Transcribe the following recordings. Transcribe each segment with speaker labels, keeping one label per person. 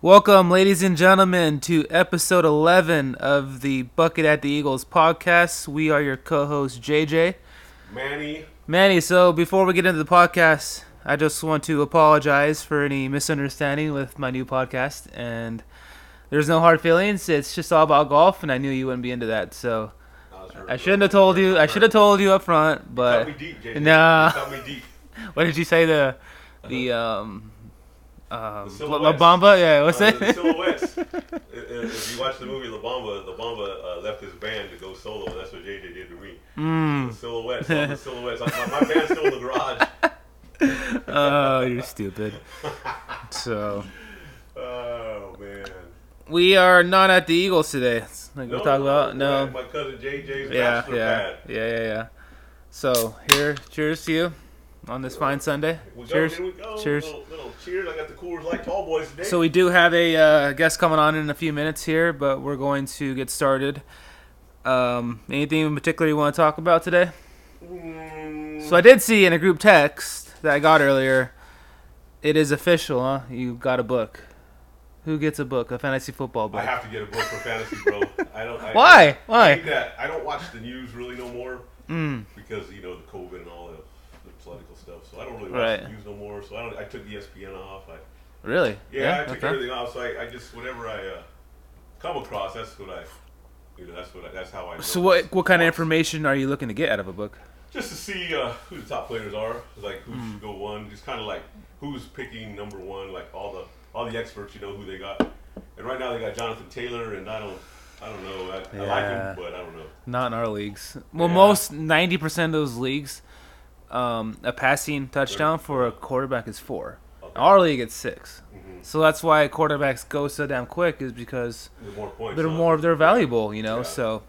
Speaker 1: Welcome, ladies and gentlemen, to episode 11 of the Bucket at the Eagles podcast. We are your co host, JJ.
Speaker 2: Manny,
Speaker 1: Manny, so before we get into the podcast, I just want to apologize for any misunderstanding with my new podcast. And there's no hard feelings. It's just all about golf, and I knew you wouldn't be into that. So
Speaker 2: that was
Speaker 1: I shouldn't have told you. I should have told you up front,
Speaker 2: Cut
Speaker 1: but
Speaker 2: me deep, JJ.
Speaker 1: Nah.
Speaker 2: You Cut me deep.
Speaker 1: what did you say? The, the, um, um, La
Speaker 2: silhouettes.
Speaker 1: Bamba? Yeah, what's
Speaker 2: Uh, the
Speaker 1: that?
Speaker 2: silhouettes. I- i- if you watch the movie La Bamba, La Bamba uh, left his band to go solo, and that's what JJ did to me.
Speaker 1: Mm.
Speaker 2: The silhouettes, all the silhouettes. I, my, my band's still in the garage.
Speaker 1: Oh, you're stupid. So
Speaker 2: Oh man.
Speaker 1: we are not at the Eagles today. Like we talk about
Speaker 2: my-
Speaker 1: no.
Speaker 2: My cousin JJ's
Speaker 1: Yeah,
Speaker 2: bachelor
Speaker 1: yeah,
Speaker 2: pad.
Speaker 1: yeah, yeah, yeah. So here, cheers to you on this fine Sunday.
Speaker 2: We go,
Speaker 1: Cheers,
Speaker 2: here we go.
Speaker 1: cheers.
Speaker 2: Little, little cheers. I got the Coors Light Tall Boys today.
Speaker 1: So we do have a uh, guest coming on in a few minutes here, but we're going to get started. Um, anything in particular you want to talk about today?
Speaker 2: Mm,
Speaker 1: So I did see in a group text that I got earlier. It is official, huh? You got a book. Who gets a book? A fantasy football
Speaker 2: I
Speaker 1: book.
Speaker 2: have to get a book for fantasy, bro. I don't. I,
Speaker 1: Why?
Speaker 2: I
Speaker 1: Why?
Speaker 2: need that. I don't watch the news really no more
Speaker 1: Mm.
Speaker 2: because you know the COVID and all the, the political stuff. So I don't really watch
Speaker 1: Right.
Speaker 2: the news no more. So I don't. I took E ESPN off. I,
Speaker 1: Really?
Speaker 2: yeah, I took
Speaker 1: okay.
Speaker 2: everything off. So I, I just whatever I uh, come across, that's what I. You know, that's what I, that's how I. know
Speaker 1: So what what kind of
Speaker 2: Watch.
Speaker 1: information are you looking to get out of a book?
Speaker 2: Just to see uh, who the top players are, like who
Speaker 1: Hmm.
Speaker 2: should go one. Just kind of like who's picking number one. Like all the all the experts, you know who they got. And right now they got Jonathan Taylor, and I don't. I don't know. I, I like
Speaker 1: Yeah.
Speaker 2: him, but I don't know.
Speaker 1: Not in our leagues. Well,
Speaker 2: Yeah.
Speaker 1: most ninety percent of those leagues, um, a passing touchdown for a quarterback is four. In Our league it's 6
Speaker 2: Mm-hmm.
Speaker 1: So that's why quarterbacks go so damn quick is because
Speaker 2: There's more points.
Speaker 1: they're
Speaker 2: huh?
Speaker 1: more they're valuable, you know.
Speaker 2: Yeah.
Speaker 1: So,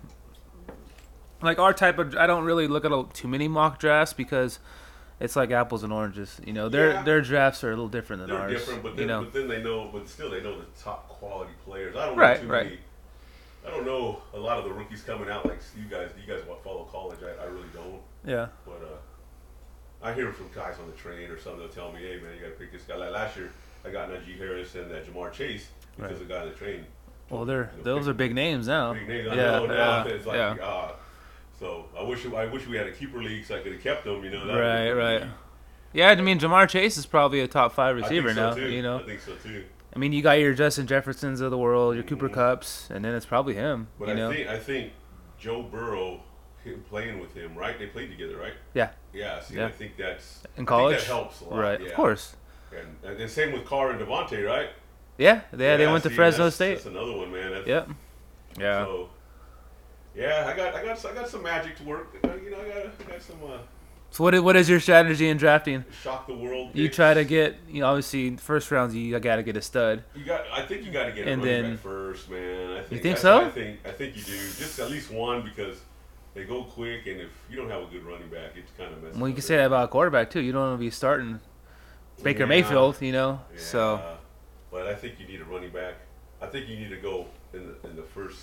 Speaker 1: like our type of, I don't really look at a, too many mock drafts because it's like apples and oranges. You know, their
Speaker 2: Yeah.
Speaker 1: their drafts are a little different than
Speaker 2: They're
Speaker 1: ours.
Speaker 2: different, but then,
Speaker 1: you know,
Speaker 2: but then they know, but still they know the top quality players. I don't
Speaker 1: Right,
Speaker 2: know too
Speaker 1: right.
Speaker 2: many. I don't know a lot of the rookies coming out. Like you guys, you guys wa- follow college. I, I really don't,
Speaker 1: yeah.
Speaker 2: but uh, I hear from guys on the train or something. They'll tell me, "Hey man, you got to pick this guy." Like last year, I got Najee Harris and uh, Jamar Chase because
Speaker 1: Right.
Speaker 2: the guy on the train.
Speaker 1: Well, they're those are big names now.
Speaker 2: Big names. I
Speaker 1: Yeah,
Speaker 2: know now
Speaker 1: yeah,
Speaker 2: it's like,
Speaker 1: yeah.
Speaker 2: ah. So I wish I wish we had a keeper league so I could have kept them. You know. that would've
Speaker 1: Right,
Speaker 2: been-
Speaker 1: right. Yeah, I mean Jamar Chase is probably a top five
Speaker 2: I think
Speaker 1: receiver
Speaker 2: so,
Speaker 1: now.
Speaker 2: too.
Speaker 1: You know,
Speaker 2: I think so too.
Speaker 1: I mean you got your Justin Jeffersons of the world, your Cooper
Speaker 2: Mhm.
Speaker 1: Cups, and then it's probably him.
Speaker 2: But
Speaker 1: you
Speaker 2: I
Speaker 1: know,
Speaker 2: think I think Joe Burrow him playing with him, right? They played together, right?
Speaker 1: Yeah.
Speaker 2: Yeah. See,
Speaker 1: Yeah.
Speaker 2: I think that's
Speaker 1: in
Speaker 2: I
Speaker 1: college,
Speaker 2: think that helps a lot.
Speaker 1: right?
Speaker 2: yeah.
Speaker 1: Of course.
Speaker 2: And, and then same with Carr and Devontae, right?
Speaker 1: Yeah, they they went to
Speaker 2: see,
Speaker 1: Fresno
Speaker 2: that's,
Speaker 1: State.
Speaker 2: That's another one, man. That's,
Speaker 1: Yep. Yeah.
Speaker 2: So, yeah, I got I got I got some magic to work. I got- You know, I got I got some uh,
Speaker 1: So what i- what is your strategy in drafting?
Speaker 2: shock the world.
Speaker 1: You
Speaker 2: picks.
Speaker 1: try to get you know obviously first rounds you got to get a stud.
Speaker 2: You got. I think you got to get a
Speaker 1: And
Speaker 2: running
Speaker 1: then-
Speaker 2: back first, man. I think,
Speaker 1: think
Speaker 2: I,
Speaker 1: so?
Speaker 2: I think I think you do. Just at least one because they go quick, and if you don't have a good running back, it's kind of messy.
Speaker 1: Well, you can say that about a quarterback too. You don't want to be starting Baker
Speaker 2: Yeah.
Speaker 1: Mayfield, you know. So
Speaker 2: Yeah, but I think you need a running back. I think you need to go in the, in the first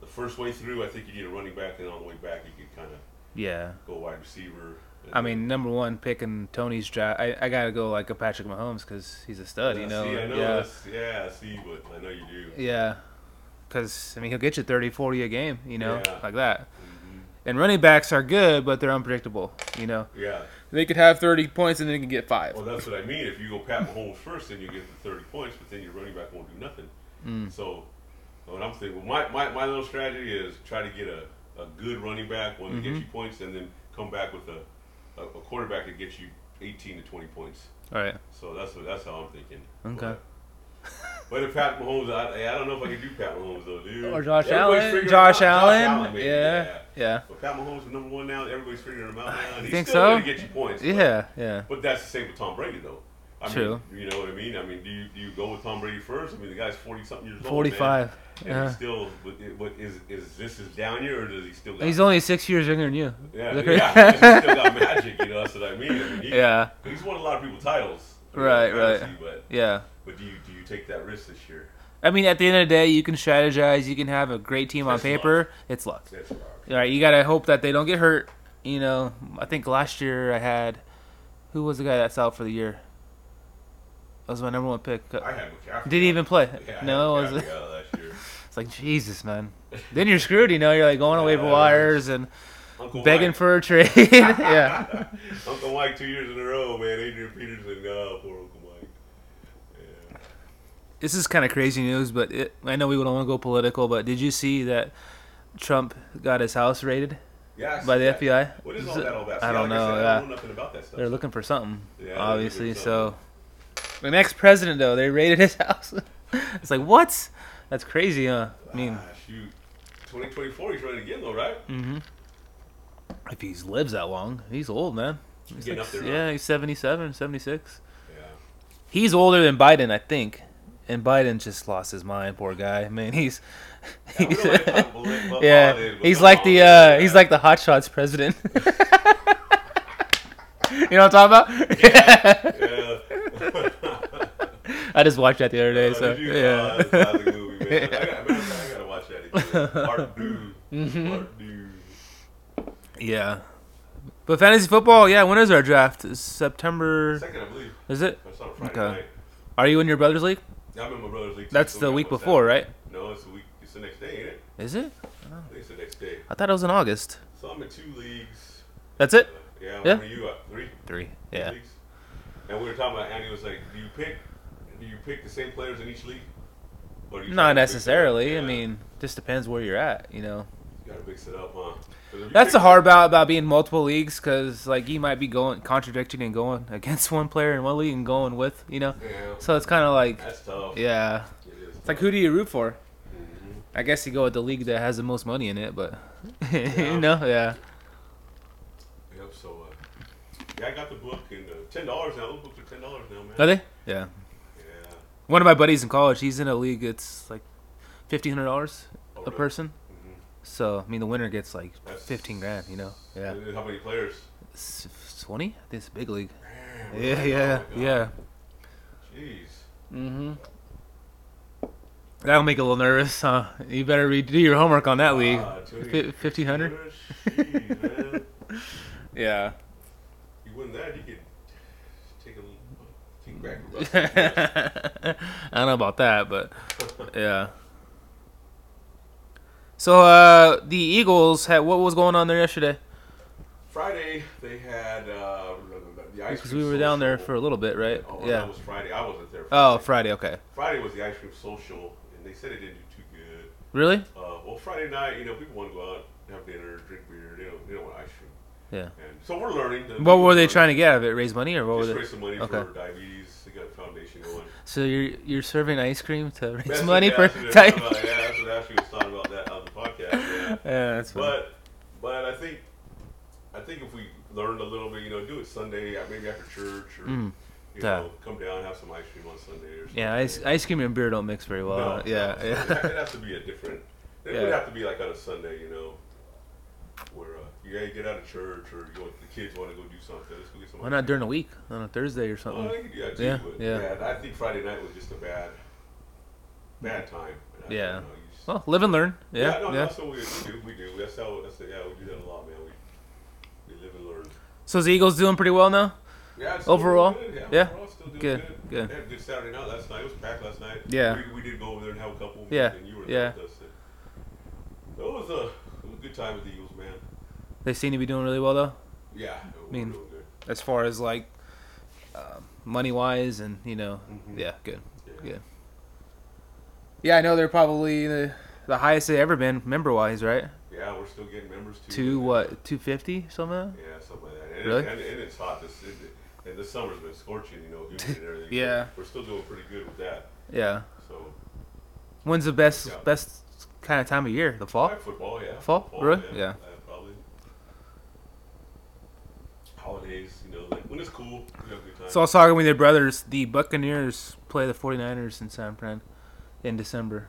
Speaker 2: the first way through. I think you need a running back, and on the way back, you can kind of
Speaker 1: yeah.
Speaker 2: go wide receiver. and
Speaker 1: I mean, number one pick in Tony's draft, I, I gotta go like a Patrick Mahomes because he's a stud,
Speaker 2: then-
Speaker 1: you know.
Speaker 2: See, I know
Speaker 1: yeah,
Speaker 2: that's- yeah, I see, but I know you do.
Speaker 1: yeah. Because I mean, he'll get you 30, 40 a game, you know,
Speaker 2: Yeah. Mm-hmm.
Speaker 1: like that. And running backs are good, but they're unpredictable. You know,
Speaker 2: Yeah,
Speaker 1: they could have thirty points and then they can get five.
Speaker 2: well, that's what I mean. If you go Pat Mahomes first, then you get the thirty points, but then your running back won't do nothing.
Speaker 1: Mm.
Speaker 2: So, what I'm thinking, my, my my little strategy is try to get a, a good running back, one that gets
Speaker 1: Mm-hmm.
Speaker 2: you points, and then come back with a, a, a quarterback that gets you eighteen to twenty points.
Speaker 1: All right.
Speaker 2: So that's what, that's how I'm thinking.
Speaker 1: Okay.
Speaker 2: But, but if Pat Mahomes, I, I don't know if I can do Pat Mahomes though, dude.
Speaker 1: Or Josh
Speaker 2: Everybody's
Speaker 1: Allen.
Speaker 2: figuring
Speaker 1: Josh
Speaker 2: him out.
Speaker 1: Allen.
Speaker 2: maybe,
Speaker 1: yeah. Yeah.
Speaker 2: But Pat Mahomes is number one now. Everybody's figuring him out now. And he's
Speaker 1: think
Speaker 2: still
Speaker 1: so?
Speaker 2: gonna get you points. but-
Speaker 1: Yeah. Yeah.
Speaker 2: But, that's the same with Tom Brady though. I
Speaker 1: True.
Speaker 2: Mean, you know what I mean? I mean, do you do you go with Tom Brady first? I mean, the guy's forty something years old. man.
Speaker 1: 45.
Speaker 2: And
Speaker 1: Yeah.
Speaker 2: he's still, but, it- but is is this his down year or does he still? Got,
Speaker 1: He's only six years younger than you.
Speaker 2: yeah,
Speaker 1: Look
Speaker 2: yeah,
Speaker 1: at-
Speaker 2: he's still got magic. You know, that's what I mean. I mean he,
Speaker 1: yeah,
Speaker 2: he's won a lot of people titles. you know,
Speaker 1: Right,
Speaker 2: in
Speaker 1: right.
Speaker 2: fantasy, But
Speaker 1: yeah.
Speaker 2: But do you do you take that risk this year?
Speaker 1: I mean, at the end of the day, you can strategize. You can have a great team on
Speaker 2: It's
Speaker 1: paper. It's luck.
Speaker 2: That's what I-
Speaker 1: All right, you gotta hope that they don't get hurt. You know, I think last year I had who was the guy that's out for the year? That was my number one pick.
Speaker 2: I had McCaffrey.
Speaker 1: Didn't even play.
Speaker 2: Yeah, I
Speaker 1: no, it
Speaker 2: had
Speaker 1: was
Speaker 2: McCaffrey out last year.
Speaker 1: it's like Jesus, man. Then you're screwed. You know, you're like going to waiver
Speaker 2: Yeah.
Speaker 1: wires and
Speaker 2: Uncle
Speaker 1: begging
Speaker 2: Mike.
Speaker 1: for a trade. yeah,
Speaker 2: Uncle Mike two years in a row, man. Adrian Peterson, no, poor Uncle Mike. Yeah.
Speaker 1: this is kind of crazy news, but it, I know we don't want to go political. But did you see that Trump got his house raided
Speaker 2: Yeah, I
Speaker 1: by
Speaker 2: see
Speaker 1: the
Speaker 2: that.
Speaker 1: FBI?
Speaker 2: What is
Speaker 1: Is
Speaker 2: all
Speaker 1: it-
Speaker 2: that all about?
Speaker 1: I
Speaker 2: See,
Speaker 1: don't
Speaker 2: like
Speaker 1: know.
Speaker 2: I, said, I
Speaker 1: yeah.
Speaker 2: don't know nothing about that stuff.
Speaker 1: They're looking for something,
Speaker 2: Yeah, they're
Speaker 1: obviously.
Speaker 2: looking for
Speaker 1: So, the next president though, they raided his house. it's like what? That's crazy, huh? I mean,
Speaker 2: Ah, shoot. 2024, he's running again, though, right?
Speaker 1: hmm if he lives that long, he's old, man. He's
Speaker 2: getting
Speaker 1: like-
Speaker 2: up there,
Speaker 1: yeah, he's 77, 76.
Speaker 2: Yeah.
Speaker 1: He's older than Biden, I think. And Biden just lost his mind, poor guy. Man, he's
Speaker 2: Yeah, we don't like Trump, but let- let Biden
Speaker 1: yeah,
Speaker 2: is, but
Speaker 1: he's
Speaker 2: come
Speaker 1: like
Speaker 2: on,
Speaker 1: the
Speaker 2: man.
Speaker 1: uh, he's like the hotshots president. you know what I'm talking about?
Speaker 2: Yeah.
Speaker 1: I just watched that the other day.
Speaker 2: Uh,
Speaker 1: so
Speaker 2: did you-
Speaker 1: yeah,
Speaker 2: uh, that's a classic movie, man. I, gotta, man, I gotta watch that again. Art Dude.
Speaker 1: Mm-hmm.
Speaker 2: Art Dude.
Speaker 1: yeah. But fantasy football, yeah. When is our draft? Is September?
Speaker 2: Second, I believe.
Speaker 1: Is it?
Speaker 2: That's on Friday
Speaker 1: Okay.
Speaker 2: night.
Speaker 1: Are you in your brother's league?
Speaker 2: I'm in my brother's league. too,
Speaker 1: That's
Speaker 2: so we
Speaker 1: the
Speaker 2: gotta
Speaker 1: week
Speaker 2: watch that.
Speaker 1: before, right?
Speaker 2: No, it's the week. It's the next day, ain't it?
Speaker 1: Is it?
Speaker 2: I think it's the next day.
Speaker 1: I thought it was in August.
Speaker 2: So I'm in two leagues. Uh,
Speaker 1: That's it.
Speaker 2: Yeah.
Speaker 1: Yeah.
Speaker 2: What are you at? Three.
Speaker 1: Three.
Speaker 2: Three
Speaker 1: Yeah.
Speaker 2: leagues? And we were talking about Andy was like, do you pick, do you pick the same players in each league? Or do you try
Speaker 1: Not
Speaker 2: to mix it up?
Speaker 1: necessarily. I
Speaker 2: Yeah.
Speaker 1: mean, just depends where you're at. You know.
Speaker 2: You gotta mix it up, huh? 'Cause if you
Speaker 1: That's
Speaker 2: pick-
Speaker 1: the hard about about being multiple leagues because like you might be going contradicting and going against one player in one league and going with you know.
Speaker 2: Yeah,
Speaker 1: So it's kind of like
Speaker 2: that's tough.
Speaker 1: yeah,
Speaker 2: It is
Speaker 1: it's like
Speaker 2: tough. Mm-hmm.
Speaker 1: who do you root for? I guess you go with the league that has the most money in it, but you know yeah.
Speaker 2: Yep. So, uh, yeah, I got the book and uh, ten dollars now. Those books are ten dollars now, man.
Speaker 1: Are they? Yeah.
Speaker 2: Yeah.
Speaker 1: One of my buddies in college, he's in a league. It's like fifteen hundred dollars
Speaker 2: Oh,
Speaker 1: a
Speaker 2: really?
Speaker 1: person.
Speaker 2: Mhm.
Speaker 1: So I mean, the winner gets like
Speaker 2: That's-
Speaker 1: fifteen grand. You know. Yeah.
Speaker 2: And then How many players?
Speaker 1: Twenty? I think it's a big league.
Speaker 2: Man, we're
Speaker 1: Yeah,
Speaker 2: like,
Speaker 1: yeah,
Speaker 2: oh my God.
Speaker 1: yeah.
Speaker 2: Jeez.
Speaker 1: Mm-hmm. That'll make a little nervous, huh? You better re- do your homework on that league.
Speaker 2: Ah, 20,
Speaker 1: Fi 1500?
Speaker 2: Jeez, man.
Speaker 1: Yeah.
Speaker 2: You win that, you could take a little think back about it.
Speaker 1: I don't know about that, but yeah. So uh, the Eagles had what was going on there yesterday?
Speaker 2: Friday they had uh, the ice
Speaker 1: Because
Speaker 2: cream
Speaker 1: we were down there
Speaker 2: social.
Speaker 1: for a little bit, right?
Speaker 2: Oh,
Speaker 1: yeah.
Speaker 2: that was Friday. I wasn't there.
Speaker 1: oh,
Speaker 2: Friday.
Speaker 1: Friday. Okay.
Speaker 2: Friday was the ice cream social, and they said it didn't do too good.
Speaker 1: Really?
Speaker 2: Uh, well, Friday night, you know, people want to go out, have dinner, drink beer. They don't, they don't want ice cream.
Speaker 1: Yeah.
Speaker 2: And so we're learning. that
Speaker 1: What
Speaker 2: we
Speaker 1: were they
Speaker 2: learn-
Speaker 1: trying to get out of it? Raise money or what was
Speaker 2: Just
Speaker 1: it?
Speaker 2: raise some money
Speaker 1: Okay.
Speaker 2: for diabetes. They got a foundation going.
Speaker 1: So you're you're serving ice cream to raise
Speaker 2: That's what
Speaker 1: money for?
Speaker 2: Ashley was
Speaker 1: type?
Speaker 2: talking about. Yeah, that's what Ashley was talking about that on the podcast. Yeah.
Speaker 1: yeah, that's funny.
Speaker 2: But but I think I think if we learned a little bit, you know, do it Sunday, uh, maybe after church, or
Speaker 1: Mm.
Speaker 2: you
Speaker 1: Yeah.
Speaker 2: know, come down have some ice cream on Sunday or something.
Speaker 1: Yeah, ice ice cream and beer don't mix very
Speaker 2: No,
Speaker 1: well.
Speaker 2: no,
Speaker 1: yeah.
Speaker 2: so
Speaker 1: Yeah.
Speaker 2: It would have to be a different. It
Speaker 1: Yeah.
Speaker 2: would have to be like on a Sunday, you know, where uh, you gotta get out of church or you want, the kids want to go do something. Let's go get some.
Speaker 1: Why
Speaker 2: ice
Speaker 1: not
Speaker 2: cream.
Speaker 1: during the week on a Thursday or something?
Speaker 2: Well, I could do that too,
Speaker 1: Yeah,
Speaker 2: but,
Speaker 1: yeah.
Speaker 2: and I think Friday night was just a bad, bad time. And I
Speaker 1: Yeah.
Speaker 2: don't know, you just-
Speaker 1: Well, live and learn. Yeah,
Speaker 2: no,
Speaker 1: yeah.
Speaker 2: that's what we, we do. We do. That's how. That's the, yeah, we do that a lot, man. We, we live and learn.
Speaker 1: So the Eagles doing pretty well now.
Speaker 2: Yeah, it's still
Speaker 1: Overall?
Speaker 2: doing good.
Speaker 1: Yeah?
Speaker 2: overall, still doing
Speaker 1: Good,
Speaker 2: good.
Speaker 1: good.
Speaker 2: They had a good Saturday night last night. It was packed last night.
Speaker 1: Yeah.
Speaker 2: We, we did go over there and have a couple.
Speaker 1: Yeah,
Speaker 2: And you were
Speaker 1: yeah.
Speaker 2: there with us. So it was a, it was a good time with the Eagles, man.
Speaker 1: They seem to be doing really well though,
Speaker 2: Yeah. I
Speaker 1: mean-
Speaker 2: Doing good.
Speaker 1: as far as like um money wise and you know,
Speaker 2: Mhm.
Speaker 1: yeah, good,
Speaker 2: Yeah.
Speaker 1: good. Yeah, I know they're probably the, the highest they ever been member wise, right?
Speaker 2: Yeah, we're still getting members too.
Speaker 1: Two what, two fifty something?
Speaker 2: Yeah, something like that. And,
Speaker 1: Really?
Speaker 2: and, and it's hot. This it, and the summer's been scorching, you know, humid and everything.
Speaker 1: Yeah.
Speaker 2: We're still doing pretty good with that.
Speaker 1: Yeah.
Speaker 2: So
Speaker 1: When's the best
Speaker 2: Yeah.
Speaker 1: best kind of time of year? The fall?
Speaker 2: Like football, yeah.
Speaker 1: Fall? Really? Yeah.
Speaker 2: probably. Holidays, you know, like when it's cool, we have a good time.
Speaker 1: So I was talking with your brothers. The Buccaneers play the 49ers in San Fran in December.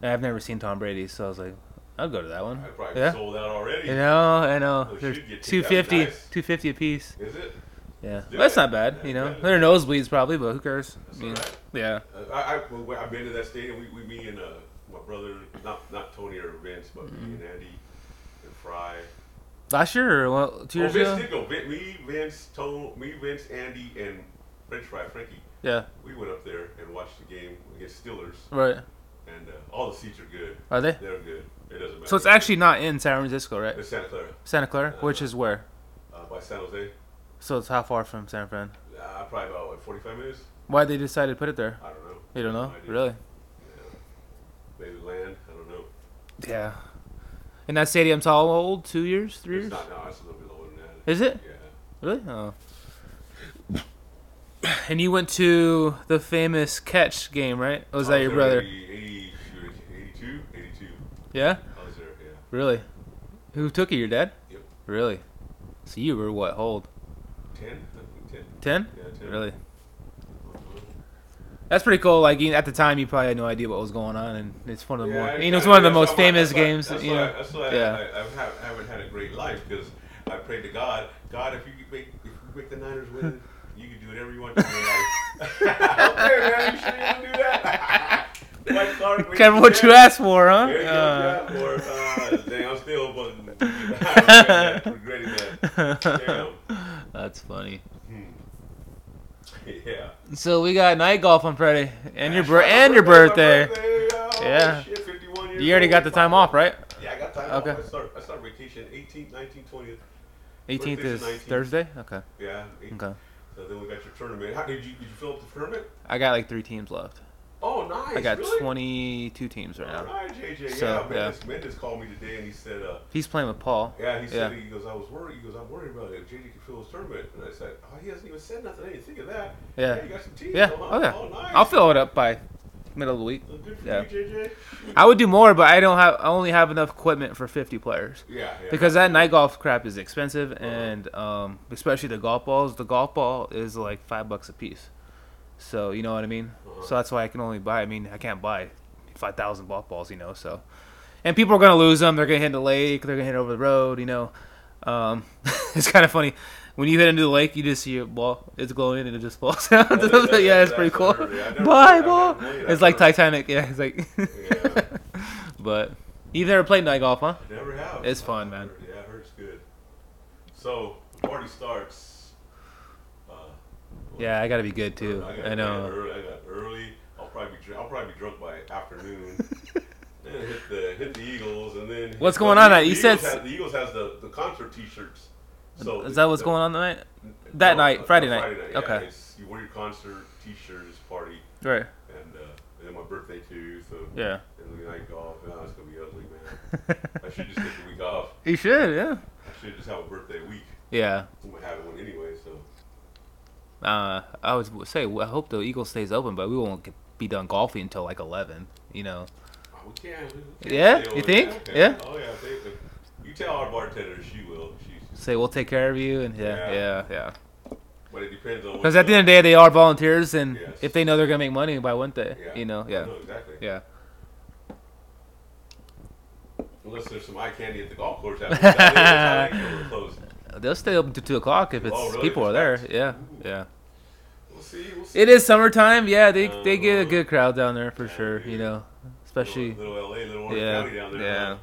Speaker 1: And I've never seen Tom Brady, so I was like, I'll go to that
Speaker 2: I
Speaker 1: one.
Speaker 2: probably
Speaker 1: yeah.
Speaker 2: sold out already.
Speaker 1: You know, I know.
Speaker 2: Oh,
Speaker 1: They're
Speaker 2: shoot, you take
Speaker 1: 250,
Speaker 2: that nice.
Speaker 1: 250 a piece.
Speaker 2: Is it?
Speaker 1: Yeah.
Speaker 2: do
Speaker 1: That's
Speaker 2: it.
Speaker 1: not bad, you know.
Speaker 2: Yeah.
Speaker 1: They're nosebleeds probably, but who cares?
Speaker 2: That's
Speaker 1: I mean,
Speaker 2: alright.
Speaker 1: Yeah.
Speaker 2: Uh, I, I, well, I've been to that stadium. We, we me and uh, my brother, not not Tony or Vince, but
Speaker 1: Mm-hmm.
Speaker 2: me and Andy and Fry.
Speaker 1: Last year or well, two
Speaker 2: Oh,
Speaker 1: years
Speaker 2: Vince
Speaker 1: ago?
Speaker 2: did go. Vin, me, Vince, Tone, me, Vince, Andy, and French Fry, Frankie.
Speaker 1: Yeah.
Speaker 2: We went up there and watched the game against Steelers,
Speaker 1: Right.
Speaker 2: and uh, all the seats are good.
Speaker 1: Are they?
Speaker 2: They're good. It doesn't matter.
Speaker 1: So it's actually not in San Francisco, right?
Speaker 2: It's Santa Clara
Speaker 1: Santa Clara, which is where?
Speaker 2: uh, by San Jose.
Speaker 1: So it's how far from San Fran?
Speaker 2: Uh, probably about what, 45 minutes.
Speaker 1: Why they decided to put it there?
Speaker 2: I don't know.
Speaker 1: You don't know,
Speaker 2: No idea.
Speaker 1: really?
Speaker 2: Maybe land. I don't know.
Speaker 1: Yeah. And that stadium's how old? Two years? Three
Speaker 2: It's
Speaker 1: years?
Speaker 2: not. No, it's a little bit lower than that.
Speaker 1: Is it
Speaker 2: Yeah.
Speaker 1: really? Oh. And you went to the famous catch game, right? Or was
Speaker 2: I
Speaker 1: that your
Speaker 2: there
Speaker 1: brother?
Speaker 2: 80, 80, shoot, 82, 82.
Speaker 1: Yeah.
Speaker 2: I was there. Yeah.
Speaker 1: Really? Who took you? Your dad?
Speaker 2: Yep.
Speaker 1: Really? So you were what? Hold
Speaker 2: 10? I think 10.
Speaker 1: ten?
Speaker 2: Yeah, Uh-huh. 10.
Speaker 1: Really? That's pretty cool. Like you- at the time, you probably had no idea what was going on, and it's one of the
Speaker 2: Yeah,
Speaker 1: more.
Speaker 2: I-
Speaker 1: You know, it's
Speaker 2: I-
Speaker 1: one of the
Speaker 2: that's
Speaker 1: most
Speaker 2: why-
Speaker 1: famous
Speaker 2: that's why-
Speaker 1: games.
Speaker 2: That's
Speaker 1: You
Speaker 2: why,
Speaker 1: know.
Speaker 2: that's why
Speaker 1: Yeah.
Speaker 2: I, I, I have, haven't had a great life because I prayed to God, God, if you could make if you make the Niners win, you can do whatever you want to in your life. okay, man, you sure you want to do that? Mike Clark, we-
Speaker 1: Careful what you
Speaker 2: yeah.
Speaker 1: ask for, huh?
Speaker 2: There you go,
Speaker 1: Uh,
Speaker 2: yeah, or, uh, dang, I'm still fucking regretting that. Regretting that. Damn.
Speaker 1: That's funny.
Speaker 2: Yeah.
Speaker 1: So we got night golf on Friday, and your br-
Speaker 2: That's my
Speaker 1: and your
Speaker 2: birthday, my
Speaker 1: birthday.
Speaker 2: Oh,
Speaker 1: Yeah.
Speaker 2: shit, 51 years
Speaker 1: You already
Speaker 2: old.
Speaker 1: got the time off, right?
Speaker 2: Yeah, I got time
Speaker 1: Okay.
Speaker 2: off. I start, I start vacation 18th, 19th, 20th.
Speaker 1: 18th
Speaker 2: Birthday's
Speaker 1: is
Speaker 2: the 19th.
Speaker 1: Thursday. Okay.
Speaker 2: Yeah. eight-
Speaker 1: Okay.
Speaker 2: So then we got your tournament. How did you did you fill up the tournament?
Speaker 1: I got like three teams left.
Speaker 2: Oh, nice.
Speaker 1: I got
Speaker 2: really?
Speaker 1: 22 teams right
Speaker 2: All
Speaker 1: now.
Speaker 2: right, JJ.
Speaker 1: So,
Speaker 2: yeah, man,
Speaker 1: yeah.
Speaker 2: This Mendes called me today and he said, uh,
Speaker 1: He's playing with Paul.
Speaker 2: yeah, he said
Speaker 1: Yeah.
Speaker 2: he goes, I was worried. He goes, I'm worried about it. JJ can fill his tournament. And I said, oh, he hasn't even said nothing. I didn't think of that.
Speaker 1: Yeah.
Speaker 2: you got some teams.
Speaker 1: Yeah.
Speaker 2: huh?
Speaker 1: Oh yeah.
Speaker 2: Oh, nice.
Speaker 1: I'll fill it up by middle of the week.
Speaker 2: Well, Good for
Speaker 1: Yeah.
Speaker 2: you, JJ.
Speaker 1: I would do more, but I don't have. I only have enough equipment for 50 players.
Speaker 2: Yeah. yeah.
Speaker 1: Because that night golf crap is expensive, and um, especially the golf balls. The golf ball is like five bucks a piece, so you know what I mean.
Speaker 2: Uh-huh.
Speaker 1: So that's why I can only buy. I mean, I can't buy five thousand golf balls, you know. So, and people are gonna lose them. They're gonna hit the lake. They're gonna hit over the road. You know, um, it's kind of funny when you hit into the lake. You just see your ball. It's glowing and it just falls down.
Speaker 2: that- that-
Speaker 1: yeah, it's
Speaker 2: Oh, that's
Speaker 1: pretty cool.
Speaker 2: what I heard. Yeah, I never-
Speaker 1: Bye,
Speaker 2: I've
Speaker 1: ball.
Speaker 2: never played.
Speaker 1: It's
Speaker 2: I've
Speaker 1: like
Speaker 2: never-
Speaker 1: Titanic. Yeah, it's like.
Speaker 2: Yeah.
Speaker 1: but you've never played night golf, huh?
Speaker 2: Never have.
Speaker 1: It's fun, man.
Speaker 2: Yeah, I heard it's good. So party starts. Uh,
Speaker 1: Yeah, I gotta be good too.
Speaker 2: I, got
Speaker 1: I know.
Speaker 2: Early, I got early. I'll probably be dr- I'll probably be drunk by afternoon. then hit the hit the Eagles and then.
Speaker 1: What's
Speaker 2: well,
Speaker 1: going
Speaker 2: the-
Speaker 1: on at-
Speaker 2: the
Speaker 1: you
Speaker 2: Eagles
Speaker 1: said-
Speaker 2: has- the Eagles has the, the concert T-shirts. So Oh, uh,
Speaker 1: Is that what's going on tonight? that night, Friday night.
Speaker 2: yeah,
Speaker 1: Okay.
Speaker 2: It's, you wear your concert T-shirts party
Speaker 1: Right.
Speaker 2: and uh, and then my birthday too. So
Speaker 1: Yeah.
Speaker 2: and the night golf. Oh, it's gonna be ugly, man. I should just take the week off.
Speaker 1: You should, yeah.
Speaker 2: I should just have a birthday week.
Speaker 1: Yeah.
Speaker 2: I'm gonna have one anyway, so
Speaker 1: Uh, I was would say well, I hope the Eagle stays open, but we won't get, be done golfing until like eleven. You know.
Speaker 2: oh, we can. We can
Speaker 1: Yeah,
Speaker 2: stay
Speaker 1: you
Speaker 2: over
Speaker 1: think?
Speaker 2: there.
Speaker 1: Yeah.
Speaker 2: Oh yeah. They, they- you tell our bartender she will. She's.
Speaker 1: Say we'll take care of you, and yeah,
Speaker 2: Yeah.
Speaker 1: yeah, yeah.
Speaker 2: But it depends on. what
Speaker 1: Because at the
Speaker 2: you-
Speaker 1: end of the day, they are volunteers, and
Speaker 2: Yes.
Speaker 1: if they know they're gonna make money by Wednesday,
Speaker 2: Yeah.
Speaker 1: you know, yeah,
Speaker 2: No, exactly.
Speaker 1: yeah.
Speaker 2: Unless there's some eye candy at the golf course. After that. That's how they know we're closed.
Speaker 1: They'll stay open to two o'clock if it's
Speaker 2: Oh, really?
Speaker 1: people are there.
Speaker 2: That's nice.
Speaker 1: Yeah,
Speaker 2: Ooh.
Speaker 1: yeah.
Speaker 2: We'll see. We'll see.
Speaker 1: It is summertime. Yeah, they they get a
Speaker 2: Uh,
Speaker 1: good crowd down there for
Speaker 2: yeah,
Speaker 1: sure. You
Speaker 2: dude.
Speaker 1: know, especially
Speaker 2: Little, little LA, little Orange
Speaker 1: yeah,
Speaker 2: County down there. Uh,
Speaker 1: yeah.
Speaker 2: huh?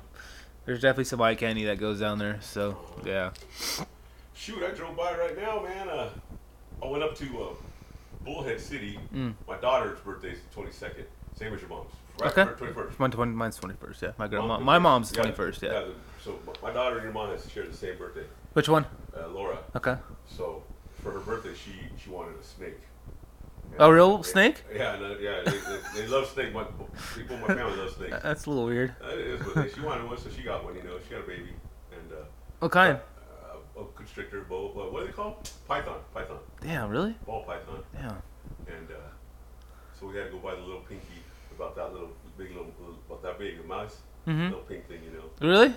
Speaker 1: There's definitely some eye candy that goes down there. So
Speaker 2: Oh.
Speaker 1: yeah.
Speaker 2: Shoot, I drove by right now, man. Uh, I went up to uh, Bullhead City.
Speaker 1: Mm.
Speaker 2: My daughter's birthday's the 22nd, same as your mom's. Right,
Speaker 1: Okay.
Speaker 2: 21st.
Speaker 1: Mine, twen- mine's 21st, yeah. My grandma,
Speaker 2: Mom-
Speaker 1: my mom's
Speaker 2: yeah,
Speaker 1: 21st, yeah.
Speaker 2: the- So my- my daughter and your mom has shared the same birthday,
Speaker 1: Which one?
Speaker 2: uh, Laura.
Speaker 1: Okay.
Speaker 2: So for her birthday, she she wanted a snake.
Speaker 1: A real
Speaker 2: Yeah.
Speaker 1: snake?
Speaker 2: Yeah, no, yeah. They, they, they love snake. My people, in my family love snakes.
Speaker 1: Uh, That's a little weird.
Speaker 2: Uh, It is, but she wanted one, so she got one. You know, she got a baby and uh,
Speaker 1: What Oh, kind?
Speaker 2: uh, a constrictor, boa. What what are they called? Python, python,
Speaker 1: Damn, really?
Speaker 2: ball python.
Speaker 1: Damn.
Speaker 2: And uh, so we had to go buy the little pinky about that little big little about that big a mouse,
Speaker 1: Mhm.
Speaker 2: little pink thing, you know.
Speaker 1: Really?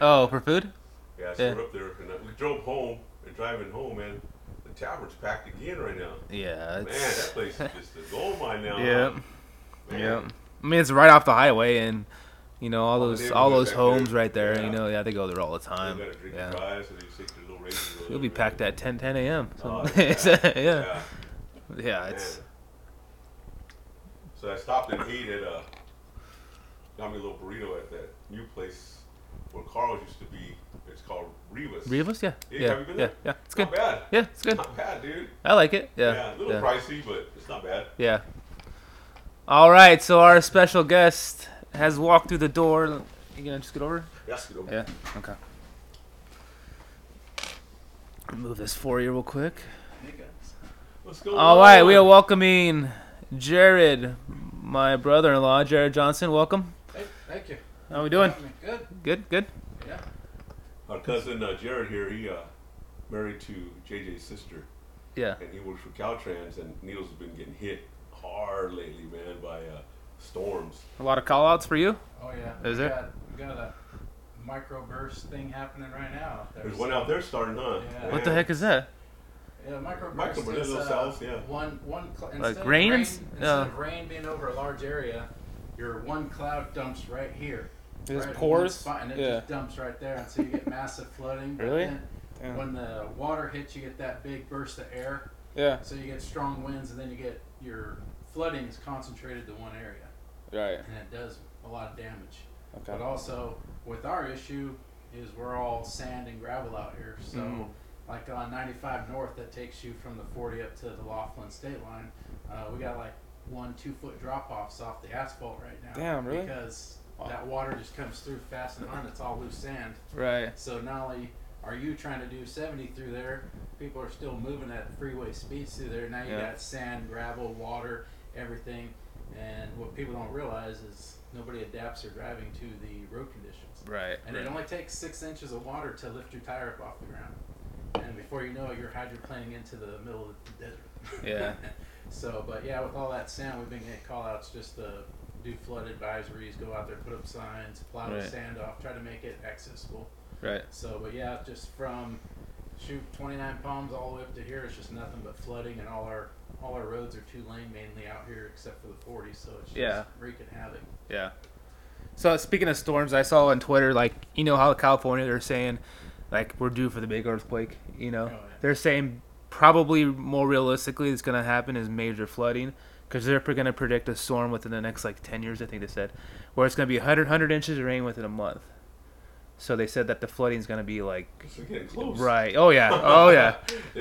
Speaker 1: Oh, for food?
Speaker 2: Yeah, so
Speaker 1: Yeah.
Speaker 2: we're up there, and uh, we drove home, and driving home, man, the tavern's packed again right now.
Speaker 1: Yeah.
Speaker 2: Man,
Speaker 1: It's,
Speaker 2: that place is just a gold mine now.
Speaker 1: yeah.
Speaker 2: man.
Speaker 1: Yeah. I mean, it's right off the highway, and you know all
Speaker 2: All the
Speaker 1: those all
Speaker 2: neighborhood
Speaker 1: those
Speaker 2: back
Speaker 1: homes
Speaker 2: there.
Speaker 1: right there. You
Speaker 2: Yeah.
Speaker 1: know, yeah, they go there all the
Speaker 2: You
Speaker 1: time.
Speaker 2: gotta drink
Speaker 1: Yeah.
Speaker 2: your fries, and you shake your little razor.
Speaker 1: It'll be packed at 10 10 a.m.
Speaker 2: Oh,
Speaker 1: yeah. yeah.
Speaker 2: Yeah,
Speaker 1: Yeah.
Speaker 2: man.
Speaker 1: It's
Speaker 2: uh, So I stopped and ate at a, got me a little burrito at that new place where Carl's used to be. It's called Rivas.
Speaker 1: Rivas, yeah,
Speaker 2: Yeah,
Speaker 1: yeah,
Speaker 2: have you been
Speaker 1: yeah,
Speaker 2: there?
Speaker 1: yeah. It's good.
Speaker 2: Not bad.
Speaker 1: Yeah, it's good.
Speaker 2: Not bad, dude.
Speaker 1: I like it.
Speaker 2: Yeah,
Speaker 1: Yeah,
Speaker 2: a little pricey, but it's not bad.
Speaker 1: Yeah. All right, so our special guest has walked through the door. You gonna just get over?
Speaker 2: That's good.
Speaker 1: Yeah. Okay. Move this for you real quick.
Speaker 2: What's going
Speaker 1: All right,
Speaker 2: on?
Speaker 1: we are welcoming Jared, my brother-in-law, Jared Johnson. Welcome.
Speaker 3: Hey, thank you.
Speaker 1: How we doing?
Speaker 3: Good.
Speaker 1: Good. Good.
Speaker 3: Yeah.
Speaker 2: Our cousin uh, Jared here, he uh, married to JJ's sister,
Speaker 1: Yeah.
Speaker 2: and he works for Caltrans. And Neil's been getting hit hard lately, man, by uh, storms.
Speaker 1: A lot of call-outs for you.
Speaker 3: Oh yeah.
Speaker 1: Is
Speaker 3: we
Speaker 1: there?
Speaker 3: Got, we got a microburst thing happening right now. out
Speaker 2: There's one out there starting, huh?
Speaker 3: Yeah.
Speaker 1: What the heck is that?
Speaker 3: Yeah, microburst.
Speaker 2: Microburst,
Speaker 3: is,
Speaker 2: little
Speaker 3: uh,
Speaker 2: cells, yeah.
Speaker 3: One one cl- instead of
Speaker 1: rain
Speaker 3: rain,
Speaker 1: and s-
Speaker 3: instead
Speaker 1: yeah.
Speaker 3: of rain being over a large area, your one cloud dumps right here.
Speaker 1: It just
Speaker 3: right in one
Speaker 1: pours?
Speaker 3: spot, and it
Speaker 1: Yeah.
Speaker 3: just dumps right there, and so you get massive flooding. but
Speaker 1: Really?
Speaker 3: then
Speaker 1: Damn.
Speaker 3: When the water hits, you get that big burst of air,
Speaker 1: Yeah.
Speaker 3: so you get strong winds, and then you get your flooding is concentrated to one area,
Speaker 1: Right.
Speaker 3: and it does a lot of damage. But also, with our issue, is we're all sand and gravel out here. So,
Speaker 1: Mhm.
Speaker 3: like on 95 North, that takes you from the 40 up to the Laughlin state line. Uh, we got like one, two foot drop offs off the asphalt right now.
Speaker 1: Damn, really?
Speaker 3: Because
Speaker 1: Wow.
Speaker 3: that water just comes through fast and hard. It's all loose sand.
Speaker 1: Right.
Speaker 3: So, not only are you trying to do 70 through there, people are still moving at freeway speeds through there. Now you
Speaker 1: Yeah.
Speaker 3: got sand, gravel, water, everything. And what people don't realize is nobody adapts their driving to the road conditions.
Speaker 1: Right.
Speaker 3: And it only takes six inches of water to lift your tire up off the ground. And before you know it, you're hydroplaning into the middle of the desert.
Speaker 1: Yeah.
Speaker 3: so, but yeah, with all that sand, we've been getting call outs just to do flood advisories, go out there, put up signs, plow
Speaker 1: Right.
Speaker 3: the sand off, try to make it accessible.
Speaker 1: Right.
Speaker 3: So, but yeah, just from shoot 29 Palms all the way up to here, it's just nothing but flooding, and all our all our roads are two lane mainly out here, except for the 40. So it's just
Speaker 1: Yeah.
Speaker 3: wreaking havoc.
Speaker 1: Yeah. So speaking of storms, I saw on Twitter like you know how California they're saying like we're due for the big earthquake. You know
Speaker 3: Oh, yeah.
Speaker 1: they're saying probably more realistically it's gonna happen is major flooding because they're gonna predict a storm within the next like ten years I think they said where it's gonna be 100, 100 inches of rain within a month. So they said that the flooding's gonna be like
Speaker 2: So we're getting close.
Speaker 1: right. Oh yeah. Oh yeah.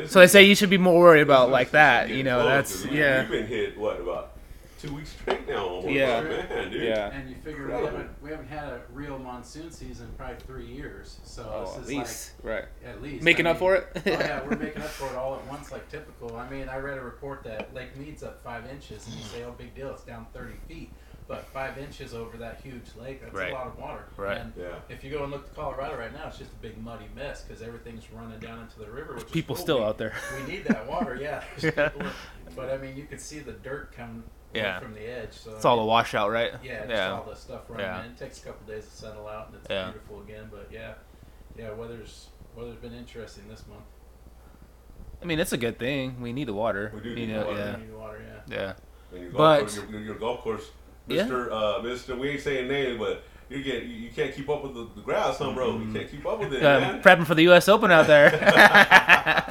Speaker 1: So they say you should be more worried about like that. You know that's yeah.
Speaker 2: We've been hit what about two weeks straight now? Almost.
Speaker 1: Yeah.
Speaker 2: man, dude.
Speaker 1: Yeah.
Speaker 3: And you figure we
Speaker 2: Incredible.
Speaker 3: haven't, we haven't had a real monsoon season in probably three years. So this is
Speaker 1: right.
Speaker 3: like at least
Speaker 1: Oh, Making
Speaker 3: I
Speaker 1: up for
Speaker 3: mean-
Speaker 1: it.
Speaker 3: oh yeah, we're making up for it all at once, like typical. I mean, I read a report that Lake Mead's up five inches, and you say, "Oh, big deal, it's down 30 feet." But five inches over that huge lake, that's
Speaker 1: Right.
Speaker 3: a lot of water.
Speaker 1: Right.
Speaker 3: And
Speaker 2: Yeah.
Speaker 3: if you go and look to Colorado right now, it's just a big muddy mess because everything's running down into the river. Which is
Speaker 1: People
Speaker 3: cool.
Speaker 1: still
Speaker 3: We-
Speaker 1: out there.
Speaker 3: we need that water, yeah. There's
Speaker 1: Yeah.
Speaker 3: people- But I mean, you could see the dirt coming
Speaker 1: Yeah.
Speaker 3: from the edge. So
Speaker 1: It's all a washout, right?
Speaker 3: yeah, just all the stuff running
Speaker 1: Yeah.
Speaker 3: in. It takes a couple days to settle out, and it's
Speaker 1: Yeah.
Speaker 3: beautiful again. But yeah, yeah, weather's weather's been interesting this month.
Speaker 1: I mean, it's a good thing. We need the water.
Speaker 2: We do
Speaker 1: you
Speaker 2: need
Speaker 1: know,
Speaker 2: the water.
Speaker 1: Yeah.
Speaker 3: We need water, yeah.
Speaker 1: Yeah.
Speaker 2: And your
Speaker 1: But-
Speaker 2: golf course, your, your golf course,
Speaker 1: Yeah.
Speaker 2: Mister, uh, Mister, we ain't saying name, but you get you, you can't keep up with the, the grass, huh, bro? You can't keep up with it,
Speaker 1: Um,
Speaker 2: man.
Speaker 1: prepping for the U.S. Open out there.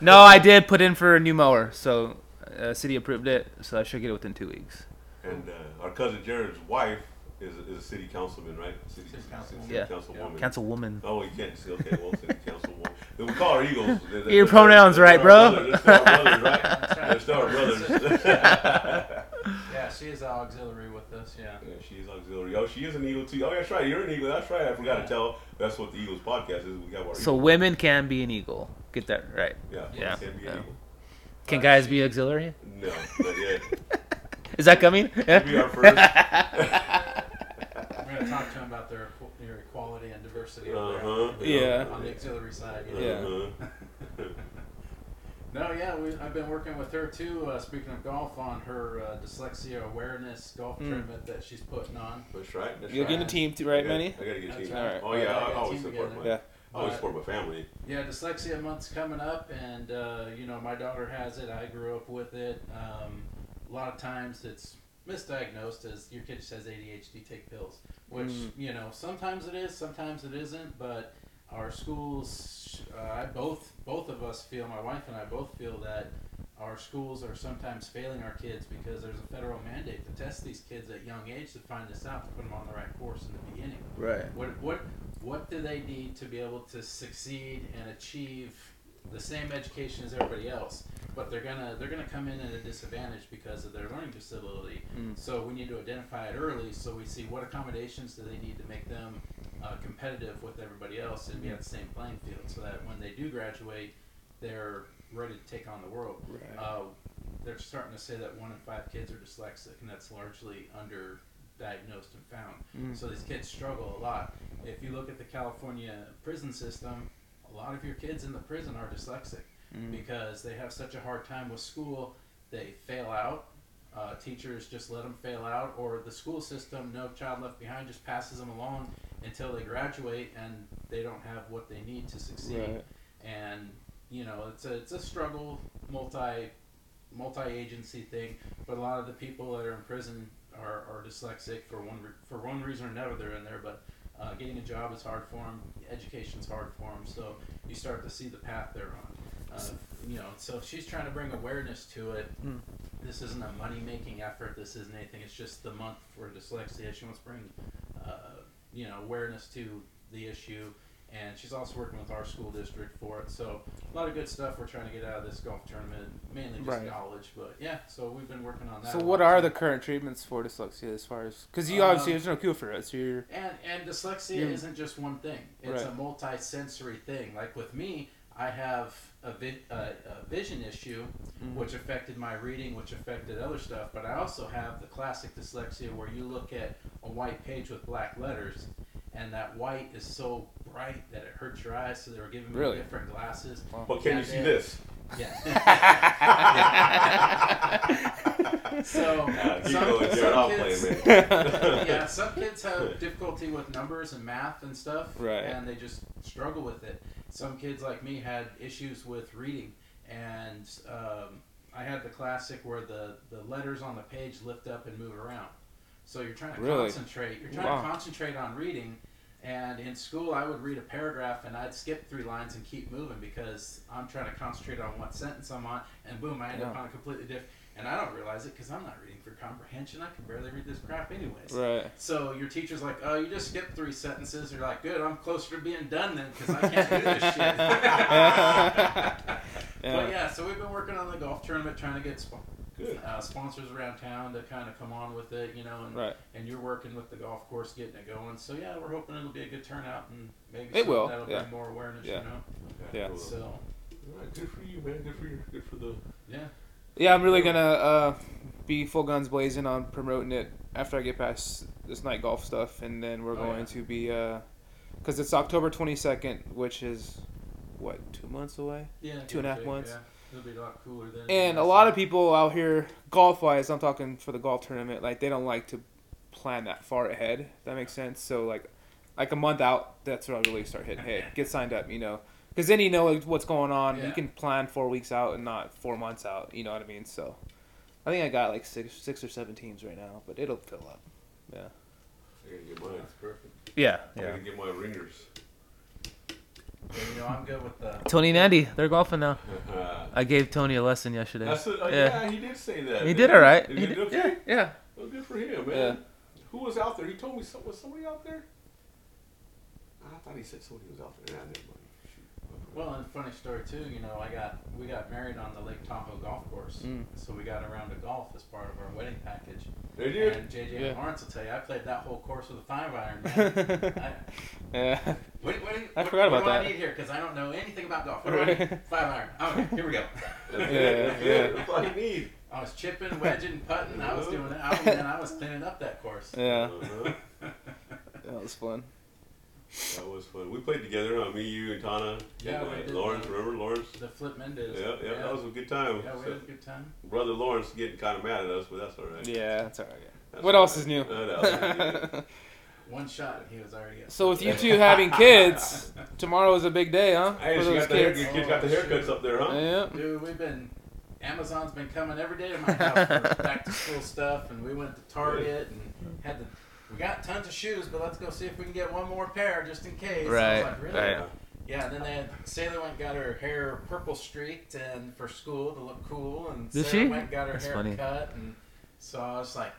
Speaker 1: no, I did put in for a new mower, so uh, city approved it, so I should get it within two weeks.
Speaker 2: and uh, our cousin Jared's wife is is a city councilman, right? City,
Speaker 3: City councilwoman.
Speaker 2: city
Speaker 1: Yeah.
Speaker 2: councilwoman.
Speaker 1: Councilwoman.
Speaker 2: Oh, you can't say okay. Well, city councilwoman. Then we call her Eagles. They're- they're-
Speaker 1: Your pronouns
Speaker 2: they're-
Speaker 1: right, bro.
Speaker 2: They're still our brothers, right?
Speaker 3: That's right.
Speaker 2: They're still our brothers.
Speaker 3: yeah, she is auxiliary with us. Yeah.
Speaker 2: Yeah, she's auxiliary. Oh, she is an Eagle too. Oh, that's right. You're an Eagle. That's right. I forgot to tell. That's what the Eagles podcast is. We have our
Speaker 1: So
Speaker 2: Eagle.
Speaker 1: women can be an eagle. Get that right.
Speaker 2: yeah,
Speaker 1: yeah,
Speaker 2: we can't be an
Speaker 1: yeah.
Speaker 2: Eagle.
Speaker 1: Can guys be auxiliary?
Speaker 2: No, not yet.
Speaker 1: Is that coming?
Speaker 2: We are first. Uh-huh.
Speaker 3: We're gonna talk to them about their equ- their equality and diversity over
Speaker 2: Uh-huh.
Speaker 1: Yeah.
Speaker 3: there on the auxiliary side. You know?
Speaker 1: Yeah.
Speaker 2: Uh-huh.
Speaker 3: No, yeah, we, I've been working with her too. Uh, speaking of golf, on her uh, dyslexia awareness golf tournament that she's putting on.
Speaker 2: That's right. That's
Speaker 4: You'll
Speaker 2: right.
Speaker 4: get a team, too, right,
Speaker 2: I gotta-
Speaker 4: Manny?
Speaker 2: I gotta get a
Speaker 3: That's
Speaker 2: team.
Speaker 4: right.
Speaker 2: Oh yeah, I
Speaker 3: Alright.
Speaker 2: always
Speaker 3: Team
Speaker 2: support
Speaker 3: together.
Speaker 2: my.
Speaker 4: Yeah.
Speaker 2: I always
Speaker 3: Alright.
Speaker 2: support my family.
Speaker 3: Yeah, dyslexia month's coming up, and uh, you know my daughter has it. I grew up with it. Um, a lot of times it's misdiagnosed as your kid just has ADHD. Take pills, which you know sometimes it is, sometimes it isn't. But our schools, uh, I both both of us feel, my wife and I both feel that our schools are sometimes failing our kids because there's a federal mandate to test these kids at young age to find this out to put them on the right course in the beginning.
Speaker 5: Right.
Speaker 3: What what what do they need to be able to succeed and achieve the same education as everybody else? But they're gonna they're gonna come in at a disadvantage because of their learning disability.
Speaker 5: Mm.
Speaker 3: So we need to identify it early so we see what accommodations do they need to make them uh, competitive with everybody else and be on the same playing field so that when they do graduate, they're ready to take on the world.
Speaker 5: Right.
Speaker 3: Uh, they're starting to say that one in five kids are dyslexic, and that's largely underdiagnosed and found.
Speaker 5: Mm.
Speaker 3: So these kids struggle a lot. If you look at the California prison system, a lot of your kids in the prison are dyslexic
Speaker 5: Mm.
Speaker 3: because they have such a hard time with school, they fail out. Uh, teachers just let them fail out, or the school system, no child left behind, just passes them along until they graduate and they don't have what they need to succeed
Speaker 5: Right.
Speaker 3: and you know it's a it's a struggle multi multi agency thing but a lot of the people that are in prison are, are dyslexic for one re- for one reason or another they're in there but uh, getting a job is hard for them education's hard for them so you start to see the path they're on uh, you know so she's trying to bring awareness to it
Speaker 5: Mm.
Speaker 3: this isn't a money making effort this isn't anything it's just the month for dyslexia she wants to bring uh, you know awareness to the issue and she's also working with our school district for it. So a lot of good stuff we're trying to get out of this golf tournament, mainly just
Speaker 5: Right.
Speaker 3: knowledge. But yeah, so we've been working on that.
Speaker 5: So
Speaker 3: a
Speaker 5: what
Speaker 3: lot,
Speaker 5: are
Speaker 3: too.
Speaker 5: the current treatments for dyslexia as far as because you obviously
Speaker 3: Um,
Speaker 5: there's no cure for it. So you're
Speaker 3: and and dyslexia
Speaker 5: You-
Speaker 3: isn't just one thing. It's a
Speaker 5: Right.
Speaker 3: multi-sensory thing. Like with me, I have a, vi- uh, a vision issue,
Speaker 5: Mhm.
Speaker 3: which affected my reading, which affected other stuff. But I also have the classic dyslexia where you look at a white page with black letters, and that white is so bright that it hurts your eyes. So they were giving me
Speaker 5: Really?
Speaker 3: different glasses.
Speaker 2: But can you see this?
Speaker 3: Yeah.
Speaker 2: Nah,
Speaker 3: So,
Speaker 2: Uh, keep
Speaker 3: some-
Speaker 2: going, Jared.
Speaker 3: some
Speaker 2: I'll
Speaker 3: kids-
Speaker 2: play, man.
Speaker 5: yeah.
Speaker 3: yeah, some kids have difficulty with numbers and math and stuff,
Speaker 5: Right.
Speaker 3: And they just struggle with it. Some kids like me had issues with reading, and um, I had the classic where the the letters on the page lift up and move around. So you're trying to
Speaker 5: Really?
Speaker 3: concentrate. You're trying
Speaker 5: Wow.
Speaker 3: to concentrate on reading. And in school, I would read a paragraph and I'd skip three lines and keep moving because I'm trying to concentrate on what sentence I'm on, and boom, I end up
Speaker 5: Yeah.
Speaker 3: on a completely different. And I don't realize it because I'm not reading for comprehension. I can barely read this crap, anyways.
Speaker 5: Right.
Speaker 3: So your teacher's like, "Oh, you just skipped three sentences." You're like, "Good, I'm closer to being done then because I can't do this shit." But yeah, so we've been working on the golf tournament, trying to get sp-
Speaker 2: Good.
Speaker 3: uh, sponsors around town to kind of come on with it, you know. And,
Speaker 5: Right.
Speaker 3: and you're working with the golf course, getting it going. So yeah, we're hoping it'll be a good turnout, and maybe
Speaker 5: It will,
Speaker 3: something That'll
Speaker 5: yeah.
Speaker 3: bring more awareness,
Speaker 5: Yeah.
Speaker 3: you know.
Speaker 2: Okay,
Speaker 5: Yeah.
Speaker 2: cool.
Speaker 3: So
Speaker 2: All right, good for you, man. Good for you. Good for the.
Speaker 3: yeah,
Speaker 5: Yeah, I'm really gonna uh, be full guns blazing on promoting it after I get past this night golf stuff, and then we're
Speaker 3: Oh,
Speaker 5: going
Speaker 3: yeah.
Speaker 5: to be because it's October 22nd, which is what two months away,
Speaker 3: yeah,
Speaker 5: Two and a half
Speaker 3: yeah,
Speaker 5: months.
Speaker 3: Yeah. It'll be a lot cooler then.
Speaker 5: and
Speaker 3: yeah,
Speaker 5: a lot of people out here golf wise, I'm talking for the golf tournament, like they don't like to plan that far ahead. If that makes sense. So like like a month out, that's when I really start hitting. Hey, get signed up, you know. Because then you know like, what's going on. You
Speaker 3: Yeah.
Speaker 5: can plan four weeks out and not four months out. You know what I mean? So, I think I got like six, six or seven teams right now, but it'll fill up.
Speaker 2: I gotta get mine. It's perfect.
Speaker 5: Yeah,
Speaker 2: I gotta get my ringers.
Speaker 3: And, you know, I'm good with the.
Speaker 5: Tony and Andy, they're golfing now. I gave Tony a lesson yesterday.
Speaker 2: That's a, uh,
Speaker 5: Yeah.
Speaker 2: yeah. he did say that.
Speaker 5: he
Speaker 2: man.
Speaker 5: did all right.
Speaker 2: Did he do okay?
Speaker 5: yeah, yeah.
Speaker 2: Well, good for him, man. Who was out there? He told me some, was somebody out there. I thought he said somebody was out there. Nah, never mind. Shoot.
Speaker 3: Well, and funny story too. You know, I got we got married on the Lake Tahoe golf course,
Speaker 5: Mm.
Speaker 3: so we got around to golf as part of our wedding package.
Speaker 2: They did.
Speaker 3: And JJ
Speaker 5: Yeah.
Speaker 3: Lawrence will tell you, I played that whole course with a five iron. Man. I,
Speaker 5: yeah.
Speaker 3: what, what, what,
Speaker 5: I forgot
Speaker 3: what
Speaker 5: about
Speaker 3: do
Speaker 5: that.
Speaker 3: I need here? Because I don't know anything about golf. What do I need? Five iron. Okay, here we go.
Speaker 2: That's
Speaker 5: Yeah,
Speaker 2: it. That's
Speaker 5: yeah.
Speaker 2: it. That's all you need.
Speaker 3: I was chipping, wedging, putting. I was doing it. I, man, I was cleaning up that course.
Speaker 5: Yeah.
Speaker 2: Uh-huh.
Speaker 5: That was fun.
Speaker 2: That was fun. We played together. Uh, me, you, and Tana.
Speaker 3: Yeah, we
Speaker 2: and,
Speaker 3: did
Speaker 2: uh, Lawrence.
Speaker 3: that.
Speaker 2: Remember Lawrence?
Speaker 3: The Flip
Speaker 2: Yeah,
Speaker 3: Mendez.
Speaker 2: yeah,
Speaker 3: yeah.
Speaker 2: That was a good time.
Speaker 3: yeah, we had a good time.
Speaker 2: Brother Lawrence getting kind of mad at us, but that's all right.
Speaker 5: Yeah, that's all right.
Speaker 2: That's
Speaker 5: What
Speaker 2: all
Speaker 5: else is new?
Speaker 2: What else is new?
Speaker 3: One shot, and he was already. up.
Speaker 5: so with you two having kids, tomorrow is a big day, huh?
Speaker 2: Hey,
Speaker 5: For
Speaker 2: she
Speaker 5: those
Speaker 2: got the hair,
Speaker 5: kids.
Speaker 2: your kids got the
Speaker 3: Oh, shoot.
Speaker 2: haircuts up there, huh?
Speaker 5: Yeah.
Speaker 3: Dude, we've been. Amazon's been coming every day to my house for back to school stuff, and we went to Target and had the. We got tons of shoes, but let's go see if we can get one more pair just in case. I was
Speaker 5: Right,
Speaker 3: like, really?
Speaker 5: right.
Speaker 3: Yeah, and then they had, Sailor went and got her hair purple streaked and for school to look cool, and
Speaker 1: Did
Speaker 3: Sailor
Speaker 1: she?
Speaker 3: went and got her
Speaker 1: That's
Speaker 3: hair
Speaker 1: funny.
Speaker 3: cut, and so I was like,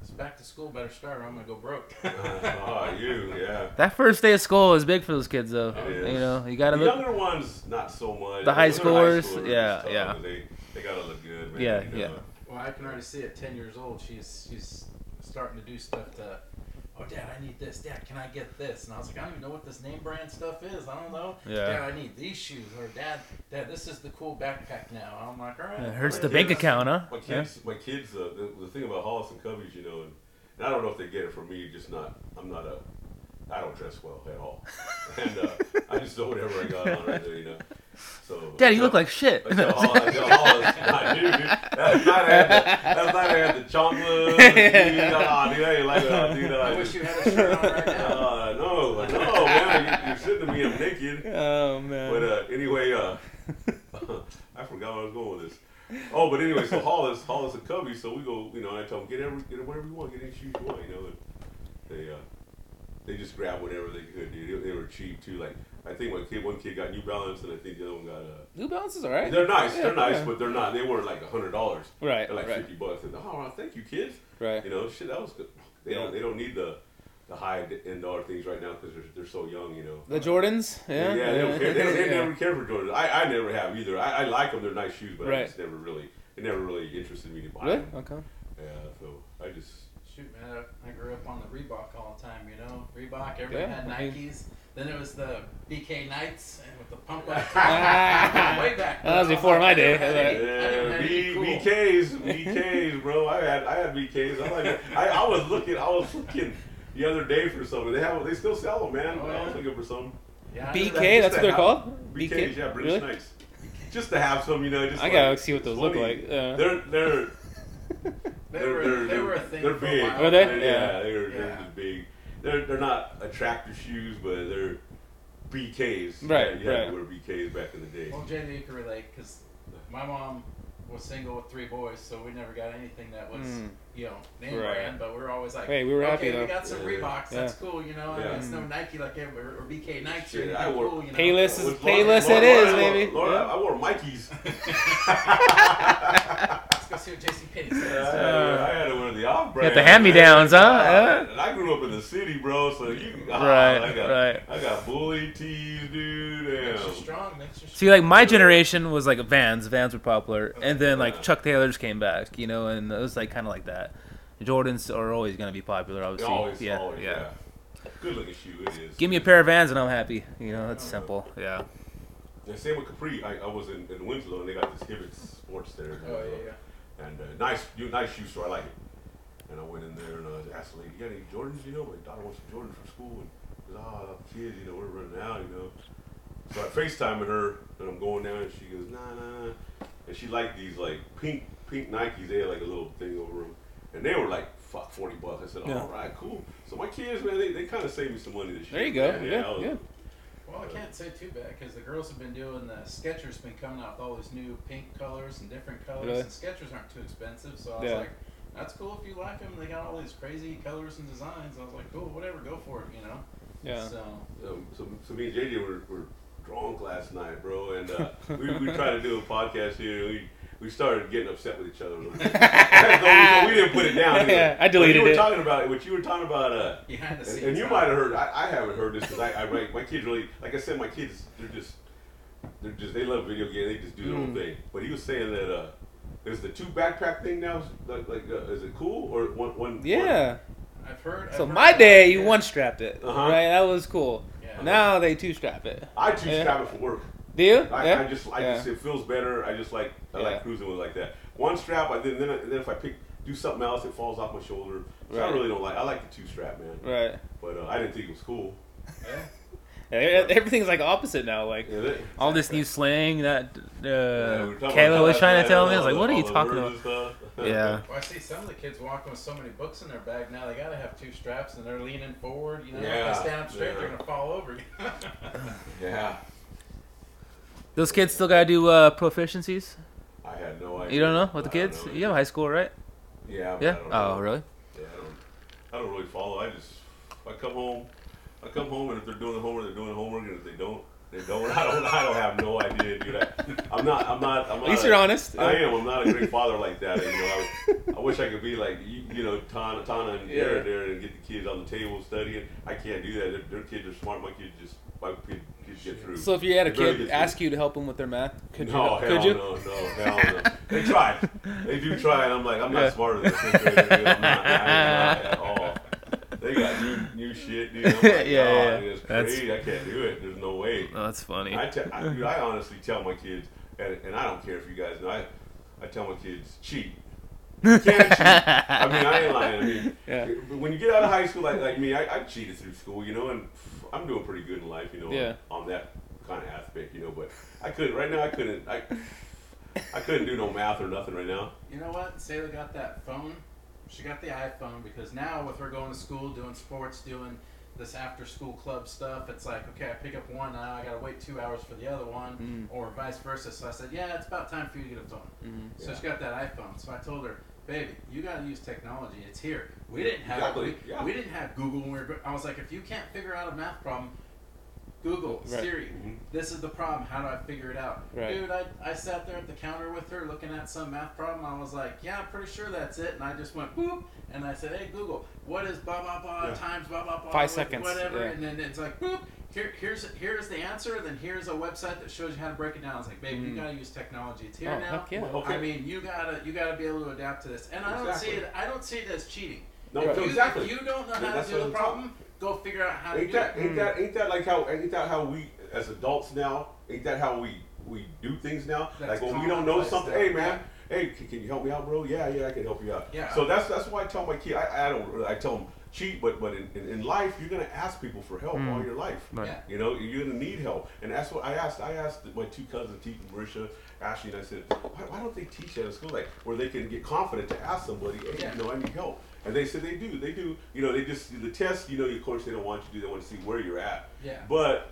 Speaker 3: "It's back to school, better start, or I'm gonna go broke."
Speaker 2: oh, you, yeah.
Speaker 1: That first day of school is big for those kids, though.
Speaker 2: It is.
Speaker 1: You know, you gotta
Speaker 2: The
Speaker 1: look.
Speaker 2: younger ones, not so much.
Speaker 1: The high
Speaker 2: Those are
Speaker 1: schoolers,
Speaker 2: schoolers,
Speaker 1: yeah,
Speaker 2: it's tough,
Speaker 1: yeah.
Speaker 2: but They, they gotta look good, man.
Speaker 1: Yeah,
Speaker 2: you know.
Speaker 1: yeah.
Speaker 3: Well, I can already see at 10 years old, she's she's starting to do stuff to, oh, Dad, I need this. Dad, can I get this? And I was like, I don't even know what this name brand stuff is. I don't know.
Speaker 1: Yeah.
Speaker 3: Dad, I need these shoes. Or, Dad, Dad, this is the cool backpack now. I'm like, all right.
Speaker 1: It hurts
Speaker 2: My
Speaker 1: the bank
Speaker 2: kids-
Speaker 1: account, huh?
Speaker 2: My
Speaker 1: Yeah.
Speaker 2: kids, my kids. Uh, the, the thing about Hollis and Cubbies, you know, and, and I don't know if they get it from me. Just not. I'm not a. I don't dress well at all, and uh, I just know whatever I got on right there, you know. So.
Speaker 1: Dad, you
Speaker 2: uh,
Speaker 1: look like shit.
Speaker 2: I tell Hollis, I tell Hollis, "Nah, dude, That's not I had the, that's not I had the chocolate. dude, nah, dude, I ain't like that, dude. nah,
Speaker 3: I wish you had a shirt on right now.
Speaker 2: Uh, no, no, man, you, you're sitting to me. I'm naked.
Speaker 1: oh man.
Speaker 2: But uh, anyway, uh, I forgot where I was going with this. Oh, but anyway, so Hollis, Hollis and Cubby, so we go, you know, and I tell them get every, get whatever you want, get any shoes you want, you know. And they uh, they just grab whatever they could, dude. They, they were cheap too. Like I think one kid, one kid got New Balance, and I think the other one got. Uh,
Speaker 1: New Balance is alright.
Speaker 2: they're nice, they're nice,
Speaker 1: yeah.
Speaker 2: but they're not. They weren't like a hundred dollars.
Speaker 1: Right,
Speaker 2: They're like
Speaker 1: right.
Speaker 2: fifty bucks. And, oh, thank you, kids.
Speaker 1: Right.
Speaker 2: You know, shit, that was good. They
Speaker 1: Yeah.
Speaker 2: don't, they don't need the the high end dollar things right now because they're they're so young, you know.
Speaker 1: The Jordans. Yeah.
Speaker 2: Yeah, they don't care. They, don't- they
Speaker 1: Yeah.
Speaker 2: never care for Jordans. I, I never have either. I, I like them. They're nice shoes, but
Speaker 1: Right.
Speaker 2: I just never really, it never really interested me to buy
Speaker 1: Really?
Speaker 2: them.
Speaker 1: Okay.
Speaker 2: Yeah, so I just.
Speaker 3: Shoot, man, I, I grew up on the Reebok all the time, you know? Reebok, everybody
Speaker 1: Yeah,
Speaker 3: had
Speaker 1: I mean-
Speaker 3: Nikes. Then it was the BK Knights and with the pump up.
Speaker 1: Ah,
Speaker 3: way back.
Speaker 1: that was before my day.
Speaker 3: I
Speaker 2: Yeah,
Speaker 1: Right.
Speaker 3: didn't- I didn't have any
Speaker 2: B,
Speaker 3: cool.
Speaker 2: BKs, BKs, bro. I had, I had BKs. I like, I, I was looking, I was looking the other day for something. They have, they still sell them, man.
Speaker 3: Oh,
Speaker 2: I was
Speaker 3: yeah.
Speaker 2: looking for some.
Speaker 3: Yeah, I remember
Speaker 1: BK. That's
Speaker 2: Just to
Speaker 1: what they're
Speaker 2: have-
Speaker 1: called.
Speaker 2: BKs, yeah, British
Speaker 1: Really?
Speaker 2: Knights. Just to have some, you know. Just
Speaker 1: I
Speaker 2: like-
Speaker 1: gotta see what those
Speaker 2: it's
Speaker 1: look
Speaker 2: funny.
Speaker 1: like. Yeah.
Speaker 2: They're, they're.
Speaker 3: They
Speaker 2: They're-
Speaker 3: were,
Speaker 2: they're-
Speaker 3: they were a thing.
Speaker 2: They're
Speaker 3: for a
Speaker 2: big.
Speaker 3: while.
Speaker 1: Were they?
Speaker 2: They're-
Speaker 1: Yeah.
Speaker 2: Yeah, they're, they're
Speaker 3: Yeah.
Speaker 2: just big. They're they're not attractive shoes, but they're BKs.
Speaker 1: Right,
Speaker 2: Yeah, you had
Speaker 1: right.
Speaker 2: to wear BKs back in the day.
Speaker 3: Well, JD, you can relate because my mom was single with three boys, so we never got anything that was,
Speaker 1: Mm.
Speaker 3: you know, name
Speaker 1: Right.
Speaker 3: brand. But we were always like,
Speaker 1: Hey, we were
Speaker 3: okay,
Speaker 1: happy,
Speaker 3: we
Speaker 1: though.
Speaker 3: got some
Speaker 2: Yeah.
Speaker 3: Reeboks. That's
Speaker 1: Yeah.
Speaker 3: cool, you know. I
Speaker 2: Yeah.
Speaker 3: mean, it's no Nike like every, or or BK Knights or
Speaker 2: Shit,
Speaker 3: anything
Speaker 2: I wore
Speaker 3: cool, you know.
Speaker 1: Payless
Speaker 3: So-
Speaker 1: is
Speaker 2: With
Speaker 1: Payless
Speaker 2: Laura-
Speaker 1: it is,
Speaker 2: Laura-
Speaker 1: baby.
Speaker 2: Laura,
Speaker 1: Yeah.
Speaker 2: I wore Mikey's.
Speaker 3: Let's go see what JC Penney says.
Speaker 2: I, had to,
Speaker 1: Uh,
Speaker 2: I had to wear the off
Speaker 1: Got
Speaker 2: brand.
Speaker 1: the hand-me-downs, huh? Yeah.
Speaker 2: And I grew up in the city, bro. So you, ah,
Speaker 1: Right,
Speaker 2: I got,
Speaker 1: right.
Speaker 2: I got bullied tees, dude.
Speaker 3: Makes you
Speaker 2: Damn.
Speaker 3: strong. Makes you
Speaker 1: See,
Speaker 3: strong.
Speaker 1: like my generation was like Vans. Vans were popular, and then like Chuck Taylors came back, you know, and it was like kind of like that. Jordans are always gonna be popular, obviously.
Speaker 2: Always,
Speaker 1: yeah,
Speaker 2: always,
Speaker 1: yeah.
Speaker 2: yeah. Good looking shoe it is.
Speaker 1: Give me a pair of Vans and I'm happy. You know, it's simple. Yeah.
Speaker 2: And same with Capri. I, I was in, in Winslow and they got this Hibbett Sports there.
Speaker 3: Oh yeah, yeah.
Speaker 2: And uh, nice, you nice shoe store. I like it. And I went in there and I asked the lady, "You got any Jordans? You know, my daughter wants some Jordans for school." And she goes, "Ah, kids, you know, we're running out, you know." So I FaceTiming her and I'm going down and she goes, "Nah, nah." nah." And she liked these like pink pink Nikes. They had like a little thing over them, and they were like. Fuck, 40 bucks. I said,
Speaker 1: Yeah.
Speaker 2: all right, cool. So my kids, man, they, they kind of saved me some money this year.
Speaker 1: There you go.
Speaker 2: man.
Speaker 1: Yeah,
Speaker 2: I was-
Speaker 1: yeah.
Speaker 3: Well, I can't say too bad because the girls have been doing the Skechers been coming out with all these new pink colors and different colors,
Speaker 1: Really?
Speaker 3: and Skechers aren't too expensive, so I was
Speaker 1: Yeah.
Speaker 3: like, "That's cool if you like them." They got all these crazy colors and designs. I was like, "Cool, whatever, go for it," you know.
Speaker 1: Yeah.
Speaker 3: So
Speaker 2: Um, so, so me and JJ were, were drunk last night, bro, and uh, we, we tried to do a podcast here. And we we started getting upset with each other. A little bit. so, we- so we didn't put it down. either.
Speaker 1: Yeah, I
Speaker 2: But
Speaker 1: deleted
Speaker 2: You were
Speaker 1: it.
Speaker 2: talking about what you were talking about, uh,
Speaker 3: behind the
Speaker 2: and,
Speaker 3: scenes,
Speaker 2: and you
Speaker 3: huh?
Speaker 2: might have heard. I, I haven't heard this because I, I write. My kids really, like I said, my kids they're just they're just they love video games. They just do their
Speaker 1: Mm.
Speaker 2: own thing. But he was saying that uh, is the two backpack thing now like, like uh, is it cool or one one?
Speaker 1: Yeah.
Speaker 3: I've heard. I've
Speaker 1: So
Speaker 3: heard
Speaker 1: my day, you
Speaker 3: yeah.
Speaker 1: one strapped it,
Speaker 2: Uh-huh.
Speaker 1: right? That was cool.
Speaker 3: Yeah.
Speaker 1: Now they two strap it.
Speaker 2: I choose
Speaker 1: Yeah.
Speaker 2: travel for work.
Speaker 1: Do you?
Speaker 2: I,
Speaker 1: yeah.
Speaker 2: I just, I
Speaker 1: yeah.
Speaker 2: just, it feels better. I just like, I
Speaker 1: Yeah.
Speaker 2: like cruising with it like that. One strap, I then, then, I- then if I pick, do something else, it falls off my shoulder. So I
Speaker 1: Right.
Speaker 2: really don't like. I like the two strap, man.
Speaker 1: Right.
Speaker 2: But uh, I didn't think it was cool.
Speaker 3: Yeah.
Speaker 1: Yeah, e- Everything's like opposite now. Like
Speaker 2: Yeah, that-
Speaker 1: all this new slang that uh,
Speaker 2: yeah, we were talking
Speaker 1: Kayla
Speaker 2: about
Speaker 1: was
Speaker 2: that,
Speaker 1: trying to
Speaker 2: that,
Speaker 1: tell me. I was
Speaker 2: all
Speaker 1: like,
Speaker 2: the-
Speaker 1: "What are
Speaker 2: all
Speaker 1: you
Speaker 2: the
Speaker 1: talking about?"
Speaker 2: words and stuff.
Speaker 1: Yeah.
Speaker 3: Well, I see some of the kids walking with so many books in their bag now. They gotta have two straps, and they're leaning forward. You know,
Speaker 2: Yeah,
Speaker 3: if they stand up straight,
Speaker 2: yeah.
Speaker 3: they're gonna fall over.
Speaker 2: yeah.
Speaker 1: Those kids still gotta do uh, proficiencies.
Speaker 2: I had no idea.
Speaker 1: You don't know with the
Speaker 2: I don't
Speaker 1: kids?
Speaker 2: know.
Speaker 1: You have high school, right?
Speaker 2: Yeah. but I
Speaker 1: Yeah.
Speaker 2: don't
Speaker 1: Oh,
Speaker 2: know.
Speaker 1: really?
Speaker 2: Yeah, I don't, I don't really follow. I just, I come home, I come home, and if they're doing the homework, they're doing the homework, and if they don't, They don't. I don't. I don't have no idea, dude. I, I'm not. I'm not. I'm not
Speaker 5: At least
Speaker 2: a-
Speaker 5: you're
Speaker 2: I
Speaker 5: honest.
Speaker 2: am. Oh, I'm not a great father like that. You know, I, I wish I could be like you. You know, Tana, Tana, and
Speaker 5: Yeah.
Speaker 2: Jared there, and get the kids on the table studying. I can't do that. Their, their kids are smart. My kids just my kid, kids get through.
Speaker 1: So if you had a
Speaker 2: They barely
Speaker 1: kid
Speaker 2: get through.
Speaker 1: ask you to help him with their math, could you?
Speaker 2: no, hell
Speaker 1: could you?
Speaker 2: no, no, hell no. They try. They do try, and I'm like, I'm
Speaker 1: Yeah.
Speaker 2: not smarter than this. dude. I'm not, I am not at all. They got new, new shit, dude. I'm like,
Speaker 1: Yeah,
Speaker 2: yeah,
Speaker 1: yeah.
Speaker 2: It's
Speaker 1: That's-
Speaker 2: crazy. I can't do it. There's no way.
Speaker 1: Oh, that's funny.
Speaker 2: I, te- I, dude, I honestly tell my kids, and, and I don't care if you guys know, I, I tell my kids, cheat. You can't cheat. I mean, I ain't lying. I mean,
Speaker 1: Yeah.
Speaker 2: but when you get out of high school, like, like me, I, I cheated through school, you know, and pff, I'm doing pretty good in life, you know,
Speaker 1: Yeah.
Speaker 2: on, on that kind of aspect, you know, but I couldn't, right now, I couldn't, I, I couldn't do no math or nothing right now.
Speaker 3: You know what? Sayla got that phone. She got the iPhone because now with her going to school, doing sports, doing this after school club stuff, it's like, okay, I pick up one now, I gotta wait two hours for the other one, or vice versa. So I said, yeah, it's about time for you to get a phone.
Speaker 5: Mm-hmm.
Speaker 3: So she got that iPhone. So I told her, baby, you gotta use technology. It's here. We didn't have
Speaker 2: Exactly,
Speaker 3: we,
Speaker 2: yeah.
Speaker 3: we didn't have Google when we were. gr- I was like, if you can't figure out a math problem, Google,
Speaker 5: Right. Mm-hmm.
Speaker 3: Siri,
Speaker 2: Mhm.
Speaker 3: this is the problem. How do I figure it out?
Speaker 5: Right.
Speaker 3: Dude, I, I sat there at the counter with her looking at some math problem. I was like, yeah, I'm pretty sure that's it. And I just went boop. And I said, hey, Google, what is blah, blah, blah
Speaker 2: Yeah.
Speaker 3: times blah, blah, blah.
Speaker 5: Five
Speaker 3: with
Speaker 5: seconds,
Speaker 3: Whatever.
Speaker 5: yeah.
Speaker 3: And then it's like boop. Here, here's here's the answer, and then here's a website that shows you how to break it down. It's like, babe, you gotta use technology. It's here
Speaker 5: Mm-hmm. Oh,
Speaker 3: now.
Speaker 5: heck yeah.
Speaker 2: Well, okay.
Speaker 3: I mean, you gotta you gotta be able to adapt to this. And I don't see
Speaker 2: Exactly.
Speaker 3: it. I don't see it as cheating.
Speaker 2: No,
Speaker 3: if
Speaker 2: no,
Speaker 3: you,
Speaker 2: exactly.
Speaker 3: If you don't know
Speaker 2: Yeah,
Speaker 3: how to
Speaker 2: that's
Speaker 3: do
Speaker 2: what
Speaker 3: the
Speaker 2: I'm talking-
Speaker 3: problem, go figure out how to
Speaker 2: Ain't
Speaker 3: do
Speaker 2: that,
Speaker 3: it. Mm.
Speaker 2: ain't that, ain't that like how, ain't that how we, as adults now, ain't that how we, we do things now?
Speaker 3: That's
Speaker 2: like when we don't know
Speaker 3: commonplace
Speaker 2: something,
Speaker 3: now,
Speaker 2: hey man, hey, can, can you help me out, bro? Yeah, yeah, I can help you out.
Speaker 3: Yeah.
Speaker 2: So that's that's why I tell my kid, I, I don't, really- I tell them cheat, but but in, in, in life, you're gonna ask people for help all your life.
Speaker 1: Right.
Speaker 3: Yeah.
Speaker 2: You know, you're gonna need help, and that's what I asked. I asked my two cousins, Teet and Marisha, Ashley, and I said, why, why don't they teach that at school, like where they can get confident to ask somebody, hey,
Speaker 3: Yeah.
Speaker 2: you know, I need help. And they said they do, they do. You know, they just the test. You know, of course, they don't want you to do. They want to see where you're at.
Speaker 3: Yeah.
Speaker 2: But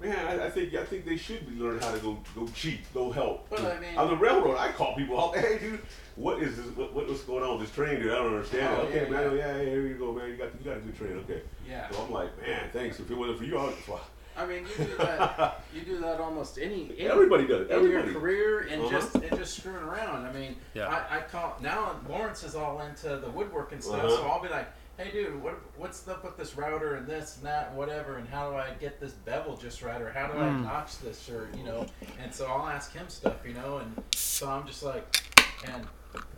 Speaker 2: man, I, I think I think they should be learning how to go go cheat, go help.
Speaker 3: Well, I mean-
Speaker 2: on the railroad, I call people up, hey, dude, what is this? What, what was going on with this train, dude? I don't understand.
Speaker 3: Oh,
Speaker 2: it. okay,
Speaker 3: yeah,
Speaker 2: man,
Speaker 3: yeah.
Speaker 2: oh, yeah, yeah, here you go, man. You got you got a good train. Okay.
Speaker 3: Yeah.
Speaker 2: So I'm like, man, thanks. If it wasn't for you, I would. Wow.
Speaker 3: I mean, you do that. you do that almost any. any
Speaker 2: Everybody does.
Speaker 3: in
Speaker 2: Everybody.
Speaker 3: your career and
Speaker 2: Uh-huh.
Speaker 3: just and just screwing around. I mean,
Speaker 1: Yeah.
Speaker 3: I, I call now. Lawrence is all into the woodworking stuff,
Speaker 2: Uh-huh.
Speaker 3: so I'll be like, "Hey, dude, what what's up with this router and this and that, and whatever? And how do I get this bevel just right, or how do I notch this, or you know?" And so I'll ask him stuff, you know, and so I'm just like, and.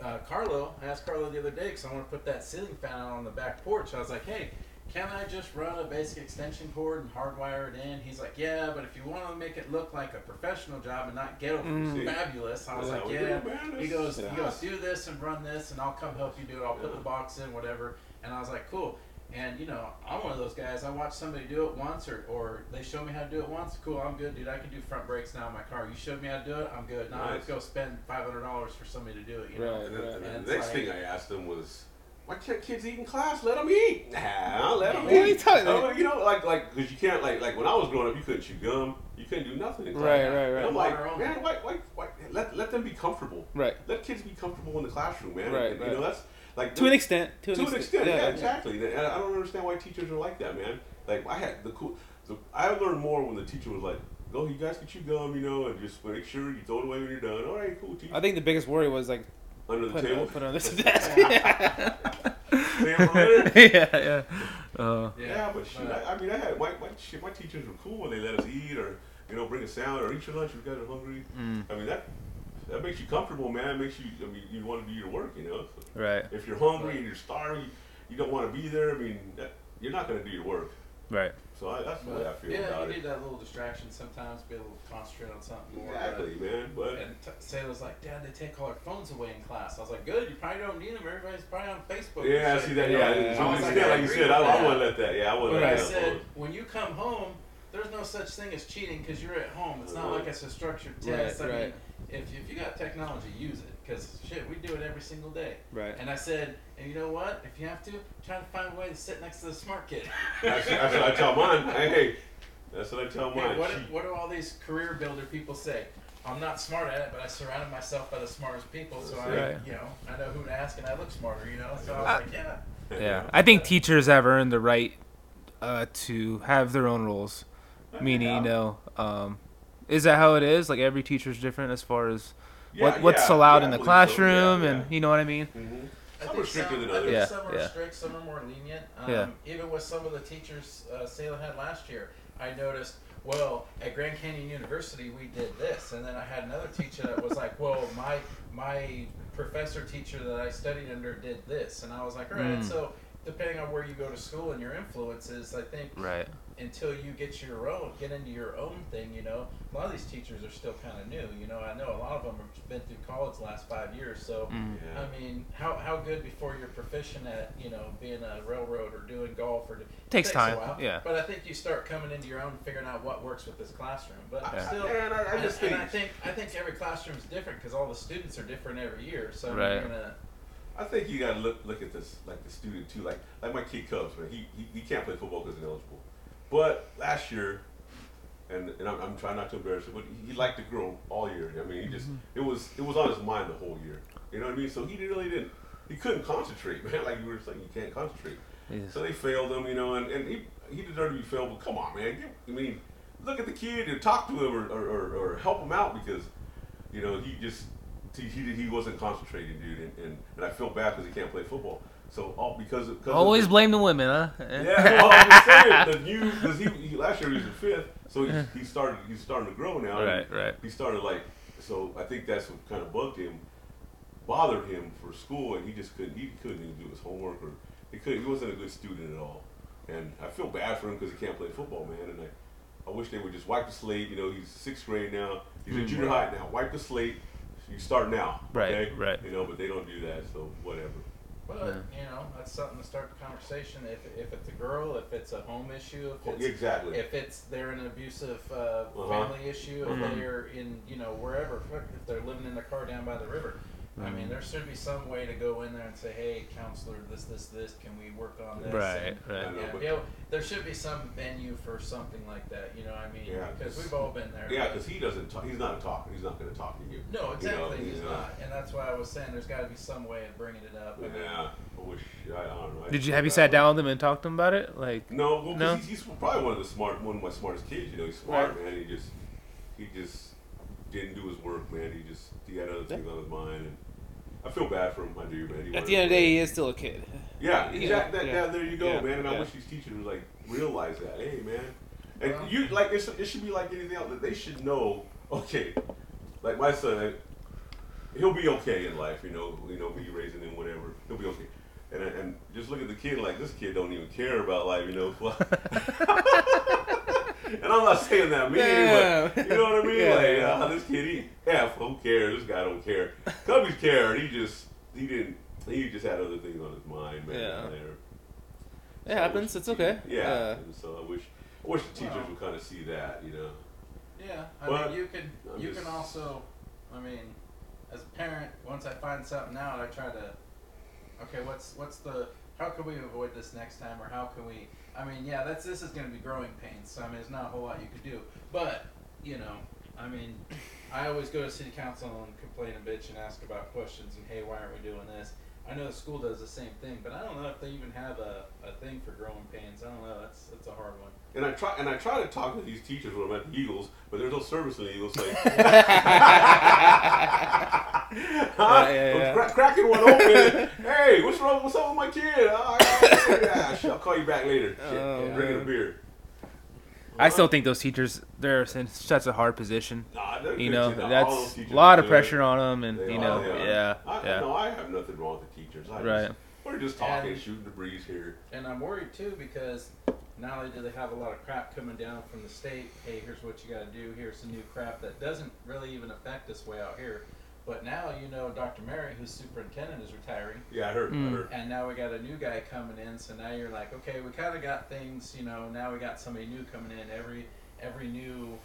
Speaker 3: Uh, Carlo, I asked Carlo the other day because I want to put that ceiling fan out on the back porch. I was like, "Hey, can I just run a basic extension cord and hardwire it in?" He's like, "Yeah, but if you want to make it look like a professional job and not ghetto
Speaker 2: Mm.
Speaker 3: fabulous. I was
Speaker 2: Yeah,
Speaker 3: like,
Speaker 2: we
Speaker 3: yeah.
Speaker 2: do, man.
Speaker 3: He goes,
Speaker 2: Yeah.
Speaker 3: he goes, do this and run this, and I'll come help you do it. I'll put
Speaker 2: Yeah.
Speaker 3: the box in, whatever. And I was like, cool. And you know, I'm one of those guys. I watch somebody do it once, or or they show me how to do it once. Cool, I'm good, dude. I can do front brakes now in my car. You showed me how to do it. I'm good. Now
Speaker 2: Nice.
Speaker 3: let's go spend five hundred dollars for somebody to do it. You know.
Speaker 5: Right.
Speaker 2: And then, and
Speaker 3: And
Speaker 2: the next
Speaker 3: it's
Speaker 2: thing
Speaker 3: like-
Speaker 2: I asked them was, "Why can't kids eat in class? Let them eat. Nah, let them
Speaker 5: What are you
Speaker 2: eat.
Speaker 5: talking-
Speaker 2: Oh, you know, like like because you can't like like when I was growing up, you couldn't chew gum, you couldn't do nothing. In class.
Speaker 5: Right, right, right.
Speaker 2: And I'm
Speaker 3: Water
Speaker 2: like,
Speaker 3: only.
Speaker 2: man, why, why, why let let them be comfortable.
Speaker 5: Right.
Speaker 2: Let kids be comfortable in the classroom, man.
Speaker 5: Right,
Speaker 2: And,
Speaker 5: right.
Speaker 2: You know, that's like
Speaker 5: To an extent. To an
Speaker 2: to an extent, yeah,
Speaker 5: Yeah, yeah.
Speaker 2: exactly. And I don't understand why teachers are like that, man. Like I had the cool, the, I learned more when the teacher was like, "Go, you guys can chew gum, you know, and just make sure you throw it away when you're done." All right, cool, teacher.
Speaker 5: I think the biggest worry was like
Speaker 2: Under the
Speaker 5: put
Speaker 2: table.
Speaker 5: it, put it on this desk. yeah.
Speaker 2: Table.
Speaker 1: yeah, yeah. Uh,
Speaker 2: Yeah, but shoot,
Speaker 3: but-
Speaker 2: I, I mean, I had my, my shit. My teachers were cool when they let us eat, or you know, bring a salad, or eat your lunch if you guys are hungry. I mean, that that makes you comfortable, man. It makes you, I mean, you want to do your work, you know.
Speaker 1: right,
Speaker 2: If you're hungry and you're starving, you don't want to be there. I mean, that, you're not going to do your work.
Speaker 1: right.
Speaker 2: So I, that's what I
Speaker 3: But,
Speaker 2: feel
Speaker 3: yeah,
Speaker 2: about
Speaker 3: you
Speaker 2: it.
Speaker 3: need that little distraction sometimes. Be able to concentrate on something more. Uh,
Speaker 2: Exactly, man. But
Speaker 3: And t- Sarah was like, Dad, they take all our phones away in class. I was like, Good, you probably don't need them. Everybody's probably on Facebook. and
Speaker 2: yeah, I
Speaker 3: shit."
Speaker 2: see that.
Speaker 5: Yeah,
Speaker 2: Yeah,
Speaker 5: yeah,
Speaker 2: I-
Speaker 5: yeah.
Speaker 2: yeah, like you said, I, I wouldn't let that. Yeah, I wouldn't
Speaker 3: But
Speaker 2: let
Speaker 3: I
Speaker 2: that.
Speaker 3: said,
Speaker 2: go.
Speaker 3: when you come home, there's no such thing as cheating because you're at home. It's not
Speaker 2: Right.
Speaker 3: like it's a structured test.
Speaker 5: Right,
Speaker 3: I
Speaker 5: right.
Speaker 3: mean, if, if you got technology, use it because shit, we do it every single day.
Speaker 5: Right.
Speaker 3: And I said, and you know what? If you have to, try to find a way to sit next to the smart kid.
Speaker 2: That's, that's what I tell mine. Hey, hey, that's what I tell
Speaker 3: Hey,
Speaker 2: mine.
Speaker 3: what,
Speaker 2: She-
Speaker 3: what do all these career builder people say? I'm not smart at it, but I surrounded myself by the smartest people, so I,
Speaker 1: Right.
Speaker 3: you know, I know who to ask, and I look smarter, you know. So I was like, yeah,
Speaker 1: Yeah, I think teachers have earned the right uh, to have their own rules. Meaning,
Speaker 2: Yeah.
Speaker 1: you know, um, is that how it is? Like every teacher's different as far as
Speaker 2: Yeah,
Speaker 1: what what's
Speaker 2: yeah,
Speaker 1: allowed
Speaker 2: yeah,
Speaker 1: in the
Speaker 2: I believe so. Yeah,
Speaker 1: classroom,
Speaker 2: yeah.
Speaker 1: and you know what I mean.
Speaker 2: Mhm.
Speaker 3: I
Speaker 2: Some
Speaker 3: think
Speaker 2: are stricter
Speaker 3: some,
Speaker 2: than
Speaker 3: I think
Speaker 1: Yeah,
Speaker 2: others.
Speaker 3: some are
Speaker 1: yeah.
Speaker 3: strict, some are more lenient. Um,
Speaker 1: Yeah.
Speaker 3: Even with some of the teachers uh, Salem had last year, I noticed, well, at Grand Canyon University we did this, and then I had another teacher that was like, well, my my professor teacher that I studied under did this, and I was like, all right,
Speaker 1: Mm.
Speaker 3: so depending on where you go to school and your influences, I think
Speaker 1: Right.
Speaker 3: until you get your own, get into your own thing, you know. A lot of these teachers are still kind of new, you know. I know a lot of them have been through college the last five years, so
Speaker 1: Mm.
Speaker 2: Yeah.
Speaker 3: I mean, how, how good before you're proficient at you know being a railroad or doing golf or do- it
Speaker 1: Takes time,
Speaker 3: A while,
Speaker 1: yeah.
Speaker 3: But I think you start coming into your own, figuring out what works with this classroom. But
Speaker 1: Yeah.
Speaker 3: still,
Speaker 2: And I, I
Speaker 3: and-
Speaker 2: just
Speaker 3: and
Speaker 2: think,
Speaker 3: I think I think every classroom's different because all the students are different every year. So I mean,
Speaker 1: Right.
Speaker 3: you're gonna
Speaker 2: I think you gotta look look at this like the student too. Like like my kid Cubs, man. He he, he can't play football because he's ineligible. But last year, and and I'm, I'm trying not to embarrass him, but he liked to grow all year. I mean, he just
Speaker 1: Mm-hmm.
Speaker 2: it was it was on his mind the whole year. You know what I mean? So he didn't- really didn't he couldn't concentrate, man. Like you were saying, you can't concentrate.
Speaker 1: Yes.
Speaker 2: So they failed him, you know, and, and he he deserved to be failed. But come on, man. Give, I mean, look at the kid and talk to him or, or, or, or help him out because, you know, he just he, he, he wasn't concentrating, dude. And, and, and I feel bad because he can't play football. So all because of, because
Speaker 1: Always
Speaker 2: of
Speaker 1: blame the women, huh?
Speaker 2: the, yeah. No, I'm just saying the new because he, he last year he was in fifth, so he, he started he's starting to grow now.
Speaker 1: Right, right.
Speaker 2: He started like so. I think that's what kind of bugged him, bothered him for school, and he just couldn't. He couldn't even do his homework, or he could. He wasn't a good student at all. And I feel bad for him because he can't play football, man. And I, I wish they would just wipe the slate. You know, he's sixth grade now. He's in junior high now. Wipe the slate. You start now.
Speaker 1: Mm-hmm. Right,
Speaker 2: okay?
Speaker 1: right.
Speaker 2: You know, but they don't do that. So whatever.
Speaker 3: But you know, that's something to start the conversation. If, if it's a girl, if it's a home issue, if
Speaker 2: Well,
Speaker 3: it's
Speaker 2: exactly.
Speaker 3: if it's they're in an abusive uh,
Speaker 2: Uh-huh. Mm-hmm.
Speaker 3: family issue, if
Speaker 1: Mhm.
Speaker 3: they're in you know wherever, fuck, if they're living in the car down by the river, I
Speaker 2: Mm-hmm.
Speaker 3: mean, there should be some way to go in there and say, hey, counselor, this, this, this, can we work on this?
Speaker 1: Right,
Speaker 3: And,
Speaker 1: right.
Speaker 3: yeah, yeah, there should be some venue for something like that. You know, I mean,
Speaker 2: Yeah,
Speaker 3: because
Speaker 2: 'cause-
Speaker 3: we've all been there.
Speaker 2: Yeah, because he doesn't. Talk, he's not a talker. He's not going to talk to you.
Speaker 3: No, exactly.
Speaker 2: You know,
Speaker 3: he's
Speaker 2: you know.
Speaker 3: not, and that's why I was saying there's got to be some way of bringing it up. I mean,
Speaker 2: Yeah. I wish. I, I don't know. I
Speaker 1: Did you
Speaker 2: feel
Speaker 1: have you
Speaker 2: bad.
Speaker 1: sat down with him and talked to him about it? Like,
Speaker 2: No, well, 'cause
Speaker 1: No?
Speaker 2: He's, he's probably one of the smart, one of my smartest kids. You know, he's smart, man. He just, he just didn't do his work, man. He just, he had other things on his mind, and I feel bad for him. I do, man. He
Speaker 5: At
Speaker 2: wanted
Speaker 5: the end
Speaker 2: to
Speaker 5: of the day,
Speaker 2: play.
Speaker 5: he is still a kid.
Speaker 2: yeah,
Speaker 5: yeah,
Speaker 2: exactly. that,
Speaker 5: yeah.
Speaker 2: that- there you go,
Speaker 5: Yeah,
Speaker 2: man. And I
Speaker 5: yeah.
Speaker 2: wish these teachers would like realize that. Hey, man, and
Speaker 3: Well-
Speaker 2: you like it's, it should be like anything else. That they should know. Okay, like my son, he'll be okay in life. You know, you know, me raising him, whatever, he'll be okay. And, and just look at the kid like this kid don't even care about life, you know. and I'm not saying that mean, but you know what I mean.
Speaker 5: Yeah.
Speaker 2: Like uh, this kid, he yeah, who cares? This guy don't care. Cubbies cared. He just he didn't. He just had other things on his mind, man.
Speaker 5: Yeah.
Speaker 2: There.
Speaker 5: It happens. It's okay.
Speaker 2: Yeah.
Speaker 5: Uh,
Speaker 2: and so I wish, I wish the teachers
Speaker 3: Well.
Speaker 2: would kind of see that, you know.
Speaker 3: Yeah, I
Speaker 2: But-
Speaker 3: mean, you can
Speaker 2: I'm
Speaker 3: you
Speaker 2: just-
Speaker 3: can also, I mean, as a parent, once I find something out, I try to, okay, what's what's the how can we avoid this next time, or how can we? I mean, yeah, that's this is going to be growing pains. So I mean, there's not a whole lot you can do, but you know, I mean, I always go to city council and complain and bitch and ask about questions and hey, why aren't we doing this? I know the school does the same thing, but I don't know if they even have a, a thing for growing pains. I don't know. That's that's a hard one.
Speaker 2: And I try and I try to talk to these teachers when I'm at the Eagles, but there's no service in the Eagles. Like, huh?
Speaker 5: Yeah, yeah,
Speaker 2: I'm
Speaker 5: yeah.
Speaker 2: cra- cracking one open. hey, what's wrong? What's up with my kid? Oh, I- yeah, shit, I'll call you back later. Shit,
Speaker 5: Oh,
Speaker 2: yeah, drinking a
Speaker 5: man.
Speaker 2: beer.
Speaker 1: I still think those teachers they're in such a hard position.
Speaker 2: Nah, they're
Speaker 1: You
Speaker 2: good
Speaker 1: know,
Speaker 2: kids. All those
Speaker 1: that's
Speaker 2: teachers
Speaker 1: a lot
Speaker 2: are
Speaker 1: of
Speaker 2: good.
Speaker 1: pressure on them, and
Speaker 2: They
Speaker 1: you
Speaker 2: are,
Speaker 1: know,
Speaker 2: they are.
Speaker 1: yeah,
Speaker 2: I,
Speaker 1: yeah.
Speaker 2: No, I have nothing wrong with the teachers. I
Speaker 1: Right.
Speaker 2: Just, we're just talking,
Speaker 3: And-
Speaker 2: shooting the breeze here.
Speaker 3: And I'm worried too because not only do they have a lot of crap coming down from the state, hey, here's what you got to do, here's some new crap that doesn't really even affect us way out here. But now you know Dr. Mary, who's superintendent, is retiring,
Speaker 2: Yeah, I heard. I
Speaker 1: Mm.
Speaker 2: heard.
Speaker 3: and now we got a new guy coming in. So now you're like, okay, we kind of got things, you know. Now we got somebody new coming in. Every every new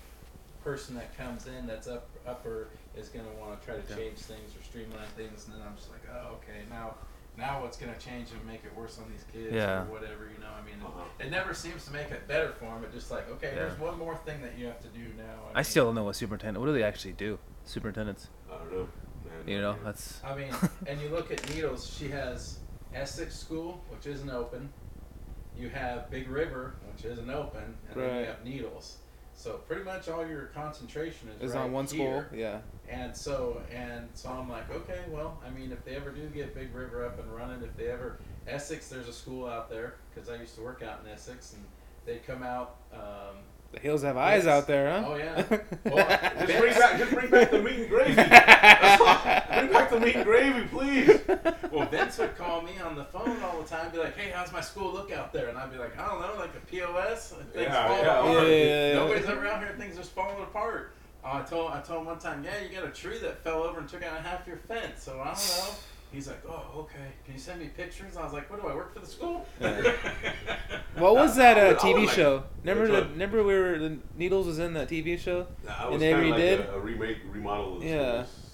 Speaker 3: person that comes in that's up upper is going to want to try to change things or streamline things. And then I'm just like, oh, okay, now now what's going to change and make it worse on these kids
Speaker 1: Yeah.
Speaker 3: or whatever, you know? I mean,
Speaker 2: Uh-huh.
Speaker 3: it never seems to make it better for them. It just like, okay,
Speaker 1: Yeah.
Speaker 3: there's one more thing that you have to do now.
Speaker 1: I still don't know what superintendent. What do they actually do? Superintendents,
Speaker 2: I don't know. Man,
Speaker 1: you know,
Speaker 2: man.
Speaker 1: that's
Speaker 3: I mean, and you look at Needles, she has Essex School, which isn't open. You have Big River, which isn't open, and then you
Speaker 5: Right.
Speaker 3: have Needles. So pretty much all your concentration is,
Speaker 5: It's
Speaker 3: right
Speaker 5: on one
Speaker 3: here.
Speaker 5: school. Yeah.
Speaker 3: And so and so I'm like, okay, well, I mean, if they ever do get Big River up and running, if they ever Essex, there's a school out there because I used to work out in Essex, and they'd come out. Um,
Speaker 5: The hills have eyes
Speaker 3: Yes.
Speaker 5: out there, huh?
Speaker 3: Oh, yeah.
Speaker 2: Just bring back, just bring back the meat and gravy. That's all. Bring back the meat and gravy, please.
Speaker 3: well, Vince would call me on the phone all the time, and be like, hey, how's my school look out there? And I'd be like, I don't know, like a POS. and Things
Speaker 2: Yeah,
Speaker 3: fall
Speaker 2: yeah,
Speaker 3: apart.
Speaker 2: yeah,
Speaker 5: yeah, yeah.
Speaker 3: Nobody's ever out here. Things are falling apart. Uh, I told I told him one time, yeah, you got a tree that fell over and took out half your fence. So I don't know. He's like, oh, okay. Can you send me pictures? I was like, what do I work for the school?
Speaker 5: What was that
Speaker 2: I
Speaker 5: uh,
Speaker 2: would- I would
Speaker 5: TV
Speaker 2: like-
Speaker 5: show? Remember
Speaker 2: Which
Speaker 5: the
Speaker 2: one?
Speaker 5: remember we were the Needles was in that TV show?
Speaker 2: Nah, I
Speaker 5: And
Speaker 2: was
Speaker 5: they
Speaker 2: kind of like
Speaker 5: redid?
Speaker 2: a, a remake, remodel. Of the
Speaker 5: Yeah.
Speaker 2: schools.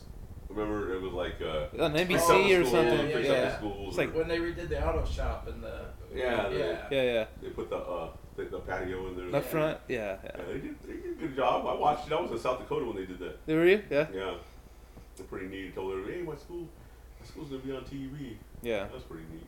Speaker 2: Remember, it was like uh,
Speaker 5: On NBC
Speaker 2: summer
Speaker 5: or
Speaker 2: schools,
Speaker 5: something.
Speaker 2: like
Speaker 3: yeah.
Speaker 5: Yeah.
Speaker 2: summer
Speaker 5: Yeah,
Speaker 2: schools
Speaker 5: It's like-
Speaker 2: or-
Speaker 3: When they redid the auto shop and the
Speaker 2: yeah, they,
Speaker 3: yeah.
Speaker 5: yeah.
Speaker 2: they put the uh, the, the patio in there.
Speaker 5: Left front. Yeah. yeah.
Speaker 2: Yeah, they did, they did a good job. I watched it. I was in South Dakota when they did that.
Speaker 5: There were you? Yeah.
Speaker 2: Yeah, they're pretty neat. Told everybody, hey, my school, my school's gonna be on TV.
Speaker 5: Yeah.
Speaker 2: That's pretty neat.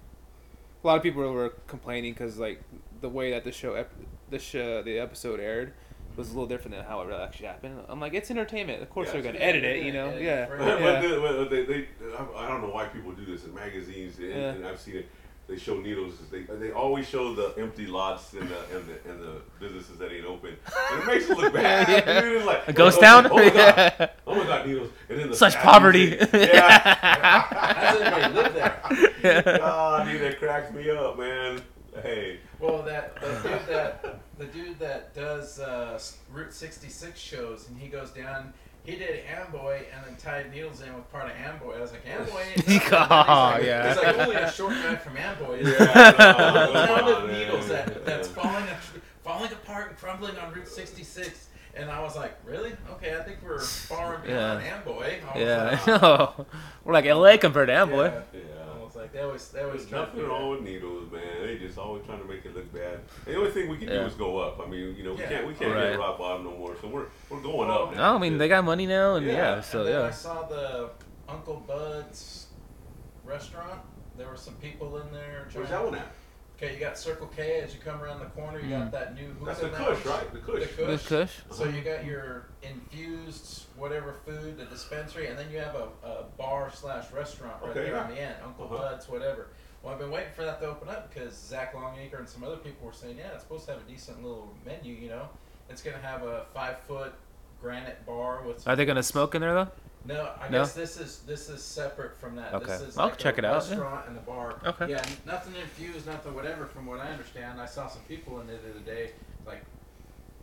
Speaker 5: A lot of people were complaining because like the way that the show, ep- the show, the episode aired was a little different than how it really actually happened. I'm like, it's entertainment. Of course
Speaker 2: Yeah,
Speaker 5: they're
Speaker 2: it's
Speaker 5: gonna edit it, you know?
Speaker 3: entertainment.
Speaker 5: Yeah.
Speaker 3: Edit it
Speaker 2: But-
Speaker 3: for-
Speaker 2: But, the-
Speaker 5: Yeah.
Speaker 2: but they, they, I I don't know why people do this in magazines, and,
Speaker 5: Yeah.
Speaker 2: and I've seen it. They show needles. They, they always show the empty lots and the and the, and the businesses that ain't open. And it makes it look bad.
Speaker 1: Yeah.
Speaker 2: dude. It's like
Speaker 1: A ghost
Speaker 2: oh,
Speaker 1: town?
Speaker 2: Oh, my god!
Speaker 1: Yeah.
Speaker 2: Oh my god, needles! And then the
Speaker 1: Such
Speaker 2: sad
Speaker 1: poverty.
Speaker 2: music. Yeah.
Speaker 3: That's it. They live there.
Speaker 2: God, Oh, dude, that cracks me up, man. Hey,
Speaker 3: Well, that the dude that the dude that does uh, s- Route 66 shows, and he goes down. He did Amboy and then tied needles in with part of Amboy. I was like, Amboy. ain't nothing. He's like-
Speaker 1: Oh, yeah.
Speaker 3: He's like, only a short guy from Amboy.
Speaker 2: yeah,
Speaker 3: is
Speaker 2: no,
Speaker 3: the
Speaker 2: come
Speaker 3: town
Speaker 2: on,
Speaker 3: of
Speaker 2: man.
Speaker 3: needles that, that's
Speaker 2: Yeah.
Speaker 3: falling a- falling apart and crumbling on Route 66. And I was like, really? Okay, I think we're far and beyond
Speaker 1: Yeah.
Speaker 3: Amboy. I was
Speaker 1: Yeah, I
Speaker 3: like,
Speaker 1: know. We're like LA compared to Amboy.
Speaker 3: yeah.
Speaker 2: Yeah.
Speaker 3: I was like, that was that was
Speaker 2: There's nothing wrong with needles, man. They just always trying to make it look bad. The only thing we can do
Speaker 1: Yeah.
Speaker 2: is go up. I mean, you know, we
Speaker 3: Yeah.
Speaker 2: can't we can't
Speaker 1: Right.
Speaker 2: hit rock bottom no more. So we're we're going up.
Speaker 1: No, I mean they got money now, and yeah,
Speaker 2: Yeah,
Speaker 1: so
Speaker 3: and then I
Speaker 1: yeah.
Speaker 3: saw the Uncle Bud's restaurant. There were some people in there.
Speaker 2: Where's
Speaker 3: trying-
Speaker 2: that one at?
Speaker 3: Okay, you got Circle K as you come around the corner. You got that new.
Speaker 2: That's the
Speaker 3: hookah
Speaker 2: Kush,
Speaker 3: lounge.
Speaker 2: right? The Kush.
Speaker 3: The
Speaker 1: Mm. The
Speaker 3: Kush.
Speaker 1: Kush.
Speaker 3: So you got your infused whatever food, the dispensary, and then you have a, a bar slash restaurant right
Speaker 2: Okay,
Speaker 3: there
Speaker 2: yeah.
Speaker 3: on the end, Uncle
Speaker 2: Uh-huh.
Speaker 3: Bud's, whatever. Well, I've been waiting for that to open up because Zach Longacre and some other people were saying, yeah, it's supposed to have a decent little menu. You know, it's gonna have a five foot granite bar with. some
Speaker 1: Are they gonna smoke in there though?
Speaker 3: no, I
Speaker 1: No?
Speaker 3: guess this is this is separate from that. This
Speaker 1: Okay.
Speaker 3: is
Speaker 1: I'll
Speaker 3: like
Speaker 1: check
Speaker 3: a
Speaker 1: it out, yeah.
Speaker 3: Restaurant and the bar.
Speaker 1: Okay.
Speaker 3: Yeah, n- nothing infused, nothing whatever. From what I understand, I saw some people in there the other day, like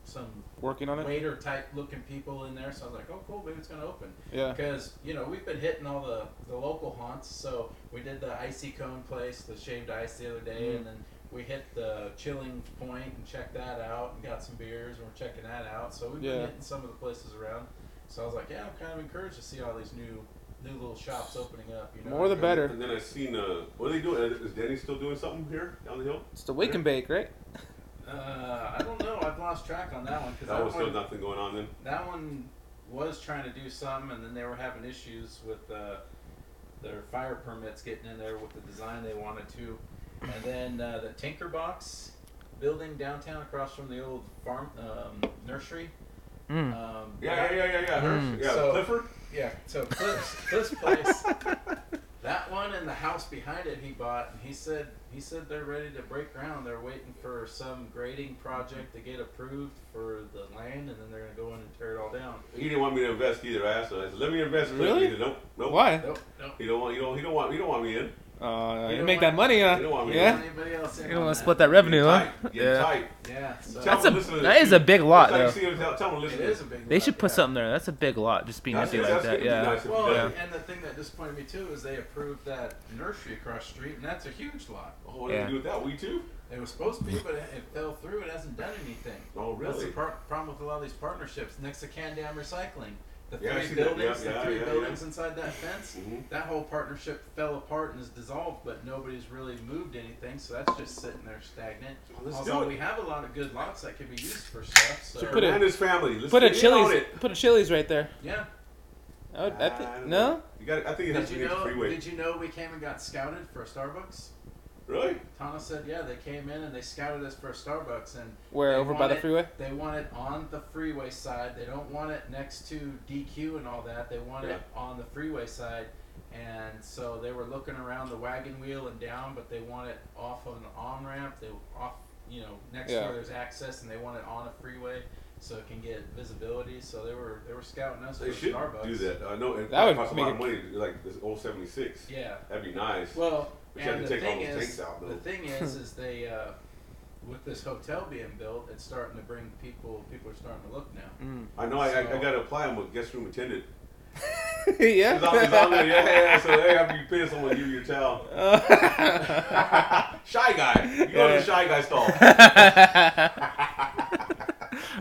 Speaker 3: some
Speaker 5: Working on it.
Speaker 3: waiter type looking people in there. So I was like, oh cool, maybe it's gonna open.
Speaker 5: Yeah.
Speaker 3: Because you know we've been hitting all the the local haunts. So we did the icy cone place, the shaved ice the other day,
Speaker 5: Mm.
Speaker 3: and then we hit the chilling point and checked that out and got some beers and we're checking that out. So we've been
Speaker 5: Yeah.
Speaker 3: hitting some of the places around. So I was like, yeah, I'm kind of encouraged to see all these new new little shops opening up. You know,
Speaker 5: More the better.
Speaker 2: And then I seen uh, what are they doing? Is Danny still doing something here down the hill?
Speaker 5: It's the wake and bake, right?
Speaker 3: Uh, I don't know. I've lost track on that one because
Speaker 2: That was
Speaker 3: one,
Speaker 2: still nothing going on then.
Speaker 3: that one was trying to do some, and then they were having issues with uh, their fire permits getting in there with the design they wanted to. And then uh, the Tinker Box building downtown across from the old farm um, nursery.
Speaker 1: Mm.
Speaker 3: Um,
Speaker 2: Yeah, yeah, yeah, yeah, yeah.
Speaker 1: Mm.
Speaker 2: Hers. Yeah,
Speaker 3: So-
Speaker 2: Clifford.
Speaker 3: yeah. So Cliff's, Cliff's place, that one and the house behind it he bought, and he said he said they're ready to break ground. They're waiting for some grading project to get approved for the land, and then they're gonna go in and tear it all down.
Speaker 2: He didn't want me to invest either. I asked him. I said, "Let me invest." quick."
Speaker 5: Really?
Speaker 2: He said, nope, nope.
Speaker 5: Why?
Speaker 3: Nope, nope.
Speaker 2: He don't want. He don't. He don't want. He don't want me in.
Speaker 5: Uh,
Speaker 3: You
Speaker 5: you
Speaker 3: don't want-
Speaker 5: make that money, huh?
Speaker 2: you don't want me
Speaker 5: Yeah.
Speaker 3: Want Anybody else? in
Speaker 1: You don't
Speaker 3: on
Speaker 1: want to split that revenue, huh?
Speaker 2: Get tight. Get
Speaker 1: Yeah.
Speaker 2: tight.
Speaker 3: Yeah. So
Speaker 2: Tell
Speaker 1: That's a
Speaker 2: them, listen to
Speaker 1: that
Speaker 2: this.
Speaker 1: is a big lot
Speaker 2: It's like,
Speaker 1: though.
Speaker 2: see him, tell, tell him to
Speaker 3: it
Speaker 2: listen to
Speaker 3: is
Speaker 2: this.
Speaker 3: a big.
Speaker 1: They
Speaker 3: lot,
Speaker 1: should put
Speaker 3: yeah.
Speaker 1: something there. That's a big lot, just being empty like that. Yeah.
Speaker 3: Well,
Speaker 2: yeah.
Speaker 3: and the thing that disappointed me too is they approved that nursery across the street, and that's a huge lot.
Speaker 2: Oh, what did
Speaker 1: Yeah.
Speaker 2: you do with that? We too?
Speaker 3: It was supposed to be, but it, it fell through. It hasn't done anything.
Speaker 2: Oh,
Speaker 3: That's the
Speaker 2: really?
Speaker 3: par- problem with a lot of these partnerships. Next to Can Dam Recycling, the
Speaker 2: Yeah, I see
Speaker 3: three
Speaker 2: that.
Speaker 3: buildings,
Speaker 2: Yeah, yeah,
Speaker 3: the three
Speaker 2: yeah,
Speaker 3: buildings inside that fence,
Speaker 2: Mhm.
Speaker 3: that whole partnership fell apart and is dissolved. But nobody's really moved anything, so that's just sitting there stagnant.
Speaker 2: Well, let's
Speaker 3: Although
Speaker 2: do it.
Speaker 3: we have a lot of good lots that could be used for stuff. So,
Speaker 5: Should put
Speaker 2: Put
Speaker 5: a-
Speaker 2: and his family. Let's
Speaker 5: Put a
Speaker 2: get in on
Speaker 5: Chili's.
Speaker 2: it.
Speaker 5: Put a Chili's right there.
Speaker 3: yeah.
Speaker 5: I would, I thi-
Speaker 2: I don't know.
Speaker 5: no.
Speaker 2: You got. I think it has to
Speaker 3: Did
Speaker 2: be
Speaker 3: you
Speaker 2: next
Speaker 3: know?
Speaker 2: freeway.
Speaker 3: Did you know we came and got scouted for a Starbucks?
Speaker 2: Really?
Speaker 3: Kana said, yeah, they came in and they scouted us for a Starbucks, and
Speaker 5: Where
Speaker 3: They
Speaker 5: over by
Speaker 3: want
Speaker 5: the
Speaker 3: it-
Speaker 5: freeway?
Speaker 3: they want it on the freeway side. They don't want it next to DQ and all that. They want it on the freeway side. And so they were looking around the wagon wheel and down, but they want it off on the on ramp. They off, you know, next to
Speaker 5: Yeah.
Speaker 3: where there's access, and they want it on a freeway so it can get visibility. So they were they were scouting us
Speaker 2: They
Speaker 3: for
Speaker 2: should
Speaker 3: Starbucks.
Speaker 2: do that. I know it
Speaker 5: That would
Speaker 2: costs a lot of money,
Speaker 5: make
Speaker 2: like this old 76.
Speaker 3: Yeah.
Speaker 2: That'd be nice.
Speaker 3: Well,
Speaker 2: But you have
Speaker 3: and
Speaker 2: to
Speaker 3: the
Speaker 2: take all
Speaker 3: thing
Speaker 2: those
Speaker 3: is,
Speaker 2: tanks out, though.
Speaker 3: the thing is, is they uh, with this hotel being built, it's starting to bring people. People are starting to look now.
Speaker 5: Mm.
Speaker 2: I know I, I,
Speaker 3: So-
Speaker 2: I got to apply. I'm a guest room attendant.
Speaker 5: yeah.
Speaker 2: 'Cause I'm- 'cause I'm like, yeah, yeah, so hey, after you piss, I'm gonna give you your towel. shy guy. You go to the shy guy stall.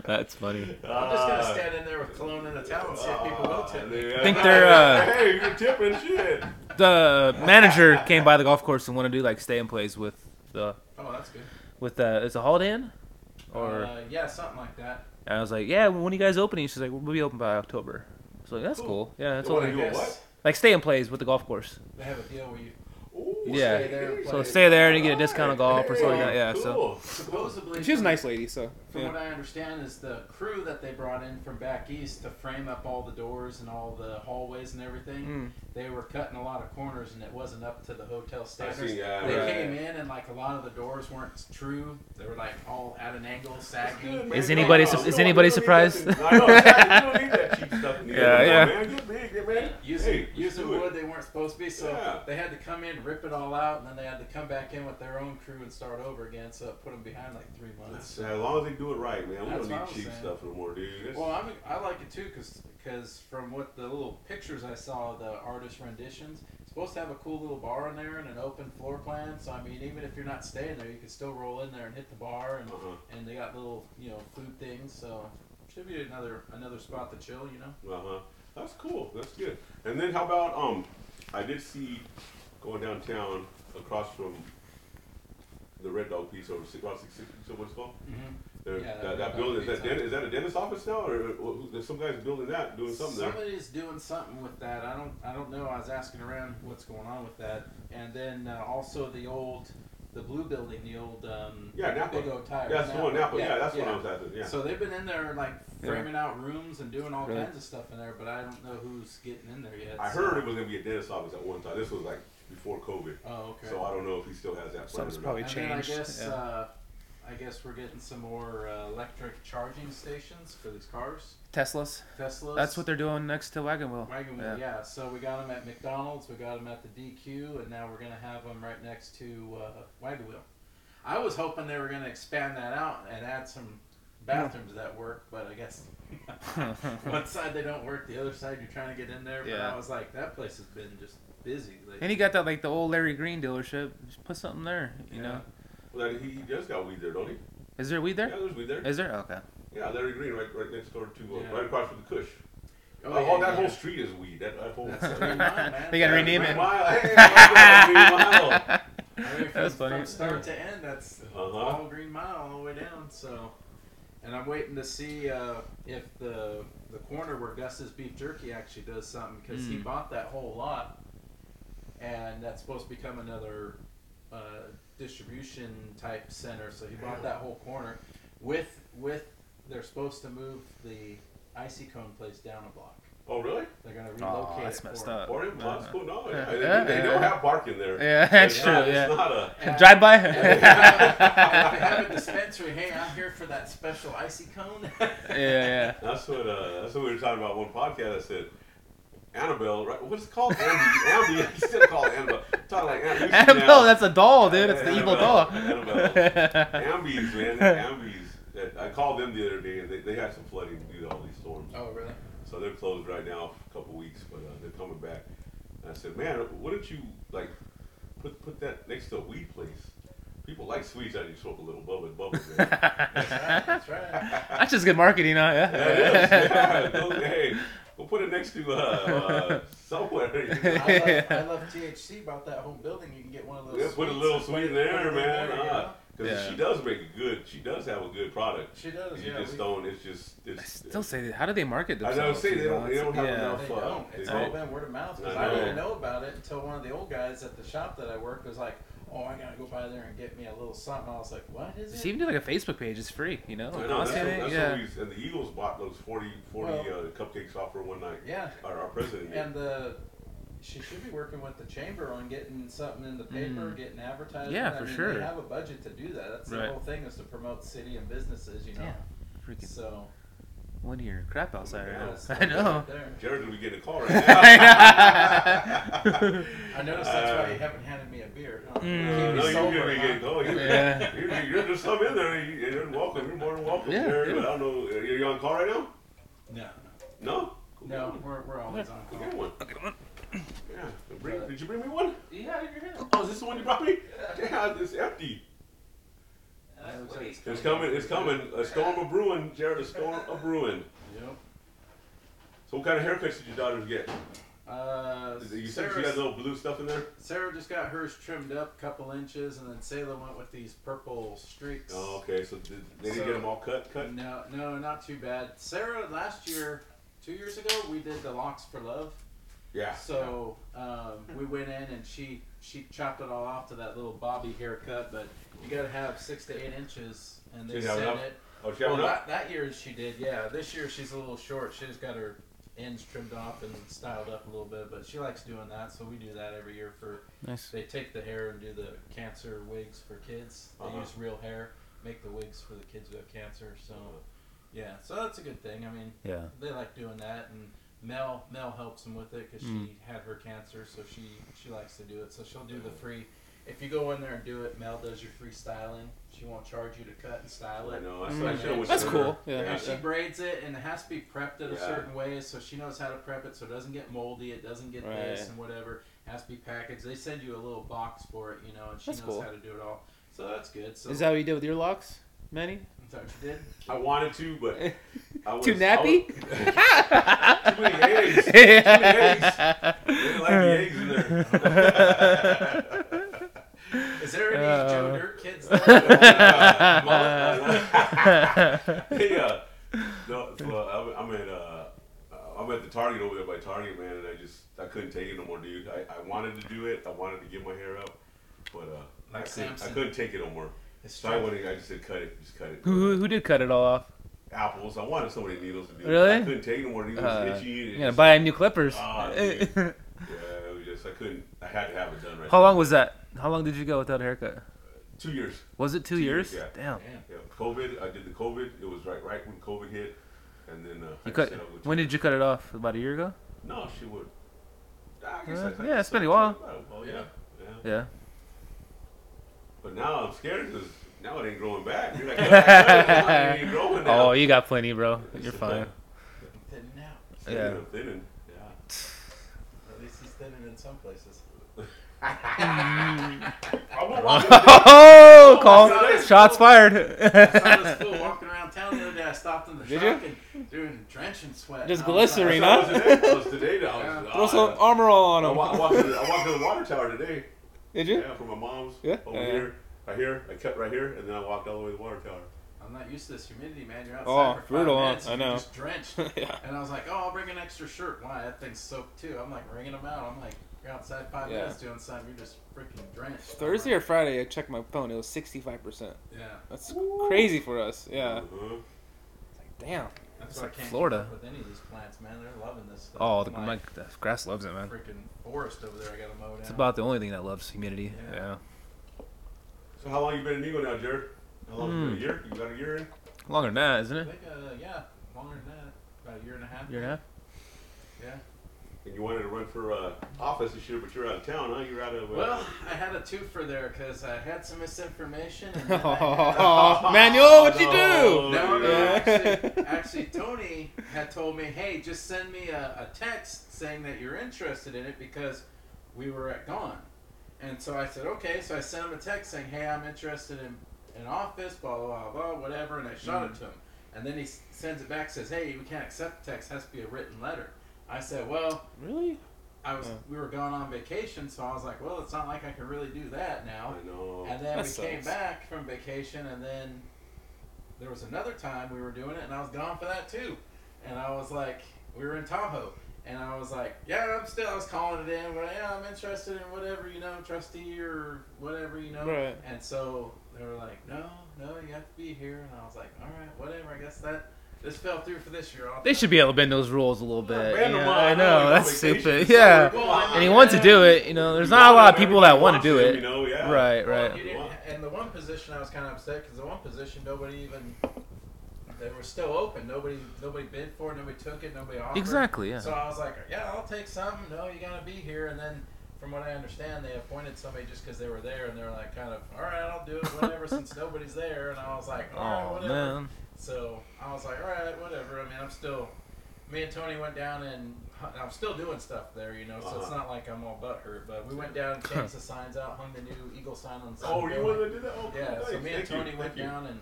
Speaker 1: That's funny.
Speaker 3: I'm just gonna
Speaker 2: Ah.
Speaker 3: stand in there with cologne and a towel and see if people will tip me.
Speaker 2: I
Speaker 1: Think they're, uh,
Speaker 2: Hey, you're tipping shit.
Speaker 1: The manager came by the golf course and wanted to do like stay and plays with the
Speaker 2: Ah,
Speaker 3: Oh, that's good.
Speaker 1: with the it's a Holiday Inn, or
Speaker 3: uh, yeah, something like that.
Speaker 1: and I was like, yeah, when are you guys opening? She's like, we'll be open by October. I was like, that's
Speaker 2: Cool.
Speaker 1: cool. Yeah, that's
Speaker 2: They wanna
Speaker 1: all.
Speaker 2: do a what?
Speaker 1: Like stay and plays with the golf course.
Speaker 3: They have a deal where you
Speaker 2: Ooh,
Speaker 1: Yeah.
Speaker 2: stay there and
Speaker 1: So
Speaker 2: play.
Speaker 1: stay there and you get a discount on golf or
Speaker 2: Hey,
Speaker 1: something like that, yeah, so-
Speaker 2: cool.
Speaker 3: supposedly.
Speaker 5: She was a
Speaker 3: from-
Speaker 5: nice lady, so
Speaker 3: From
Speaker 5: yeah.
Speaker 3: what I understand, is the crew that they brought in from back east to frame up all the doors and all the hallways and everything.
Speaker 2: Hmm.
Speaker 5: Mm.
Speaker 3: They were cutting a lot of corners, and it wasn't up to the hotel standards.
Speaker 2: see, yeah,
Speaker 3: they
Speaker 2: right.
Speaker 3: came in, and like a lot of the doors weren't true. They were like all at an angle,
Speaker 2: That's good,
Speaker 3: sagging.
Speaker 2: man.
Speaker 1: Is anybody
Speaker 2: Come
Speaker 1: su- is
Speaker 2: on. You don't-
Speaker 1: anybody
Speaker 2: you don't need
Speaker 1: surprised?
Speaker 2: that- I know, exactly. You don't need that cheap stuff in the
Speaker 1: Yeah,
Speaker 2: end.
Speaker 1: yeah.
Speaker 2: Man, get big, get big.
Speaker 3: uh, using
Speaker 2: Hey, let's
Speaker 3: using
Speaker 2: do it.
Speaker 3: wood they weren't supposed to be. So
Speaker 2: Yeah.
Speaker 3: they had to come in, rip it all out, and then they had to come back in with their own crew and start over again. So it put them behind like three months.
Speaker 2: That's- As long as they do it right, man, we
Speaker 3: That's
Speaker 2: don't
Speaker 3: what I
Speaker 2: need
Speaker 3: was
Speaker 2: cheap
Speaker 3: saying.
Speaker 2: stuff no more, dude. That's-
Speaker 3: Well, I'm, I like it too because from what the little pictures I saw of the artist renditions, it's supposed to have a cool little bar in there and an open floor plan. So I mean, even if you're not staying there, you can still roll in there and hit the bar, and
Speaker 2: Uh-huh.
Speaker 3: and they got little you know food things. So should be another another spot to chill. You know.
Speaker 2: Uh huh. That's cool. That's good. And then how about um, I did see going downtown across from the Red Dog piece over six, about six, six, so what's it called? There,
Speaker 3: Yeah,
Speaker 2: that,
Speaker 3: that
Speaker 2: that
Speaker 3: Red
Speaker 2: building
Speaker 3: Dog
Speaker 2: is that
Speaker 3: Pizza.
Speaker 2: den- is that a dentist office now or, or who- there's some guys building that doing something there?
Speaker 3: Somebody's doing something with that. I don't. I don't know. I was asking around what's going on with that, and then uh, also the old, the blue building, the old um,
Speaker 2: Yeah, Napa.
Speaker 3: big O tire.
Speaker 2: Yeah, that's the one Napa. Yeah, that's what I was after. Yeah.
Speaker 3: So they've been in there like
Speaker 5: Yeah.
Speaker 3: framing out rooms and doing all
Speaker 5: Really?
Speaker 3: kinds of stuff in there, but I don't know who's getting in there yet.
Speaker 2: I
Speaker 3: so-
Speaker 2: heard it was gonna be a dentist office at one time. This was like before COVID,
Speaker 3: Oh, okay.
Speaker 2: so I don't know if he still has that. plan
Speaker 5: Something's
Speaker 2: or not.
Speaker 5: probably
Speaker 3: and then I
Speaker 5: changed.
Speaker 3: guess.
Speaker 5: yeah.
Speaker 3: Uh, I guess we're getting some more uh, electric charging stations for these cars,
Speaker 1: Teslas.
Speaker 3: Teslas.
Speaker 1: That's what they're doing next to Wagon Wheel.
Speaker 3: Wagon wheel,
Speaker 1: Yeah.
Speaker 3: yeah. So we got them at McDonald's, we got them at the DQ, and now we're gonna have them right next to uh, Wagon Wheel. I was hoping they were gonna expand that out and add some bathrooms that work, but I guess one side they don't work, the other side you're trying to get in there. But
Speaker 1: Yeah.
Speaker 3: I was like, that place has been just busy. Like,
Speaker 1: And you got that like the old Larry Green dealership. Just put something there. You know,
Speaker 2: Well, he, he does got weed there, don't he?
Speaker 1: is there weed
Speaker 2: Yeah,
Speaker 1: there?
Speaker 2: there's weed there.
Speaker 1: Is there? Okay.
Speaker 2: Yeah, Larry Green, right, right next door to, uh,
Speaker 3: Yeah.
Speaker 2: right across from the Cush. Oh,
Speaker 3: oh,
Speaker 2: all
Speaker 3: yeah,
Speaker 2: that
Speaker 3: yeah.
Speaker 2: whole street is weed. That, that whole.
Speaker 3: That's Green Mile, man.
Speaker 1: They gotta
Speaker 2: Yeah,
Speaker 1: rename
Speaker 2: Green
Speaker 1: it.
Speaker 2: Mile. Hey, I love that
Speaker 3: I mean,
Speaker 1: That's
Speaker 3: from,
Speaker 1: funny.
Speaker 3: From start to end, that's
Speaker 2: Uh-huh.
Speaker 3: all Green Mile all the way down. So, and I'm waiting to see uh, if the the corner where Gus's Beef Jerky actually does something because he
Speaker 1: Mm.
Speaker 3: bought that whole lot, and that's supposed to become another uh, distribution type center. So he bought that whole corner with with they're supposed to move the icy cone place down a block.
Speaker 2: Mill. Oh, really?
Speaker 3: They're gonna relocate.
Speaker 1: Oh, that's
Speaker 3: it
Speaker 1: messed
Speaker 3: for
Speaker 1: up.
Speaker 2: Or in Moscow? No, yeah. They,
Speaker 1: Uh, Yeah,
Speaker 2: they
Speaker 1: yeah.
Speaker 2: don't have parking there.
Speaker 1: Yeah, that's
Speaker 2: It's
Speaker 1: true.
Speaker 2: not- It's
Speaker 1: Yeah.
Speaker 2: not a.
Speaker 3: him.
Speaker 1: Drive by.
Speaker 3: if you have- if you have a dispensary, hey, I'm here for that special icy cone.
Speaker 1: yeah, yeah.
Speaker 2: That's what. Uh, that's what we were talking about one podcast. I said. Annabelle, right? What's it called? Andy. Andy. I still call it Annabelle. I'm talking like Andy.
Speaker 1: Annabelle, that's a doll, dude. It's the evil
Speaker 2: Annabelle,
Speaker 1: doll.
Speaker 2: Annabelle. Ambies, man. Ambies. I called them the other day, and they, they had some flooding due to all these storms.
Speaker 3: oh, really?
Speaker 2: So they're closed right now for a couple weeks, but uh, they're coming back. And I said, man, wouldn't you like put put that next to a weed place? People like sweets. I just smoke a little bubble and bubble. man.
Speaker 3: That's right.
Speaker 1: That's just good marketing, huh?
Speaker 2: Yeah,
Speaker 1: Yeah.
Speaker 2: it is. Yeah, go- hey, we'll put it next to uh, uh, somewhere. You know?
Speaker 3: I love, I love THC bought that whole building. You can get one of those.
Speaker 2: We'll put a
Speaker 3: sweets
Speaker 2: little
Speaker 3: and
Speaker 2: sweet in
Speaker 3: put it- put
Speaker 2: there,
Speaker 3: it in
Speaker 2: man. Ah.
Speaker 3: there, you know?
Speaker 2: Because
Speaker 1: Yeah.
Speaker 2: she does make a good. She does have a good product.
Speaker 3: She does.
Speaker 2: You
Speaker 3: yeah,
Speaker 2: just
Speaker 3: we-
Speaker 2: don't. It's just. It's,
Speaker 1: I still say, that. how do they market
Speaker 2: I
Speaker 1: themselves?
Speaker 2: know. Say they
Speaker 1: you know?
Speaker 2: don't. They don't have
Speaker 1: yeah.
Speaker 2: enough.
Speaker 3: They
Speaker 2: uh,
Speaker 3: don't. It's
Speaker 2: they
Speaker 3: all
Speaker 2: don't.
Speaker 3: been word of mouth. 'cause
Speaker 2: I
Speaker 3: I
Speaker 2: know.
Speaker 3: didn't know about it until one of the old guys at the shop that I work was like, oh, I gotta go by there and get me a little something. I was like, what is it?
Speaker 5: Just even do like a Facebook page. It's free, you know.
Speaker 2: I
Speaker 5: Like,
Speaker 2: know, that's
Speaker 5: honestly,
Speaker 2: what,
Speaker 5: I think-
Speaker 2: that's
Speaker 5: yeah.
Speaker 2: what we, and the Eagles bought those 40, 40 uh, cupcakes off her one night.
Speaker 3: yeah,
Speaker 2: Our, our president did.
Speaker 3: and the she should be working with the chamber on getting something in the paper,
Speaker 5: Mm.
Speaker 3: getting advertising.
Speaker 5: Yeah,
Speaker 3: I
Speaker 5: for
Speaker 3: mean,
Speaker 5: sure.
Speaker 3: They have a budget to do that. That's
Speaker 5: Right.
Speaker 3: the whole thing is to promote city and businesses. You know,
Speaker 5: Yeah. Freaking
Speaker 3: so
Speaker 5: one of your crap outside right
Speaker 2: Yeah,
Speaker 5: now.
Speaker 3: that's
Speaker 5: I know.
Speaker 3: right there.
Speaker 2: Jared will be getting a call right
Speaker 5: I
Speaker 2: now.
Speaker 5: know.
Speaker 3: I noticed that's
Speaker 2: Uh,
Speaker 3: why you haven't handed me a beer. Huh?
Speaker 5: Mm.
Speaker 3: You keep
Speaker 2: Uh,
Speaker 3: me
Speaker 2: no, you're
Speaker 3: sober,
Speaker 2: gonna be
Speaker 3: huh?
Speaker 2: getting oh, you're,
Speaker 5: Yeah.
Speaker 2: you're, you're just come in there. You, you're welcome. You're more than welcome.
Speaker 5: Yeah,
Speaker 2: Jared,
Speaker 5: yeah.
Speaker 2: but I don't know. Are you on call right now?
Speaker 3: No,
Speaker 2: No. Go get
Speaker 3: no,
Speaker 2: one.
Speaker 3: we're, we're always on
Speaker 2: Go
Speaker 3: call.
Speaker 2: get one. Yeah. Bring,
Speaker 3: But-
Speaker 2: did you bring me one?
Speaker 3: You had it in your hand.
Speaker 2: Oh, is this the one you brought me? Yeah, it's empty.
Speaker 3: That looks like
Speaker 2: It's coming. It's coming. A storm of brewing, Jared. A storm of brewing.
Speaker 3: Yep.
Speaker 2: So, what kind of haircuts did your daughters get?
Speaker 3: Uh,
Speaker 2: You said she
Speaker 3: Sarah's-
Speaker 2: had a little blue stuff in there.
Speaker 3: Sarah just got hers trimmed up a couple inches, and then Sailor went with these purple streaks.
Speaker 2: Oh, okay. So did, they didn't
Speaker 3: So-
Speaker 2: get them all cut. Cut.
Speaker 3: No, no, not too bad. Sarah, last year, two years ago, we did the locks for love.
Speaker 2: Yeah.
Speaker 3: So um, we went in and she she chopped it all off to that little bobby haircut, but you gotta have six to eight inches, and they
Speaker 2: She's having
Speaker 3: send
Speaker 2: up-
Speaker 3: it.
Speaker 2: Oh, she had
Speaker 3: Well,
Speaker 2: one up.
Speaker 3: that, that year she did, yeah. This year she's a little short. She just got her ends trimmed off and styled up a little bit, but she likes doing that, so we do that every year for
Speaker 1: Nice.
Speaker 3: They take the hair and do the cancer wigs for kids. They
Speaker 2: Uh-huh.
Speaker 3: use real hair, make the wigs for the kids who have cancer. So, yeah, so that's a good thing. I mean,
Speaker 1: Yeah.
Speaker 3: they like doing that, and Mel Mel helps them with it because she had her cancer, so she she likes to do it. So she'll do the free. If you go in there and do it, Mel does your free styling. She won't charge you to cut and style
Speaker 2: I
Speaker 3: it.
Speaker 2: know. I
Speaker 5: Mm.
Speaker 2: saw- I should've went
Speaker 5: That's
Speaker 2: to
Speaker 5: cool.
Speaker 2: her.
Speaker 5: Yeah.
Speaker 3: And she braids it, and it has to be prepped at a
Speaker 2: Yeah.
Speaker 3: certain way, so she knows how to prep it, so it doesn't get moldy, it doesn't get
Speaker 5: Right.
Speaker 3: this and whatever. It has to be packaged. They send you a little box for it, you know, and she
Speaker 5: That's
Speaker 3: knows
Speaker 5: cool.
Speaker 3: how to do it all. So that's good. So
Speaker 5: Is that what you did with your locks, Manny?
Speaker 3: Is that what you did?
Speaker 2: I wanted to, but I was
Speaker 5: Too nappy?
Speaker 2: I was- too many eggs. Too many eggs. They didn't like the eggs in there.
Speaker 3: Is there any
Speaker 1: Uh.
Speaker 3: Joe Dirt kids? There?
Speaker 2: hey, uh, no, so, uh, I'm, I'm at uh, uh, I'm at the Target over there by Target, man, and I just I couldn't take it no more, dude. I, I wanted to do it. I wanted to get my hair up, but uh, I,
Speaker 3: Like
Speaker 2: couldn't, I
Speaker 3: Samson.
Speaker 2: couldn't take it no more.
Speaker 3: It's
Speaker 2: So I
Speaker 3: true.
Speaker 2: went and I just said, cut it, just cut it.
Speaker 1: Who, who who did cut it all off?
Speaker 2: Apples. I wanted so many needles to do it.
Speaker 1: Really?
Speaker 2: I couldn't take no more needles.
Speaker 1: Uh,
Speaker 2: itchy. and
Speaker 1: You
Speaker 2: it
Speaker 1: gotta
Speaker 2: just-
Speaker 1: buy him new clippers.
Speaker 2: Ah, dude. Yeah, it was just I couldn't. I had to have it done right.
Speaker 1: How
Speaker 2: there.
Speaker 1: long was that? How long did you go without a haircut?
Speaker 2: Two years.
Speaker 1: Was it two,
Speaker 2: Two
Speaker 1: years?
Speaker 2: years, yeah.
Speaker 1: Damn.
Speaker 3: Damn.
Speaker 2: Yeah, COVID. I did the COVID. It was right right when COVID hit, and then uh, I
Speaker 1: You cut.
Speaker 2: said I would-
Speaker 1: When did you cut it off? About a year ago.
Speaker 2: No, she would. I
Speaker 1: Uh,
Speaker 2: I-
Speaker 1: yeah, it's been a while.
Speaker 2: Well, Oh, yeah, yeah.
Speaker 1: Yeah.
Speaker 2: But now I'm scared because now it ain't growing back. You're like, it ain't growing now.
Speaker 1: Oh, you got plenty, bro. You're fine.
Speaker 3: Thinning out.
Speaker 2: It's
Speaker 1: yeah.
Speaker 2: thinning, thinning. Yeah.
Speaker 3: At least he's thinning in some places.
Speaker 2: I won't walk in there.
Speaker 1: Oh, call. Shots
Speaker 3: I saw this
Speaker 1: fired.
Speaker 3: fool walking around town the other day. I stopped in the
Speaker 5: Did
Speaker 3: truck and doing drenching sweat.
Speaker 5: Just
Speaker 3: and I was like,
Speaker 5: glycerine,
Speaker 2: I saw it today. I was today. though. I was,
Speaker 3: Yeah.
Speaker 5: Throw
Speaker 2: uh,
Speaker 5: some armor on
Speaker 2: I,
Speaker 5: them.
Speaker 2: wa- I walked to the, I walked to the water tower today.
Speaker 5: Did you?
Speaker 2: Yeah, from my mom's.
Speaker 5: Yeah.
Speaker 2: Over
Speaker 5: Yeah.
Speaker 2: here, right here. I cut right here, and then I walked all the way to the water tower.
Speaker 3: I'm not used to this humidity, man. You're outside
Speaker 5: Oh,
Speaker 3: for five
Speaker 5: brutal, huh?
Speaker 3: minutes
Speaker 5: I
Speaker 3: and you're
Speaker 5: know.
Speaker 3: Just drenched.
Speaker 5: Yeah.
Speaker 3: And I was like, oh, I'll bring an extra shirt. Why? That thing's soaked too. I'm like wringing them out. I'm like, you're outside five
Speaker 5: Yeah.
Speaker 3: minutes doing something. You're just freaking drenched.
Speaker 5: Thursday or Friday, I checked my phone. It was 65%.
Speaker 3: Yeah.
Speaker 5: That's crazy for us. Yeah.
Speaker 2: Uh-huh.
Speaker 5: Like, damn.
Speaker 3: That's
Speaker 1: It's
Speaker 3: why
Speaker 1: like
Speaker 3: I can't
Speaker 1: Florida.
Speaker 3: Florida. with any of these plants, man. They're loving this stuff.
Speaker 1: Oh, the,
Speaker 3: my,
Speaker 1: my, the grass loves it, man.
Speaker 3: freaking forest over there. I gotta mow down.
Speaker 1: It's about the only thing that loves humidity.
Speaker 3: Yeah.
Speaker 1: Yeah.
Speaker 2: So how long you been in Eagle now, Jared? How long?
Speaker 1: Hmm.
Speaker 2: A year? You got a year in?
Speaker 1: Longer than that, isn't
Speaker 3: I
Speaker 1: it?
Speaker 3: think, uh, yeah, longer than that. About a year and a half.
Speaker 1: Year and a half.
Speaker 3: Yeah.
Speaker 2: And you wanted to run for uh, office this year, but you're out of town, huh? You're out of. Uh,
Speaker 3: Well, I had a twofer there because I had some misinformation. And then I had-
Speaker 5: Oh, Manuel, what you do?
Speaker 2: Oh,
Speaker 3: No, no,
Speaker 2: yeah.
Speaker 3: actually, actually, Tony had told me, hey, just send me a, a text saying that you're interested in it because we were at Gone. And so I said, okay. So I sent him a text saying, hey, I'm interested in an office, blah, blah, blah, blah, whatever. And I shot it to him. And then he s- sends it back, says, hey, we can't accept the text. has to be a written letter. I said, well,
Speaker 5: Really?
Speaker 3: I was
Speaker 5: Yeah.
Speaker 3: we were gone on vacation, so I was like, well, it's not like I can really do that now.
Speaker 2: I know.
Speaker 3: And then
Speaker 5: Oh, That
Speaker 3: we came
Speaker 5: sucks.
Speaker 3: back from vacation, and then there was another time we were doing it, and I was gone for that too. And I was like, we were in Tahoe, And I was like, yeah, I'm still, I was calling it in, but yeah, I'm interested in whatever, you know, trustee or whatever, you know.
Speaker 5: Right.
Speaker 3: And so they were like, no, no, you have to be here. And I was like, all right, whatever. I guess that this fell through for this year. I'll-
Speaker 1: They should be able to bend those rules a little bit.
Speaker 2: bend
Speaker 1: you
Speaker 2: them
Speaker 1: know?
Speaker 2: all.
Speaker 1: I know that's
Speaker 2: Vacation.
Speaker 1: stupid. Yeah,
Speaker 3: Well, I-
Speaker 1: and he wants to do it. You know, there's not a lot of people that want to do
Speaker 2: You
Speaker 1: it.
Speaker 2: know, yeah.
Speaker 1: Right,
Speaker 3: Well,
Speaker 1: right.
Speaker 3: You didn't, and the one position I was kind of upset because the one position nobody even they were still open. Nobody nobody bid for it. Nobody took it. Nobody offered.
Speaker 1: Exactly.
Speaker 3: So
Speaker 1: Yeah.
Speaker 3: I was like, yeah, I'll take some. No, you gotta be here. And then, from what I understand, they appointed somebody just because they were there, and they were like, kind of, all right, I'll do it, whatever, since nobody's there. And I was like, all right,
Speaker 1: Oh
Speaker 3: whatever.
Speaker 1: man.
Speaker 3: So I was like, all right, whatever. I mean, I'm still. Me and Tony went down and and I'm still doing stuff there, you know. So it's
Speaker 2: Uh-huh.
Speaker 3: not like I'm all butthurt, but we went down, changed the signs out, hung the new eagle sign on the side.
Speaker 2: Oh,
Speaker 3: of
Speaker 2: were
Speaker 3: the
Speaker 2: you
Speaker 3: building.
Speaker 2: wanted to do that? Oh, cool.
Speaker 3: Yeah.
Speaker 2: nice.
Speaker 3: So me and
Speaker 2: Thank you.
Speaker 3: Tony went
Speaker 2: Thank you.
Speaker 3: down and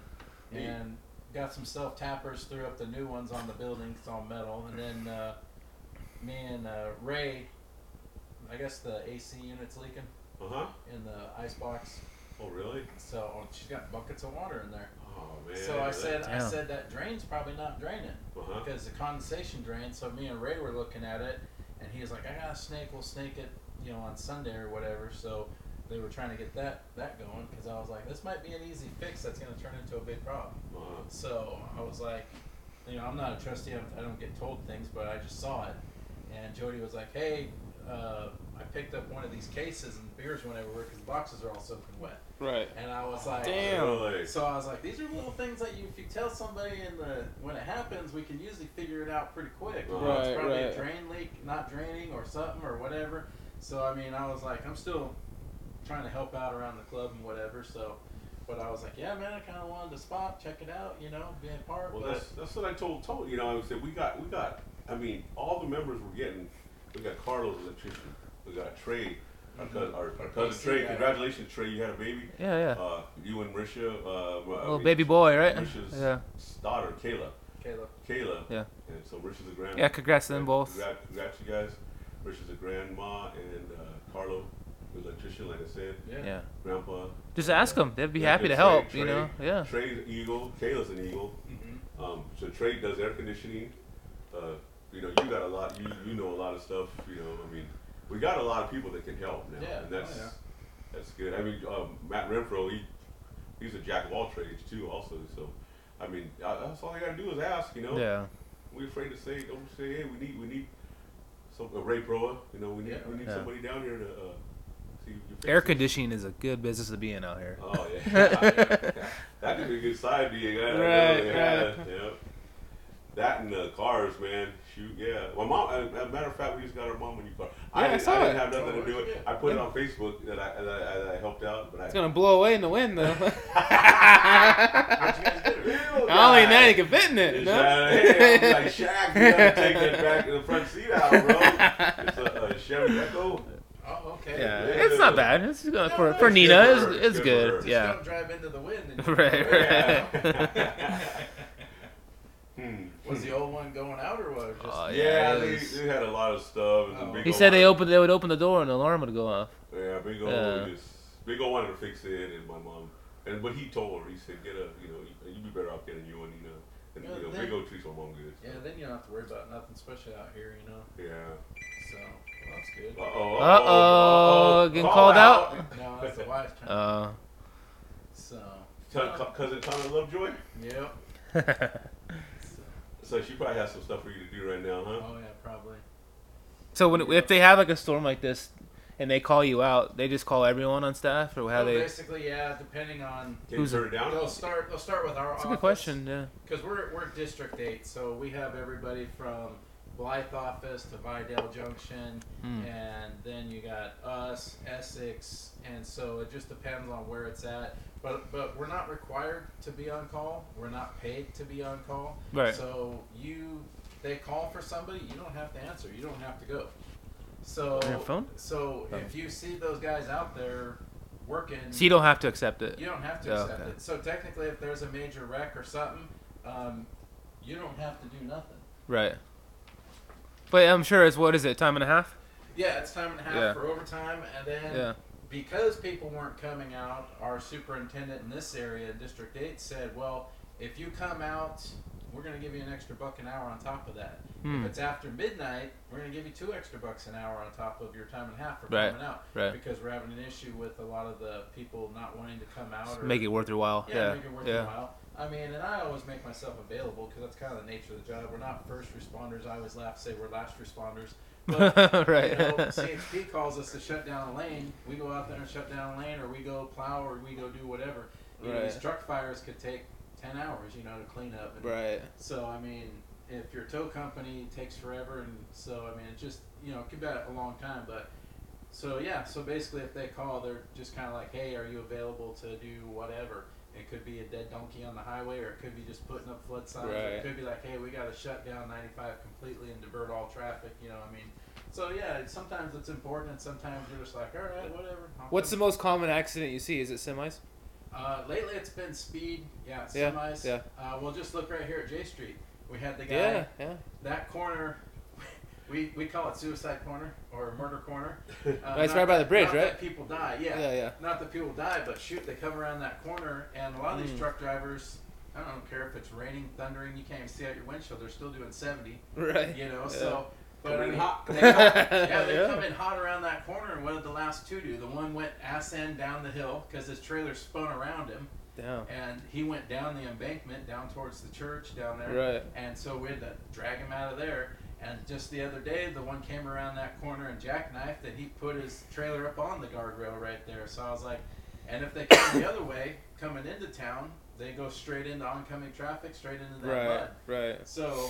Speaker 2: Neat.
Speaker 3: and got some self tappers, threw up the new ones on the building. It's all metal, and then uh, me and uh, Ray, I guess the AC unit's leaking
Speaker 2: Uh huh.
Speaker 3: in the ice box,
Speaker 2: Oh, really?
Speaker 3: so she's got buckets of water in there.
Speaker 2: Oh man.
Speaker 3: So I said, I
Speaker 1: Yeah.
Speaker 3: said that drain's probably not draining
Speaker 2: Uh huh.
Speaker 3: because the condensation drain. So me and Ray were looking at it, and he was like, "I got a snake. We'll snake it, you know, on Sunday or whatever." So they were trying to get that that going because I was like, "This might be an easy fix. That's going to turn into a big problem."
Speaker 2: Uh-huh.
Speaker 3: So I was like, "You know, I'm not a trustee. I'm, I don't get told things, but I just saw it." And Jody was like, "Hey, uh, I picked up one of these cases, and beers went everywhere because boxes are all soaking wet."
Speaker 5: Right.
Speaker 3: And I was like,
Speaker 5: Damn.
Speaker 2: Really?
Speaker 3: so I was like, these are little things that you, if you tell somebody and the when it happens, we can usually figure it out pretty quick. You know,
Speaker 5: Right,
Speaker 3: it's probably
Speaker 5: right.
Speaker 3: a drain leak, not draining or something or whatever. So I mean, I was like, I'm still trying to help out around the club and whatever. So, but I was like, yeah, man, I kind of wanted to spot, check it out, you know, be a part.
Speaker 2: Well,
Speaker 3: but
Speaker 2: that's that's what I told told you know I said we got we got I mean all the members were getting we got Carlos electrician we got Trey our
Speaker 3: Mm-hmm.
Speaker 2: cousin, our, our cousin
Speaker 3: see
Speaker 2: Trey
Speaker 3: that.
Speaker 2: congratulations Trey you had a baby
Speaker 1: Yeah, yeah.
Speaker 2: uh, you and Marisha uh, I
Speaker 1: Little
Speaker 2: mean,
Speaker 1: Oh, baby boy, right?
Speaker 2: Marisha's
Speaker 1: Yeah.
Speaker 2: daughter Kayla
Speaker 3: Caleb,
Speaker 2: Kayla
Speaker 1: Yeah.
Speaker 2: and so Marisha's a grandma
Speaker 1: Yeah. Congrats to them both.
Speaker 2: Congrats, congrats you guys Marisha's a grandma and uh, Carlo the electrician like I said
Speaker 3: yeah.
Speaker 1: Yeah.
Speaker 2: grandpa
Speaker 1: Just ask them. They'd be
Speaker 2: Yeah,
Speaker 1: happy to
Speaker 2: Trey-
Speaker 1: help.
Speaker 2: Trey-
Speaker 1: You know. Yeah.
Speaker 2: Trey's an eagle Kayla's an eagle
Speaker 3: Mhm.
Speaker 2: um, so Trey does air conditioning. Uh, you know, you got a lot. You you know a lot of stuff. You know, I mean, we got a lot of people that can help now,
Speaker 3: Yeah,
Speaker 2: and that's
Speaker 3: oh, yeah.
Speaker 2: that's good. I mean, um, Matt Renfro, he he's a jack of all trades too, also. So, I mean, I, that's all you gotta do is ask. You know,
Speaker 1: Yeah.
Speaker 2: we're afraid to say, don't say, hey, we need we need some uh, Ray Proa. You know, we need
Speaker 3: Yeah.
Speaker 2: we need
Speaker 1: Yeah.
Speaker 2: somebody down here to uh, see. if you fix
Speaker 1: Air
Speaker 2: it.
Speaker 1: conditioning is a good business to be in out here.
Speaker 2: Oh yeah, that could be a good side gig. I- I know,
Speaker 5: Right,
Speaker 2: yeah,
Speaker 5: right.
Speaker 2: yeah. That and the cars, man. Shoot, yeah. My mom. As a matter of fact, we just got our mom a new car.
Speaker 5: Yeah, I
Speaker 2: didn't,
Speaker 5: saw
Speaker 2: I didn't
Speaker 5: it.
Speaker 2: have nothing to do with it. I put it
Speaker 5: Yeah.
Speaker 2: on Facebook that I that I, that I helped out, but I.
Speaker 5: It's gonna blow away in the wind though.
Speaker 3: What'd you guys do?
Speaker 2: Hell,
Speaker 5: Not only
Speaker 2: God.
Speaker 5: that, you can fit in it.
Speaker 2: It's
Speaker 5: No?
Speaker 2: not- hey, I'm like Shaq, you gotta take that back the front seat out, bro. It's a, a Chevy Echo.
Speaker 3: Oh, okay.
Speaker 1: Yeah.
Speaker 2: Yeah.
Speaker 1: It's not bad. It's good
Speaker 3: No,
Speaker 1: for
Speaker 3: no,
Speaker 1: for
Speaker 3: it's
Speaker 1: Nina.
Speaker 2: good for her.
Speaker 1: It's, it's
Speaker 2: It's good for
Speaker 1: good.
Speaker 2: her.
Speaker 3: Just
Speaker 1: Yeah.
Speaker 3: don't drive into the wind. And
Speaker 1: Right,
Speaker 2: Yeah. hmm.
Speaker 3: Was the old one going out or what? Or Just,
Speaker 1: Oh,
Speaker 2: Yeah,
Speaker 1: it
Speaker 2: they,
Speaker 1: was-
Speaker 2: they had a lot of stuff. It was a
Speaker 3: Oh.
Speaker 2: big
Speaker 1: He
Speaker 2: old
Speaker 1: said they
Speaker 2: lot.
Speaker 1: opened. They would open the door and the alarm would go off.
Speaker 2: Yeah, Big O
Speaker 1: Yeah.
Speaker 2: just Big O wanted to fix it, and my mom. And but he told her, he said, "Get a, you know, you, you be better off getting you one, you know." And
Speaker 3: Yeah,
Speaker 2: you know,
Speaker 3: they-
Speaker 2: Big O treats my mom good. so,
Speaker 3: Yeah, then you don't have to worry about nothing, especially out here, you know.
Speaker 2: yeah.
Speaker 3: So well, that's good.
Speaker 2: Uh oh.
Speaker 1: Uh-oh, getting called out?
Speaker 3: No, that's the wife turn.
Speaker 1: Uh,
Speaker 3: so
Speaker 2: Cousin Connor Lovejoy.
Speaker 3: yep. So,
Speaker 2: So she probably has some stuff for you to do right now, huh?
Speaker 3: oh yeah, probably.
Speaker 1: so when if they have like a storm like this, and they call you out, they just call everyone on staff or how
Speaker 3: Well,
Speaker 1: they?
Speaker 3: basically, yeah, depending on
Speaker 2: Can
Speaker 1: Who's-
Speaker 2: you turn it down?
Speaker 3: they'll start they'll start with our.
Speaker 1: That's a good question. Yeah.
Speaker 3: Because we're we're district eight, so we have everybody from Blythe office to Vidal Junction,
Speaker 1: Hmm.
Speaker 3: and then you got us Essex, and so it just depends on where it's at. But but we're not required to be on call. We're not paid to be on call.
Speaker 1: Right.
Speaker 3: So you, they call for somebody, you don't have to answer. You don't have to go. So
Speaker 1: Your phone?
Speaker 3: So
Speaker 1: Oh.
Speaker 3: if you see those guys out there working,
Speaker 1: So you don't have to accept it.
Speaker 3: you don't have to
Speaker 1: Yeah,
Speaker 3: accept
Speaker 1: okay.
Speaker 3: it. So technically, if there's a major wreck or something, um, you don't have to do nothing.
Speaker 1: Right. But I'm sure it's what is it time and a half?
Speaker 3: Yeah, it's time and a half
Speaker 1: Yeah.
Speaker 3: for overtime, and then
Speaker 1: Yeah.
Speaker 3: because people weren't coming out, our superintendent in this area, District Eight, said, "Well, if you come out we're going to give you an extra buck an hour on top of that.
Speaker 1: Hmm.
Speaker 3: If it's after midnight, we're going to give you two extra bucks an hour on top of your time and a half for
Speaker 1: Right,
Speaker 3: coming out.
Speaker 1: right.
Speaker 3: Because we're having an issue with a lot of the people not wanting to come out.
Speaker 1: Just
Speaker 3: or,
Speaker 1: make it worth your while.
Speaker 3: yeah,
Speaker 1: Yeah.
Speaker 3: make it worth
Speaker 1: yeah.
Speaker 3: your while. I mean, and I always make myself available because that's kind of the nature of the job. We're not first responders. I always laugh, say we're last responders. But
Speaker 1: right.
Speaker 3: you know, CHP calls us to shut down a lane. We go out there and shut down a lane, or we go plow, or we go do whatever. You know, these
Speaker 5: Right.
Speaker 3: truck fires could take ten hours, you know, to clean up. And
Speaker 5: Right.
Speaker 3: So I mean, if your tow company takes forever, and so I mean, it just you know it could be a long time. But so yeah, so basically, if they call, they're just kind of like, hey, are you available to do whatever? It could be a dead donkey on the highway, or it could be just putting up flood signs. or
Speaker 5: Right.
Speaker 3: It could be like, hey, we got to shut down 95 completely and divert all traffic. You know, I mean, so yeah, it's- sometimes it's important, and sometimes you're just like, all right, whatever. I'll
Speaker 5: What's the
Speaker 3: come."
Speaker 5: most common accident you see? Is it semis?
Speaker 3: Uh, lately, it's been speed. Yeah,
Speaker 5: Yeah,
Speaker 3: semis.
Speaker 5: yeah.
Speaker 3: Uh, we'll just look right here at J Street. We had the guy
Speaker 5: Yeah. Yeah.
Speaker 3: that corner, we, we call it suicide corner or murder corner. Uh,
Speaker 5: it's
Speaker 3: not
Speaker 5: right by the
Speaker 3: that-
Speaker 5: bridge,
Speaker 3: not
Speaker 5: right?
Speaker 3: That people die, yeah.
Speaker 5: Yeah. Yeah.
Speaker 3: Not that people die, but shoot, they come around that corner, and a lot of these
Speaker 5: Mm.
Speaker 3: truck drivers, I don't care if it's raining, thundering, you can't even see out your windshield. They're still doing seventy,
Speaker 5: Right.
Speaker 3: you know. So, but I
Speaker 2: Come in
Speaker 3: mean,
Speaker 2: hot.
Speaker 3: They come, yeah, they
Speaker 5: Yeah.
Speaker 3: come in hot around that corner. And what did the last two do? The one went ass end down the hill because his trailer spun around him,
Speaker 5: Damn.
Speaker 3: and he went down the embankment, down towards the church, down there.
Speaker 5: Right.
Speaker 3: And so we had to drag him out of there. And just the other day, the one came around that corner and jackknifed, and he put his trailer up on the guardrail right there. So I was like, and if they come the other way, coming into town, they go straight into oncoming traffic, straight into that
Speaker 5: Right.
Speaker 3: mud.
Speaker 5: Right.
Speaker 3: So,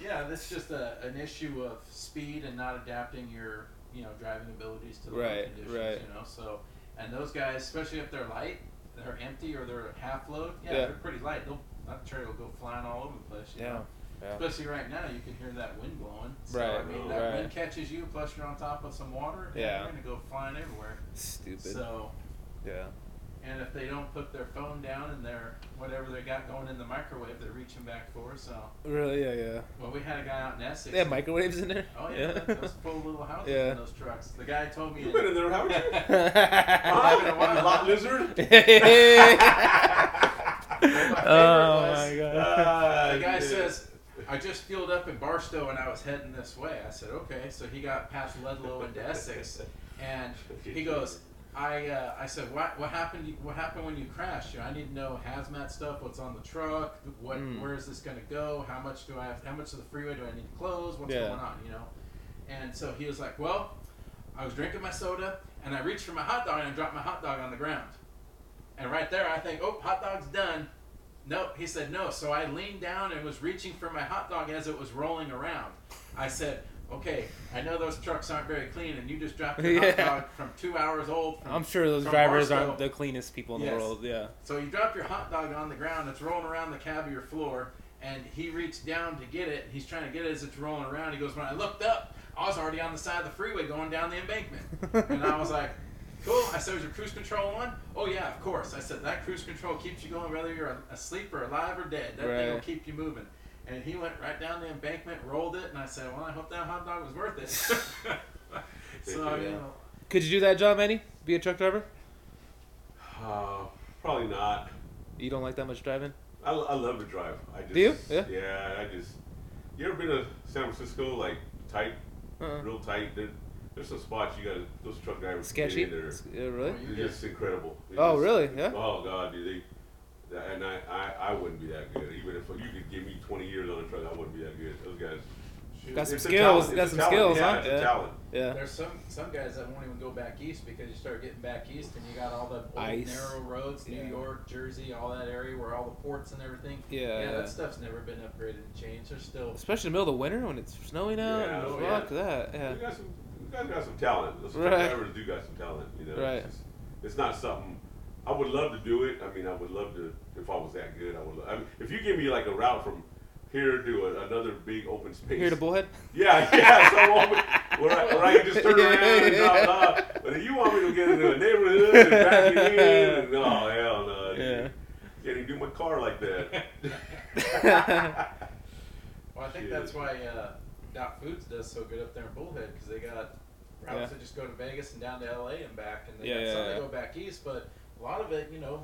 Speaker 3: yeah, that's just a, an issue of speed and not adapting your, you know, driving abilities to the road
Speaker 5: Right,
Speaker 3: conditions.
Speaker 5: right.
Speaker 3: You know, so and those guys, especially if they're light, they're empty or they're half load. Yeah,
Speaker 5: Yeah.
Speaker 3: they're pretty light. They'll that trailer will go flying all over the place. You
Speaker 5: Yeah.
Speaker 3: Know?
Speaker 5: Yeah.
Speaker 3: Especially right now, you can hear that wind blowing. So, I
Speaker 5: Right,
Speaker 3: mean, that wind
Speaker 5: right.
Speaker 3: catches you, plus you're on top of some water. and
Speaker 5: Yeah.
Speaker 3: You're gonna go flying everywhere.
Speaker 5: Stupid.
Speaker 3: So.
Speaker 5: yeah.
Speaker 3: And if they don't put their phone down and their whatever they got going in the microwave, they're reaching back for. So
Speaker 5: Really. Yeah. Yeah.
Speaker 3: well, we had a guy out in Essex.
Speaker 5: They have microwaves in there.
Speaker 3: Oh yeah, that- those full little houses
Speaker 5: Yeah.
Speaker 3: in those trucks. The guy told me.
Speaker 2: You've been in there, haven't you?
Speaker 5: Yeah.
Speaker 2: Huh? Lot lizard.
Speaker 3: my favorite
Speaker 1: oh
Speaker 3: was,
Speaker 1: my god.
Speaker 2: Ah,
Speaker 3: Uh, the guy
Speaker 2: yeah.
Speaker 3: says, "I just fueled up in Barstow and I was heading this way." I said, "Okay." So he got past Ludlow into Essex, and he goes, "I uh, I said, what what happened? What happened when you crashed? You know, I need to know hazmat stuff. What's on the truck? What
Speaker 5: Mm.
Speaker 3: where is this going to go? How much do I have? How much of the freeway do I need to close? What's
Speaker 5: Yeah.
Speaker 3: going on? You know?" And so he was like, "Well." I was drinking my soda, and I reached for my hot dog, and I dropped my hot dog on the ground. And right there, I think, oh, hot dog's done. Nope, he said no. So I leaned down and was reaching for my hot dog as it was rolling around. I said, okay, I know those trucks aren't very clean, and you just dropped your hot
Speaker 5: Yeah.
Speaker 3: dog from two hours old. From,
Speaker 5: I'm sure those
Speaker 3: From
Speaker 5: drivers
Speaker 3: Barstow.
Speaker 5: aren't the cleanest people in the
Speaker 3: Yes.
Speaker 5: world. Yeah.
Speaker 3: so you drop your hot dog on the ground, it's rolling around the cab of your floor, and he reached down to get it. He's trying to get it as it's rolling around. He goes, when I looked up, I was already on the side of the freeway going down the embankment. And I was like, cool. I said, was your cruise control on? Oh, yeah, of course. I said, that cruise control keeps you going whether you're asleep or alive or dead. That thing will
Speaker 5: Right.
Speaker 3: keep you moving. And he went right down the embankment, rolled it, and I said, well, I hope that hot dog was worth it. so, I mean,
Speaker 5: Could you do that job, Manny? Be a truck driver?
Speaker 2: Uh, probably not.
Speaker 5: You don't like that much driving?
Speaker 2: I, I love to drive. I just,
Speaker 5: Do you? Yeah.
Speaker 2: I just. You ever been to San Francisco? Like tight,
Speaker 5: Uh-uh.
Speaker 2: real tight. There, there's some spots you got to those truck drivers get
Speaker 5: Sketchy?
Speaker 2: in there.
Speaker 5: S- yeah, really?
Speaker 3: Well, you
Speaker 2: They're just incredible. They
Speaker 5: Oh,
Speaker 2: just-
Speaker 5: really? Yeah.
Speaker 2: Oh God, dude, they. that- And I, I, I wouldn't be that good. Even if you could give me 20 years on a truck, I wouldn't be that good. Those guys.
Speaker 3: shoot.
Speaker 5: Got some
Speaker 2: It's a
Speaker 5: skills.
Speaker 2: talent.
Speaker 5: Got
Speaker 2: It's a
Speaker 5: some
Speaker 2: talent.
Speaker 5: skills,
Speaker 2: yeah,
Speaker 5: huh?
Speaker 2: It's a
Speaker 5: Yeah.
Speaker 2: talent.
Speaker 5: Yeah.
Speaker 3: There's some some guys that won't even go back east because you start getting back east and you got all the old
Speaker 5: Ice.
Speaker 3: narrow roads, New
Speaker 5: Yeah.
Speaker 3: York, Jersey, all that area where all the ports and everything.
Speaker 5: Yeah,
Speaker 3: yeah,
Speaker 5: yeah.
Speaker 3: that stuff's never been upgraded and changed. There's still
Speaker 5: Especially in the middle of the winter when it's snowing out.
Speaker 2: Yeah,
Speaker 5: and
Speaker 2: oh,
Speaker 5: fuck
Speaker 2: yeah.
Speaker 5: that. Yeah.
Speaker 2: You got some, you guys got some talent. Those truck
Speaker 5: Right.
Speaker 2: drivers do got some talent. You know,
Speaker 5: Right.
Speaker 2: It's, just- it's not something. I would love to do it. I mean, I would love to if I was that good. I would. Love, I mean, if you give me like a route from here to a, another big open space.
Speaker 5: Here to Bullhead?
Speaker 2: Yeah, yeah. So I want me- where, I, where I can just turn around and blah blah. But if you want me to get into a neighborhood and back it in, and, oh hell no.
Speaker 5: Yeah.
Speaker 2: Can't even do my car like that.
Speaker 3: Well, I think
Speaker 2: Shit.
Speaker 3: that's why uh, Dot Foods does so good up there in Bullhead because they got routes
Speaker 5: Yeah.
Speaker 3: that just go to Vegas and down to LA and back, and they
Speaker 5: Yeah,
Speaker 3: got
Speaker 5: yeah,
Speaker 3: some
Speaker 5: yeah.
Speaker 3: that go back east. But a lot of it, you know,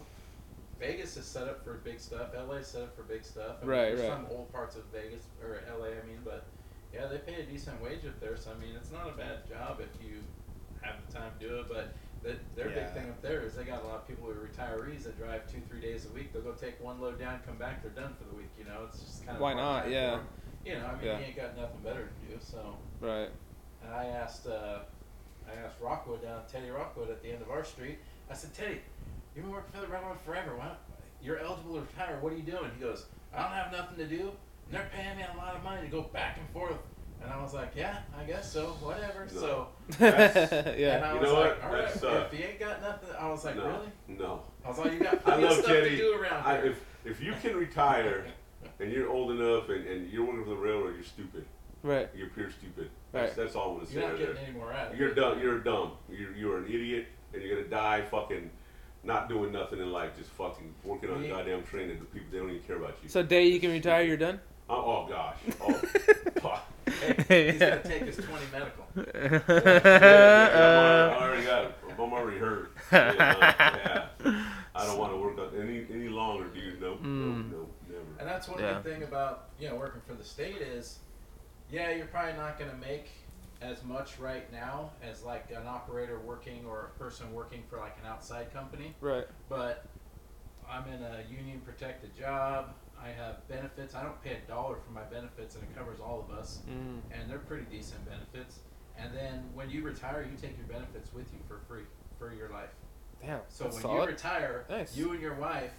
Speaker 3: Vegas is set up for big stuff. LA is set up for big stuff. I mean,
Speaker 5: Right,
Speaker 3: There's
Speaker 5: right.
Speaker 3: some old parts of Vegas or LA, I mean, but yeah, they pay a decent wage up there. So I mean, it's not a bad job if you have the time to do it. But the, their
Speaker 2: Yeah.
Speaker 3: big thing up there is they got a lot of people who are retirees that drive two, three days a week. They'll go take one load down, come back, they're done for the week. You know, it's just kind of
Speaker 5: Why not? Yeah.
Speaker 3: You know, I mean,
Speaker 5: Yeah.
Speaker 3: you ain't got nothing better to do, so.
Speaker 5: Right.
Speaker 3: And I asked, uh, I asked Rockwood down Teddy Rockwood at the end of our street. I said, Teddy, you've been working for the Redwood forever. Why don't, you're eligible to retire. What are you doing? He goes, I don't have nothing to do, and they're paying me a lot of money to go back and forth. And I was like, Yeah, I guess so. Whatever.
Speaker 2: No.
Speaker 3: So,
Speaker 2: That's-
Speaker 3: and
Speaker 5: yeah.
Speaker 3: I
Speaker 2: You
Speaker 3: was
Speaker 2: know
Speaker 3: like,
Speaker 2: what?
Speaker 3: All right,
Speaker 2: That's, uh,
Speaker 3: if you ain't got nothing, I was like,
Speaker 2: no,
Speaker 3: Really?
Speaker 2: no.
Speaker 3: I was like, You got
Speaker 2: I
Speaker 3: plenty of
Speaker 2: love
Speaker 3: stuff
Speaker 2: Teddy.
Speaker 3: to do around
Speaker 2: I,
Speaker 3: here.
Speaker 2: if if you can retire and you're old enough and, and you're working for the railroad, you're stupid.
Speaker 5: Right.
Speaker 2: You're pure stupid. That's,
Speaker 5: Right.
Speaker 2: that's all I'm gonna say
Speaker 3: You're
Speaker 2: right
Speaker 3: not
Speaker 2: there.
Speaker 3: getting any more out of
Speaker 2: You're
Speaker 3: it.
Speaker 2: dumb. You're dumb. You're you're an idiot, and you're gonna die fucking not doing nothing in life, just fucking working on a
Speaker 3: Me-
Speaker 2: goddamn train that the people they don't even care about you.
Speaker 5: So day you can retire, you're done.
Speaker 2: oh, oh gosh. Oh, fuck.
Speaker 3: Hey, he's gonna take his twenty medical.
Speaker 2: Yeah, I'm already, I already got. I'm already hurt. Yeah, yeah. I don't want to work out any any longer, dude. No,
Speaker 1: Mm.
Speaker 2: no, no, never.
Speaker 3: And that's one
Speaker 1: Yeah.
Speaker 3: good thing about you know working for the state is, yeah, you're probably not going to make as much right now as like an operator working or a person working for like an outside company.
Speaker 5: Right.
Speaker 3: But I'm in a union protected job. I have benefits. I don't pay a dollar for my benefits, and it covers all of us.
Speaker 5: Mm.
Speaker 3: And they're pretty decent benefits. And then when you retire, you take your benefits with you for free for your life.
Speaker 5: Damn.
Speaker 3: So
Speaker 5: that's
Speaker 3: when you
Speaker 5: solid.
Speaker 3: retire,
Speaker 5: Nice.
Speaker 3: you and your wife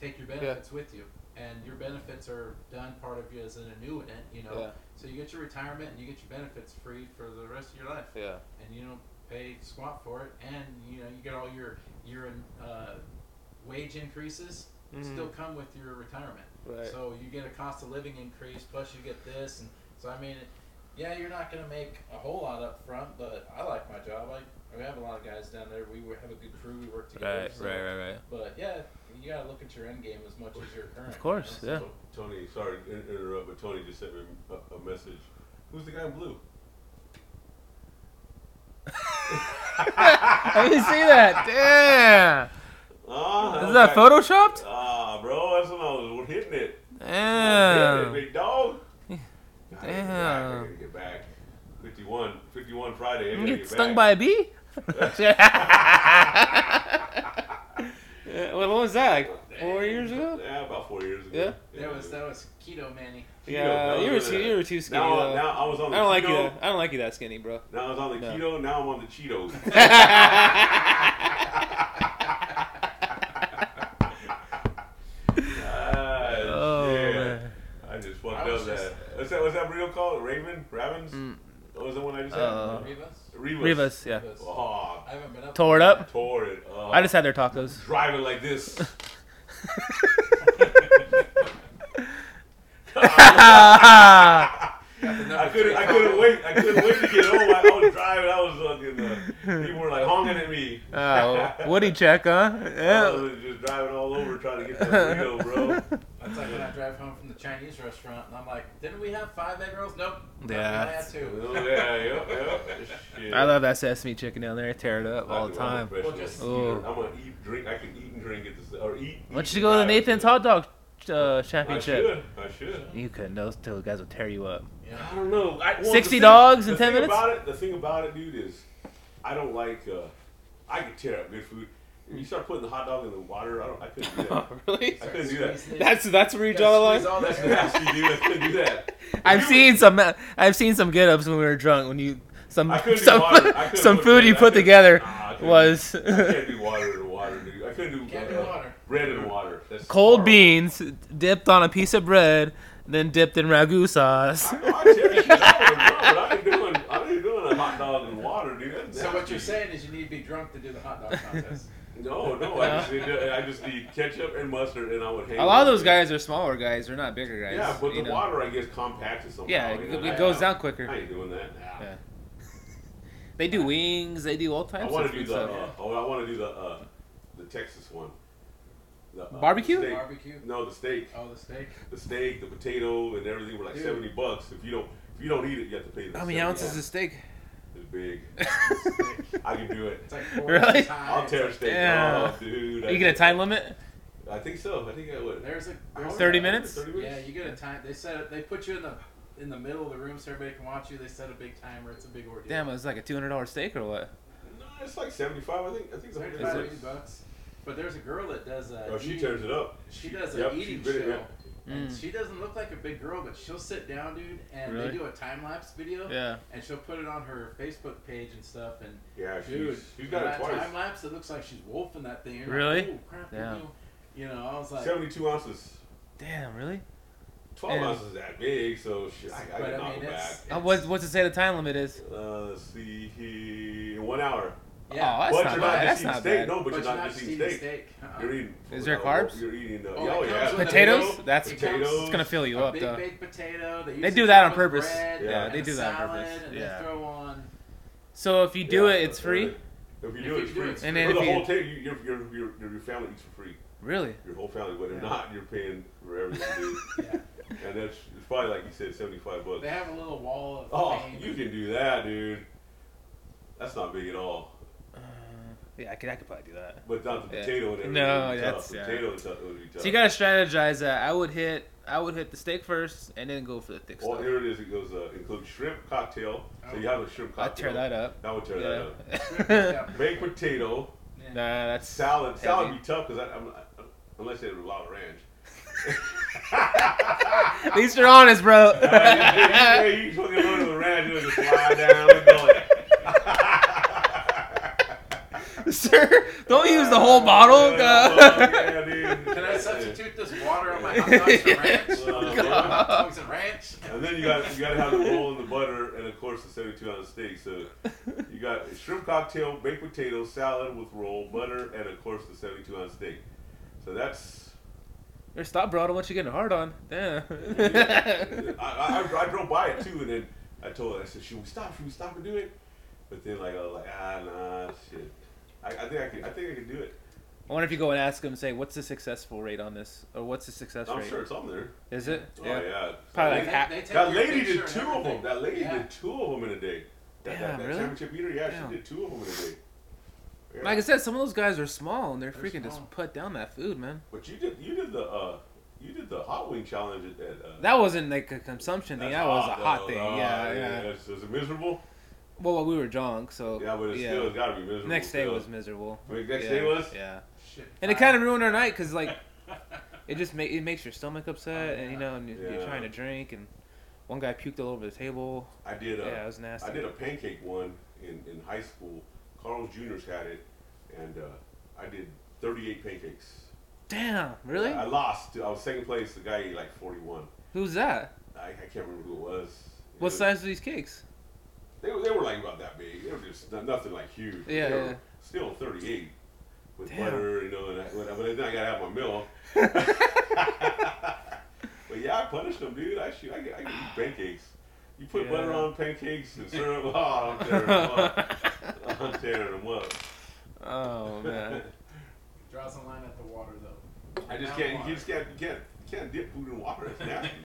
Speaker 3: take your benefits with you, and your benefits are done part of you as an annuitant. You know,
Speaker 5: Yeah.
Speaker 3: so you get your retirement and you get your benefits free for the rest of your life,
Speaker 5: Yeah.
Speaker 3: and you don't pay squat for it. And you know, you get all your your uh, wage increases
Speaker 5: Mhm.
Speaker 3: still come with your retirement.
Speaker 5: Right.
Speaker 3: So you get a cost of living increase, plus you get this, and so I mean, yeah, you're not gonna make a whole lot up front, but I like my job. I, we have a lot of guys down there. We were- have a good crew. We work together. so-
Speaker 1: right, right.
Speaker 3: But yeah, you gotta look at your end game as much as your current.
Speaker 1: Of course,
Speaker 3: you
Speaker 1: yeah.
Speaker 3: know,
Speaker 2: So, Tony, sorry to in- interrupt, but Tony just sent me a, a message. Who's the guy in blue?
Speaker 1: I didn't see that. Damn.
Speaker 2: Ah,
Speaker 1: Is that
Speaker 2: okay.
Speaker 1: photoshopped?
Speaker 2: Ah, bro, that's when I was hitting it. Hitting it,
Speaker 1: Damn.
Speaker 2: big dog. I gotta get back, I
Speaker 1: Damn.
Speaker 2: gotta get back. 51, 51 Friday. I
Speaker 1: You
Speaker 2: gotta
Speaker 1: get
Speaker 2: get
Speaker 1: stung by a
Speaker 2: back.
Speaker 1: bee?
Speaker 5: Yeah, what was that? Like four years ago?
Speaker 2: Yeah, about four years ago.
Speaker 5: Yeah?
Speaker 3: That was that was keto manny.
Speaker 5: Yeah.
Speaker 2: no,
Speaker 5: You were
Speaker 2: no,
Speaker 5: too.
Speaker 2: no.
Speaker 5: You were too skinny.
Speaker 2: Now,
Speaker 5: though.
Speaker 2: now I was on
Speaker 5: I
Speaker 2: the
Speaker 5: don't like you.
Speaker 2: keto.
Speaker 5: I don't like you that skinny, bro.
Speaker 2: Now I was on the
Speaker 5: No.
Speaker 2: keto. Now I'm on the Cheetos. Ah,
Speaker 1: Oh,
Speaker 2: shit.
Speaker 1: man.
Speaker 2: I just fucked
Speaker 3: I was
Speaker 2: up that.
Speaker 3: just-
Speaker 2: what's that? What's that burrito called? Raven? Ravens?
Speaker 1: Mm.
Speaker 2: What was the one I just
Speaker 1: Uh,
Speaker 3: Rivas.
Speaker 2: had? Rivas.
Speaker 1: Rivas, yeah.
Speaker 3: Rivas.
Speaker 2: Oh,
Speaker 3: I haven't been up.
Speaker 1: Tore it
Speaker 2: I
Speaker 1: up.
Speaker 2: tore it. up.
Speaker 1: I just had their tacos.
Speaker 2: driving like this.
Speaker 5: Ah,
Speaker 2: I couldn't. I couldn't wait. I couldn't wait to get home. I, I was driving. I was fucking. Uh, people were like honking at me.
Speaker 1: oh, Woody check, huh?
Speaker 2: I
Speaker 1: Yeah.
Speaker 2: was just driving all over trying to get that burrito, bro.
Speaker 3: That's like when I drive home from the Chinese restaurant, and I'm like, didn't we have five egg rolls? Nope.
Speaker 1: Yeah.
Speaker 3: I had two.
Speaker 2: Oh, yeah, yep, yep. Shit.
Speaker 1: I love that sesame chicken down there. I tear it up all
Speaker 2: I
Speaker 1: the
Speaker 2: do. I'm a
Speaker 1: time.
Speaker 2: professional
Speaker 3: Well, just-
Speaker 1: Ooh.
Speaker 2: eater. I'm gonna eat, drink. I can eat and drink at this, or eat.
Speaker 1: Why don't
Speaker 2: eat
Speaker 1: you go to the
Speaker 2: and drive.
Speaker 1: Nathan's Hot Dog uh,
Speaker 2: I
Speaker 1: Championship?
Speaker 2: should. I should.
Speaker 1: You couldn't. Those two guys will tear you up.
Speaker 3: Yeah.
Speaker 2: I don't know. I, well, the
Speaker 1: 60
Speaker 2: thing-
Speaker 1: dogs
Speaker 2: the
Speaker 1: in 10
Speaker 2: thing
Speaker 1: minutes?
Speaker 2: About it, the thing about it, dude, is I don't like. Uh, I could tear up good food. If you start putting the hot dog in the water, I don't. I couldn't do that.
Speaker 5: really?
Speaker 2: I couldn't do that. Oh,
Speaker 3: Squeeze it.
Speaker 5: That's that's where you
Speaker 3: You
Speaker 5: draw the
Speaker 3: gotta
Speaker 5: line.
Speaker 3: squeeze all
Speaker 2: That's
Speaker 3: that good
Speaker 2: nasty, dude. I couldn't do that.
Speaker 1: I've
Speaker 2: You-
Speaker 1: seen some. I've seen some get-ups when we were drunk. When you some
Speaker 2: I couldn't do
Speaker 1: some,
Speaker 2: water. I couldn't
Speaker 1: some
Speaker 2: put
Speaker 1: food
Speaker 2: bread.
Speaker 1: you
Speaker 2: I
Speaker 1: put
Speaker 2: couldn't-
Speaker 1: together
Speaker 2: Nah, I couldn't-
Speaker 1: was
Speaker 2: I can't do water in water, dude. I couldn't do, uh,
Speaker 3: Can't do water.
Speaker 2: bread in water. That's
Speaker 1: cold
Speaker 2: horrible.
Speaker 1: beans dipped on a piece of bread, then dipped in ragu sauce.
Speaker 2: I know, I tear shit up, bro, but I ain't doing. I ain't doing a hot dog in water, dude. That's
Speaker 3: So what
Speaker 2: nasty.
Speaker 3: you're saying is you need to be drunk to do the hot dog contest.
Speaker 2: No, no. I just need. to- I just need ketchup and mustard, and I would hang.
Speaker 5: A lot of
Speaker 2: with
Speaker 5: those
Speaker 2: it.
Speaker 5: guys are smaller guys. They're not bigger guys.
Speaker 2: Yeah, but
Speaker 5: you
Speaker 2: the
Speaker 5: know.
Speaker 2: water, Oh, I guess, compacts it somehow.
Speaker 5: Yeah,
Speaker 2: you
Speaker 5: it,
Speaker 2: know,
Speaker 5: it
Speaker 2: and I-
Speaker 5: goes
Speaker 2: I-
Speaker 5: down
Speaker 2: I
Speaker 5: quicker.
Speaker 2: ain't doing that. Nah.
Speaker 5: Yeah. They do wings. They do all
Speaker 2: I
Speaker 5: types.
Speaker 2: want
Speaker 5: of
Speaker 2: to do
Speaker 5: food
Speaker 2: the.
Speaker 5: stuff.
Speaker 2: Uh, oh, I want to do the uh, the Texas one. The, uh,
Speaker 5: Barbecue?
Speaker 2: the steak.
Speaker 3: Barbecue.
Speaker 2: No, the steak,
Speaker 3: Oh, the steak.
Speaker 2: the steak, the potato, and everything were like
Speaker 3: Dude.
Speaker 2: seventy bucks. If you don't, if you don't eat it, you have to pay. the
Speaker 5: How many
Speaker 2: 70
Speaker 5: ounces of steak?
Speaker 2: Dude, big.
Speaker 3: It's
Speaker 2: I can do it.
Speaker 3: like four
Speaker 5: Really?
Speaker 3: times.
Speaker 2: I'll tear steak
Speaker 5: Yeah.
Speaker 2: off, dude.
Speaker 5: Are you gonna time limit?
Speaker 2: I think so. I think I would.
Speaker 3: There's a there's a-
Speaker 5: 30 minutes?
Speaker 2: Thirty
Speaker 3: Yeah,
Speaker 2: minutes.
Speaker 3: you get a time. They set it. They put you in the in the middle of the room so everybody can watch you. They set a big timer. It's a big ordeal.
Speaker 5: Damn, it's like a two hundred dollar steak or what?
Speaker 2: No, it's like seventy-five. I think. I think it's
Speaker 3: It's like
Speaker 2: like
Speaker 5: Is it-
Speaker 3: 30 bucks. But there's a girl that does a.
Speaker 2: Oh, she
Speaker 3: eating-
Speaker 2: tears it up.
Speaker 3: She does an
Speaker 2: Yep, she
Speaker 3: eating
Speaker 2: bit it,
Speaker 3: show.
Speaker 2: yeah.
Speaker 3: And
Speaker 5: Mm.
Speaker 3: she doesn't look like a big girl, but she'll sit down, dude, and
Speaker 5: Really?
Speaker 3: they do a time lapse video,
Speaker 5: Yeah.
Speaker 3: and she'll put it on her Facebook page and stuff. And
Speaker 2: Yeah,
Speaker 3: dude,
Speaker 2: she's, she's got it
Speaker 3: that
Speaker 2: twice.
Speaker 3: time lapse, it looks like she's wolfing that thing. You're like,
Speaker 5: Really?
Speaker 3: "Oh, crap,
Speaker 5: Yeah.
Speaker 3: you know." You know, I was like,
Speaker 2: Seventy-two ounces.
Speaker 5: Damn, really?
Speaker 2: Twelve
Speaker 5: And-
Speaker 2: ounces is that big, so shit, I, I
Speaker 3: But I
Speaker 2: can knock
Speaker 3: mean,
Speaker 2: it back.
Speaker 3: it's-
Speaker 5: Uh, what's what's it say the time limit is?
Speaker 2: Uh, let's see, he, one hour.
Speaker 3: yeah,
Speaker 5: Oh, that's
Speaker 2: but
Speaker 5: not
Speaker 2: you're
Speaker 5: bad.
Speaker 2: not just
Speaker 5: That's
Speaker 2: eating
Speaker 5: not
Speaker 2: steak.
Speaker 5: bad.
Speaker 2: No, but,
Speaker 3: but
Speaker 2: you're not just
Speaker 3: just
Speaker 2: eating
Speaker 3: eating
Speaker 2: steak.
Speaker 3: steak. Uh-uh.
Speaker 2: You're eating.
Speaker 5: Is there
Speaker 2: uh,
Speaker 5: carbs?
Speaker 2: You're eating. Uh,
Speaker 3: Oh,
Speaker 2: oh,
Speaker 3: it
Speaker 2: yeah.
Speaker 3: comes with a
Speaker 5: Potatoes?
Speaker 3: potato.
Speaker 5: That's
Speaker 3: It comes-
Speaker 2: Potatoes.
Speaker 5: it's gonna fill you
Speaker 3: a
Speaker 5: up
Speaker 3: big
Speaker 5: though.
Speaker 3: baked potato. They,
Speaker 5: They
Speaker 3: use
Speaker 5: do
Speaker 3: it
Speaker 5: that
Speaker 3: with
Speaker 5: on purpose.
Speaker 3: bread
Speaker 2: Yeah,
Speaker 3: and
Speaker 5: they
Speaker 3: a
Speaker 5: do that on
Speaker 3: salad,
Speaker 5: purpose.
Speaker 3: And
Speaker 5: Yeah.
Speaker 3: They throw on.
Speaker 5: So if you do
Speaker 2: Yeah,
Speaker 5: it, it's free.
Speaker 2: If you
Speaker 3: If
Speaker 2: do it, it's free.
Speaker 5: And
Speaker 2: And
Speaker 5: then
Speaker 2: then the
Speaker 5: if you-
Speaker 2: whole table, you, your, your, your, your family eats for free.
Speaker 5: Really?
Speaker 2: Your whole family, whether
Speaker 5: Yeah.
Speaker 2: or not you're paying for everything, dude.
Speaker 3: Yeah.
Speaker 2: and that's it's probably like you said, seventy-five bucks.
Speaker 3: They have a little wall of.
Speaker 2: Oh,
Speaker 3: fame.
Speaker 2: you can do that, dude. That's not big at all.
Speaker 5: Yeah, I could I could probably do that.
Speaker 2: But not the
Speaker 5: Yeah.
Speaker 2: potato and everything.
Speaker 5: No,
Speaker 2: would be
Speaker 5: that's-
Speaker 2: tough.
Speaker 5: yeah.
Speaker 2: potato and stuff would be tough.
Speaker 5: So you gotta strategize that. I would hit I would hit the steak first and then go for the thick
Speaker 2: Well,
Speaker 5: stuff.
Speaker 2: here it is. It goes uh, includes shrimp cocktail. So you have a shrimp
Speaker 5: I'd
Speaker 2: cocktail.
Speaker 5: tear that up.
Speaker 2: That would tear that up.
Speaker 5: Yeah.
Speaker 2: Baked potato,
Speaker 5: nah, that's
Speaker 2: salad. Salad
Speaker 5: heavy.
Speaker 2: would be tough because I'm, I'm unless it's a lot of ranch.
Speaker 5: At least you're honest, bro.
Speaker 2: Uh, yeah, you, you fucking go to the ranch and just lie down and go like.
Speaker 5: Sir, don't use the whole bottle.
Speaker 2: Yeah,
Speaker 5: God.
Speaker 2: yeah, dude.
Speaker 3: Can I substitute this water on my hot dogs for ranch?
Speaker 2: Uh,
Speaker 3: Hot dogs and ranch.
Speaker 2: And then you got you got to have the roll in the butter, and of course the seventy-two ounce steak. So you got shrimp cocktail, baked potato, salad with roll, butter, and of course the seventy-two ounce steak. So that's.
Speaker 5: Here, stop, bro. I don't want you getting hard on. Damn.
Speaker 2: I, I, I drove by it too, and then I told her, I said, "Should we stop? Should we stop and do it?" But then like I was like, "Ah, nah, shit." I, I think I could. I think I could do it.
Speaker 5: I wonder if you go and ask him, say, what's the successful rate on this, or what's the success
Speaker 2: I'm
Speaker 5: rate?
Speaker 2: sure it's on there.
Speaker 5: Is it?
Speaker 2: Oh yeah.
Speaker 5: Probably like
Speaker 3: They-
Speaker 5: half.
Speaker 3: they take
Speaker 2: That
Speaker 3: your
Speaker 2: lady did two
Speaker 3: picture and
Speaker 2: of them.
Speaker 3: everything.
Speaker 2: That lady
Speaker 3: Yeah.
Speaker 2: did two of them in a day. That,
Speaker 5: Damn,
Speaker 2: that, that
Speaker 5: really?
Speaker 2: championship beater, yeah,
Speaker 5: Damn.
Speaker 2: she did two of them in a day. Yeah.
Speaker 5: Like I said, some of those guys are small and they're,
Speaker 3: They're
Speaker 5: freaking
Speaker 3: small.
Speaker 5: just put down that food, man.
Speaker 2: But you did you did the uh you did the hot wing challenge at that. Uh,
Speaker 5: That wasn't like a consumption thing.
Speaker 2: that's
Speaker 5: That was a
Speaker 2: though.
Speaker 5: hot thing.
Speaker 2: Oh,
Speaker 5: yeah, yeah.
Speaker 2: that's- Is it miserable?
Speaker 5: Well, well, we were drunk, so
Speaker 2: Yeah, but it's still it's gotta be miserable.
Speaker 5: Next day
Speaker 2: still.
Speaker 5: was miserable.
Speaker 2: Wait, next
Speaker 5: yeah.
Speaker 2: day was.
Speaker 5: yeah,
Speaker 3: Shit.
Speaker 5: and it kind of ruined our night because like it just ma- it makes your stomach upset,
Speaker 3: Oh,
Speaker 5: and
Speaker 3: yeah.
Speaker 5: you know, and you're, you're
Speaker 2: Yeah.
Speaker 5: trying to drink, and one guy puked all over the table.
Speaker 2: I did uh, a I
Speaker 5: Yeah, it was nasty.
Speaker 2: did a pancake one in in high school. Carl's Junior's had it, and uh, I did thirty eight pancakes.
Speaker 5: Damn, really?
Speaker 2: I lost. I was second place. The guy ate like forty one.
Speaker 5: Who's that?
Speaker 2: I, I can't remember who it was. It
Speaker 5: What
Speaker 2: was-
Speaker 5: size are these cakes?
Speaker 2: They, were- they were like about that big. They were just not, nothing like huge.
Speaker 5: Yeah,
Speaker 2: They were
Speaker 5: yeah.
Speaker 2: Still 38 with
Speaker 5: Damn.
Speaker 2: butter, you know, and I, but then I gotta have my meal. but yeah, I punished them, dude. I shoot, I, can- I can eat pancakes. You put
Speaker 5: Yeah.
Speaker 2: butter on pancakes and syrup. Oh, I'm tearing them up. I'm tearing them up.
Speaker 5: Oh man,
Speaker 3: Draws a line at the water though.
Speaker 2: I just can't. You just can't. You can't. You can't dip food in water. It's nasty.